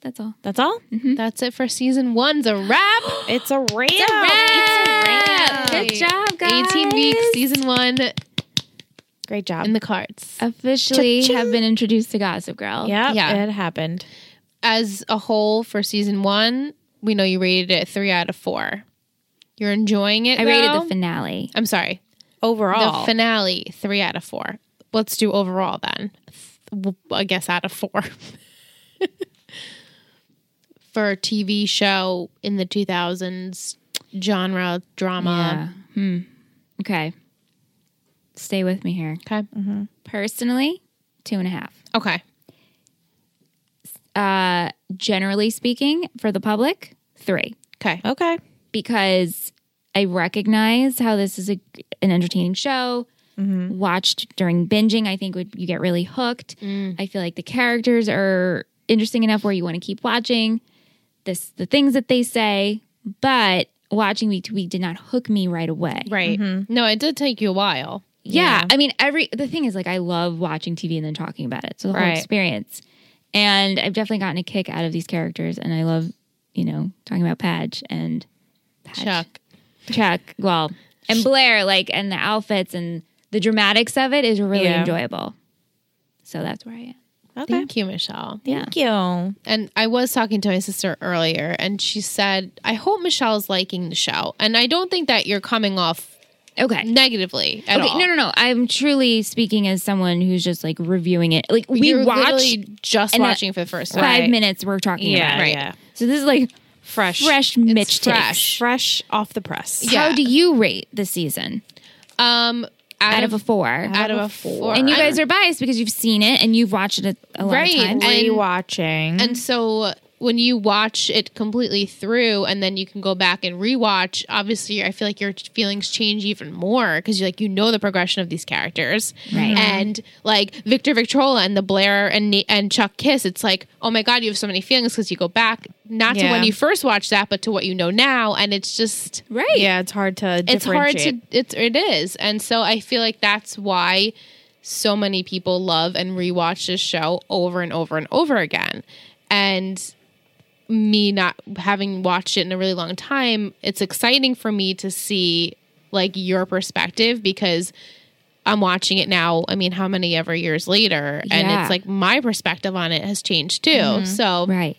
Speaker 3: That's all.
Speaker 2: that's all
Speaker 1: That's it for season one's a wrap.
Speaker 2: it's a wrap
Speaker 3: It's a wrap.
Speaker 1: It's a wrap.
Speaker 3: Good job, guys.
Speaker 1: 18 weeks, season one
Speaker 2: great job
Speaker 1: in the cards.
Speaker 3: officially
Speaker 2: Cha-ching.
Speaker 3: have been introduced to Gossip Girl.
Speaker 2: yeah
Speaker 1: Yeah.
Speaker 2: it happened
Speaker 1: As a whole for season one, we know you rated it three out of four. You're enjoying it.
Speaker 3: I rated
Speaker 1: though?
Speaker 3: the finale.
Speaker 1: I'm sorry.
Speaker 2: overall
Speaker 1: The finale, three out of four. Let's do overall then. Th- w- I guess out of four. For a TV show in the 2000s genre,
Speaker 2: uh,
Speaker 1: drama.
Speaker 3: Hmm. Okay. Stay with me here.
Speaker 1: Okay.
Speaker 3: Personally, two and a half.
Speaker 1: Okay.
Speaker 3: Uh, generally speaking, for the public, three.
Speaker 1: Okay.
Speaker 2: okay
Speaker 3: because I recognize how this is a, an entertaining show. watched during binging, I think would you get really hooked. I feel like the characters are interesting enough where you want to keep watching. This the things that they say, but watching week to week did not hook me right away.
Speaker 1: Right.
Speaker 2: Mm-hmm.
Speaker 1: No, it did take you a while.
Speaker 3: Yeah. I mean, every the thing is like I love watching TV and then talking about it. So the whole
Speaker 2: Right.
Speaker 3: experience. And I've definitely gotten a kick out of these characters and I love, you know, talking about Padge and Padge.
Speaker 1: Chuck.
Speaker 3: Chuck, well, and Blair, like and the outfits and the dramatics of it is really
Speaker 2: Yeah.
Speaker 3: enjoyable. So that's where I am.
Speaker 2: Okay.
Speaker 1: Thank you, Michelle.
Speaker 3: Yeah.
Speaker 2: Thank you.
Speaker 1: And I was talking to my sister earlier, and she said, I hope Michelle's liking the show. And I don't think that you're coming off
Speaker 3: Okay.
Speaker 1: negatively at
Speaker 3: okay.
Speaker 1: all.
Speaker 3: No, no, no. I'm truly speaking as someone who's just like reviewing it. Like we
Speaker 1: You're
Speaker 3: watched
Speaker 1: literally just
Speaker 3: and that-
Speaker 1: watching for the first
Speaker 3: five
Speaker 1: time.
Speaker 2: Right.
Speaker 3: minutes we're talking
Speaker 2: Yeah.
Speaker 3: about. it.
Speaker 1: Right.
Speaker 2: Yeah.
Speaker 3: So this is like
Speaker 2: Fresh.
Speaker 3: fresh Mitch takes.
Speaker 1: fresh.
Speaker 2: Fresh off the press.
Speaker 1: Yeah.
Speaker 3: How do you rate the season
Speaker 1: Um, out,
Speaker 3: out
Speaker 1: of,
Speaker 3: of a four?
Speaker 1: out of a four,
Speaker 3: and you
Speaker 1: I'm-
Speaker 3: guys are biased because you've seen it and you've watched it a, a lot
Speaker 1: Right.
Speaker 3: of times.
Speaker 1: And-
Speaker 2: Rewatching.
Speaker 1: And so when you watch it completely through and then you can go back and rewatch, obviously I feel like your feelings change even more because you like you know the progression of these characters.
Speaker 3: Right.
Speaker 1: And like Victor Victrola and the Blair and Na- and Chuck Kiss, it's like, "Oh my god, you have so many feelings because you go back not to
Speaker 2: Yeah.
Speaker 1: when you first watched that, but to what you know now and it's just
Speaker 3: Right.
Speaker 2: yeah, it's hard to.
Speaker 1: it's hard to
Speaker 2: differentiate.
Speaker 1: it's it is and so i feel like that's why so many people love and rewatch this show over and over and over again and me not having watched it in a really long time it's exciting for me to see like your perspective because i'm watching it now i mean how many ever years later and
Speaker 3: Yeah. Mm-hmm.
Speaker 1: it's like my perspective on it has changed too so
Speaker 3: Right.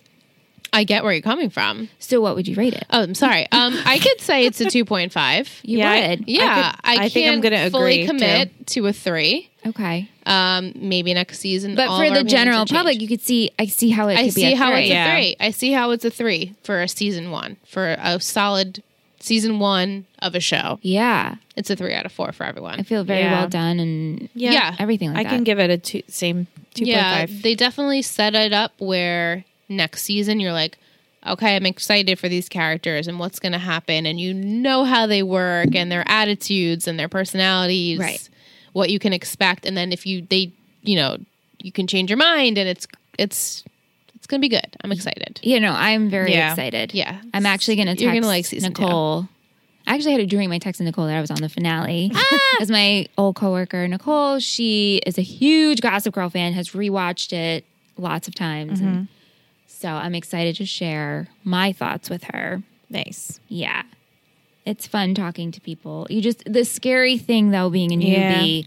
Speaker 1: i get where you're coming from
Speaker 3: So what would you rate it?
Speaker 1: oh i'm sorry um i could say it's a 2.5
Speaker 3: You
Speaker 2: Yeah, I-
Speaker 3: would.
Speaker 1: yeah,
Speaker 2: I
Speaker 1: I,
Speaker 2: could- I
Speaker 1: can't
Speaker 2: think I'm gonna
Speaker 1: fully
Speaker 2: agree,
Speaker 1: commit to a three.
Speaker 3: okay.
Speaker 1: Um, maybe next season.
Speaker 3: But
Speaker 1: all
Speaker 3: for
Speaker 1: of our
Speaker 3: the
Speaker 1: opinions
Speaker 3: general
Speaker 1: will change.
Speaker 3: public, you could see I see how it
Speaker 1: I
Speaker 3: could be
Speaker 1: see
Speaker 3: a
Speaker 1: how
Speaker 3: three.
Speaker 1: it's
Speaker 2: Yeah.
Speaker 1: a three. I see how it's a three for a season one for a solid season one of a show.
Speaker 3: Yeah.
Speaker 1: It's a three out of four for
Speaker 3: I
Speaker 1: everyone.
Speaker 3: feel very
Speaker 2: Yeah.
Speaker 3: well done and
Speaker 2: Yeah.
Speaker 1: yeah.
Speaker 3: everything like
Speaker 2: I
Speaker 3: that.
Speaker 2: can give it a two, same two point
Speaker 1: yeah,
Speaker 2: five.
Speaker 1: they definitely set it up where next season you're like, okay, I'm excited for these characters and what's going to happen, and you know how they work and their attitudes and their personalities,
Speaker 3: Right.
Speaker 1: what you can expect, and then if you they you know you can change your mind and it's it's it's going to be good. I'm excited.
Speaker 3: you know, I'm very
Speaker 2: Yeah.
Speaker 3: excited.
Speaker 1: Yeah,
Speaker 3: I'm actually going to text
Speaker 1: You're gonna like season two.
Speaker 3: Nicole. I actually had a dream. I texted Nicole that I was on the finale.
Speaker 1: Ah!
Speaker 3: Because my old coworker, Nicole, she is a huge Gossip Girl fan, has rewatched it lots of times.
Speaker 1: Mm-hmm.
Speaker 3: And so I'm excited to share my thoughts with her.
Speaker 2: Nice.
Speaker 3: Yeah. It's fun talking to people. You just, the scary thing though, being a
Speaker 2: Yeah.
Speaker 3: newbie,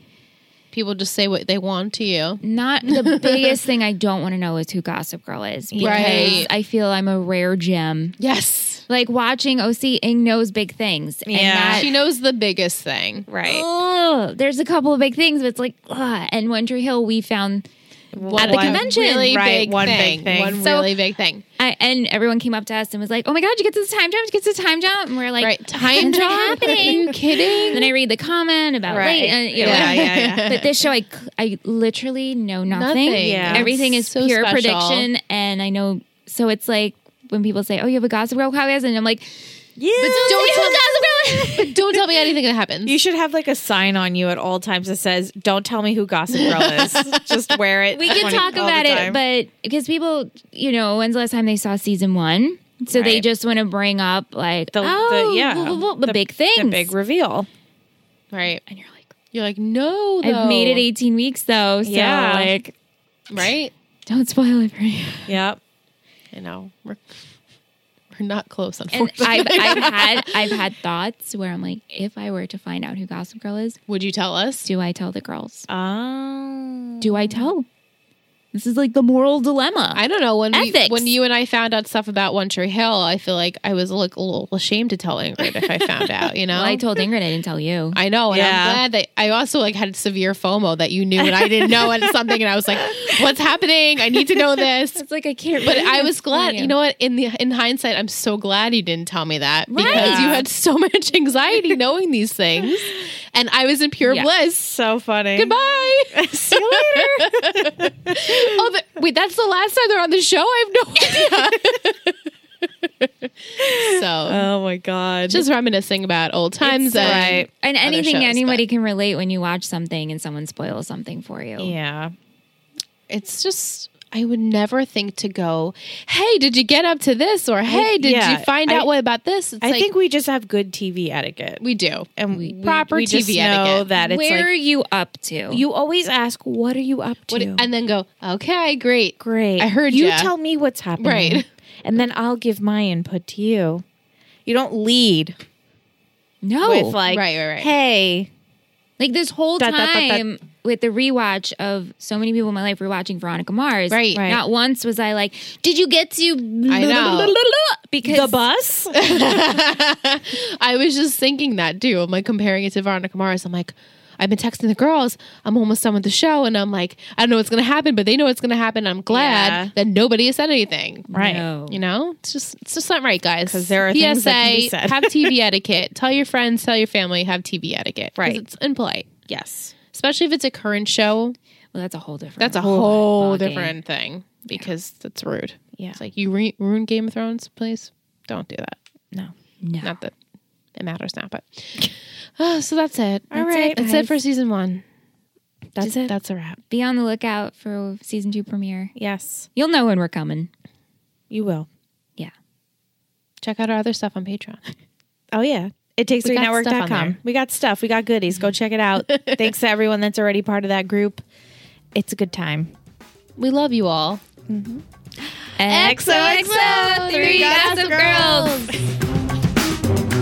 Speaker 1: People just say what they want to you.
Speaker 3: not the biggest thing I don't want to know is who Gossip Girl is. Because
Speaker 1: Right.
Speaker 3: I feel I'm a rare gem.
Speaker 1: Yes,
Speaker 3: Like watching OC Ing knows big things. And
Speaker 2: Yeah.
Speaker 3: that,
Speaker 1: she knows the biggest thing.
Speaker 2: Right.
Speaker 3: Ugh, there's a couple of big things, but it's like, ugh. and Winter Hill, we found,
Speaker 1: One,
Speaker 3: the convention.
Speaker 1: really
Speaker 2: Right,
Speaker 1: big
Speaker 2: one big
Speaker 1: thing,
Speaker 2: thing.
Speaker 1: one
Speaker 3: So-
Speaker 1: really big thing.
Speaker 3: I, and everyone came up to us and was like, oh my God, you get to this time jump, you get to this time jump. And we're like,
Speaker 1: Right, time
Speaker 3: "When's it
Speaker 1: drop. Are
Speaker 3: happening.
Speaker 1: you kidding?
Speaker 3: Then I read the comment about
Speaker 2: Right.
Speaker 3: late. And, you know,
Speaker 2: Yeah, yeah, yeah.
Speaker 3: But this show, I, c- I literally know nothing.
Speaker 1: Nothing.
Speaker 2: Yeah.
Speaker 3: Everything is
Speaker 1: It's so
Speaker 3: pure
Speaker 1: special.
Speaker 3: prediction. And I know, so it's like when people say, oh, you have a Gossip Girl podcast. And I'm like,
Speaker 2: Yeah.
Speaker 1: don't
Speaker 3: "Who
Speaker 1: tell-
Speaker 3: Gossip Girl is?"
Speaker 1: But don't tell me anything that happens.
Speaker 2: You should have like a sign on you at all times that says, "Don't tell me who Gossip Girl is." Just wear it.
Speaker 3: we can
Speaker 2: 20
Speaker 3: talk
Speaker 2: all the
Speaker 3: about it,
Speaker 2: time.
Speaker 3: but because people, you know, when's the last time they saw season one? So they
Speaker 2: Right.
Speaker 3: just want to bring up like
Speaker 2: the,
Speaker 3: oh
Speaker 2: the yeah,
Speaker 3: blah, blah, blah, the, big things.
Speaker 2: the big reveal.
Speaker 1: right.
Speaker 3: and you're like,
Speaker 1: You're like, no,
Speaker 3: I've
Speaker 1: though.
Speaker 3: made it 18 weeks though, so
Speaker 2: Yeah.
Speaker 3: like,
Speaker 1: right.
Speaker 3: don't spoil it for me.
Speaker 2: Yep.
Speaker 1: I know we're we're not close,
Speaker 3: And
Speaker 1: unfortunately.
Speaker 3: I've, I've had I've had thoughts where I'm like, if I were to find out who Gossip Girl is,
Speaker 1: Would you tell us?
Speaker 3: do I tell the girls?
Speaker 2: Oh.
Speaker 3: Do I tell? This is like the moral dilemma.
Speaker 1: I don't know when we,
Speaker 3: Ethics.
Speaker 1: when you and I found out stuff about One Tree Hill. I feel like I was like a little ashamed to tell Ingrid if I found out. You know,
Speaker 3: well, I told Ingrid I didn't tell you.
Speaker 1: I know, and
Speaker 2: Yeah.
Speaker 1: I'm glad that I also like had severe FOMO that you knew and I didn't know and something, and I was like, "What's happening? I need to know this."
Speaker 3: it's like I can't.
Speaker 1: But I was glad.
Speaker 3: Yeah.
Speaker 1: You know what? In the in hindsight, I'm so glad you didn't tell me that because
Speaker 3: Right.
Speaker 1: you had so much anxiety knowing these things, and I was in pure
Speaker 3: Yeah.
Speaker 1: bliss.
Speaker 2: So funny.
Speaker 1: Goodbye.
Speaker 2: See you later.
Speaker 1: oh, the, wait, that's the last time they're on the show. I have no idea. So
Speaker 2: Oh my god.
Speaker 1: just reminiscing about old times. and
Speaker 2: right.
Speaker 3: And
Speaker 1: other
Speaker 3: anything
Speaker 1: shows,
Speaker 3: anybody can relate when you watch something and someone spoils something for you.
Speaker 2: yeah.
Speaker 1: but It's just. I would never think to go, hey, did you get up to this? Or hey, did
Speaker 2: yeah,
Speaker 1: you find
Speaker 2: I-
Speaker 1: out what about this? It's
Speaker 2: I
Speaker 1: like
Speaker 2: think we just have good TV etiquette.
Speaker 1: we do.
Speaker 2: and
Speaker 1: we-
Speaker 2: we,
Speaker 1: proper
Speaker 2: we just
Speaker 1: TV
Speaker 2: know
Speaker 1: etiquette.
Speaker 2: that it's
Speaker 3: Where are
Speaker 2: like
Speaker 3: you up to?
Speaker 2: you always ask, "What are you up to?"
Speaker 1: What- and then go, okay, great.
Speaker 2: Great,
Speaker 1: I heard
Speaker 2: you
Speaker 1: ya.
Speaker 2: tell me what's happening,
Speaker 1: Right.
Speaker 2: And then I'll give my input to you. You don't lead
Speaker 3: no.
Speaker 2: with like,
Speaker 1: Oh, right, right, right.
Speaker 2: "Hey,
Speaker 3: Like this whole
Speaker 2: Dot, dot, dot, dot.
Speaker 3: time with the rewatch of so many people in my life rewatching Veronica Mars.
Speaker 1: Right.
Speaker 2: Right.
Speaker 3: Not once was I like, did you get to
Speaker 1: I know.
Speaker 3: because
Speaker 2: the bus."
Speaker 1: I was just thinking that too. I'm like comparing it to Veronica Mars. I'm like, I've been texting the girls. I'm almost done with the show, and I'm like, I don't know what's gonna happen, but they know what's gonna happen. I'm glad
Speaker 2: Yeah.
Speaker 1: that nobody has said anything.
Speaker 2: right.
Speaker 3: No.
Speaker 1: You know, it's just it's just not right, guys.
Speaker 2: 'Cause there are things that can be said.
Speaker 1: have TV etiquette. Tell your friends, tell your family, have TV etiquette. 'Cause
Speaker 2: Right.
Speaker 1: it's impolite,
Speaker 2: Yes.
Speaker 1: especially if it's a current show.
Speaker 3: Well, that's a whole different.
Speaker 1: That's a whole
Speaker 3: ballgame.
Speaker 1: different thing because that's rude.
Speaker 2: Yeah.
Speaker 1: It's like you re- ruin Game of Thrones, please don't do that.
Speaker 2: No.
Speaker 3: No.
Speaker 1: Not that it matters now, but Ah, so that's it.
Speaker 2: All right,
Speaker 1: that's it
Speaker 3: guys.
Speaker 1: for season one.
Speaker 2: That's
Speaker 1: Just-
Speaker 2: it.
Speaker 1: That's a wrap.
Speaker 3: Be on the lookout for season two premiere.
Speaker 2: Yes.
Speaker 3: You'll know when we're coming.
Speaker 2: You will.
Speaker 1: Check out our other stuff on Patreon.
Speaker 2: Oh yeah. It takes
Speaker 1: We
Speaker 2: three
Speaker 1: got stuff on
Speaker 2: network.com.
Speaker 1: there.
Speaker 2: We got stuff. We got goodies. Go check it out. Thanks to everyone that's already part of that group. It's a good time.
Speaker 1: We love you all.
Speaker 3: XOXO,
Speaker 1: Three Gossip Girls.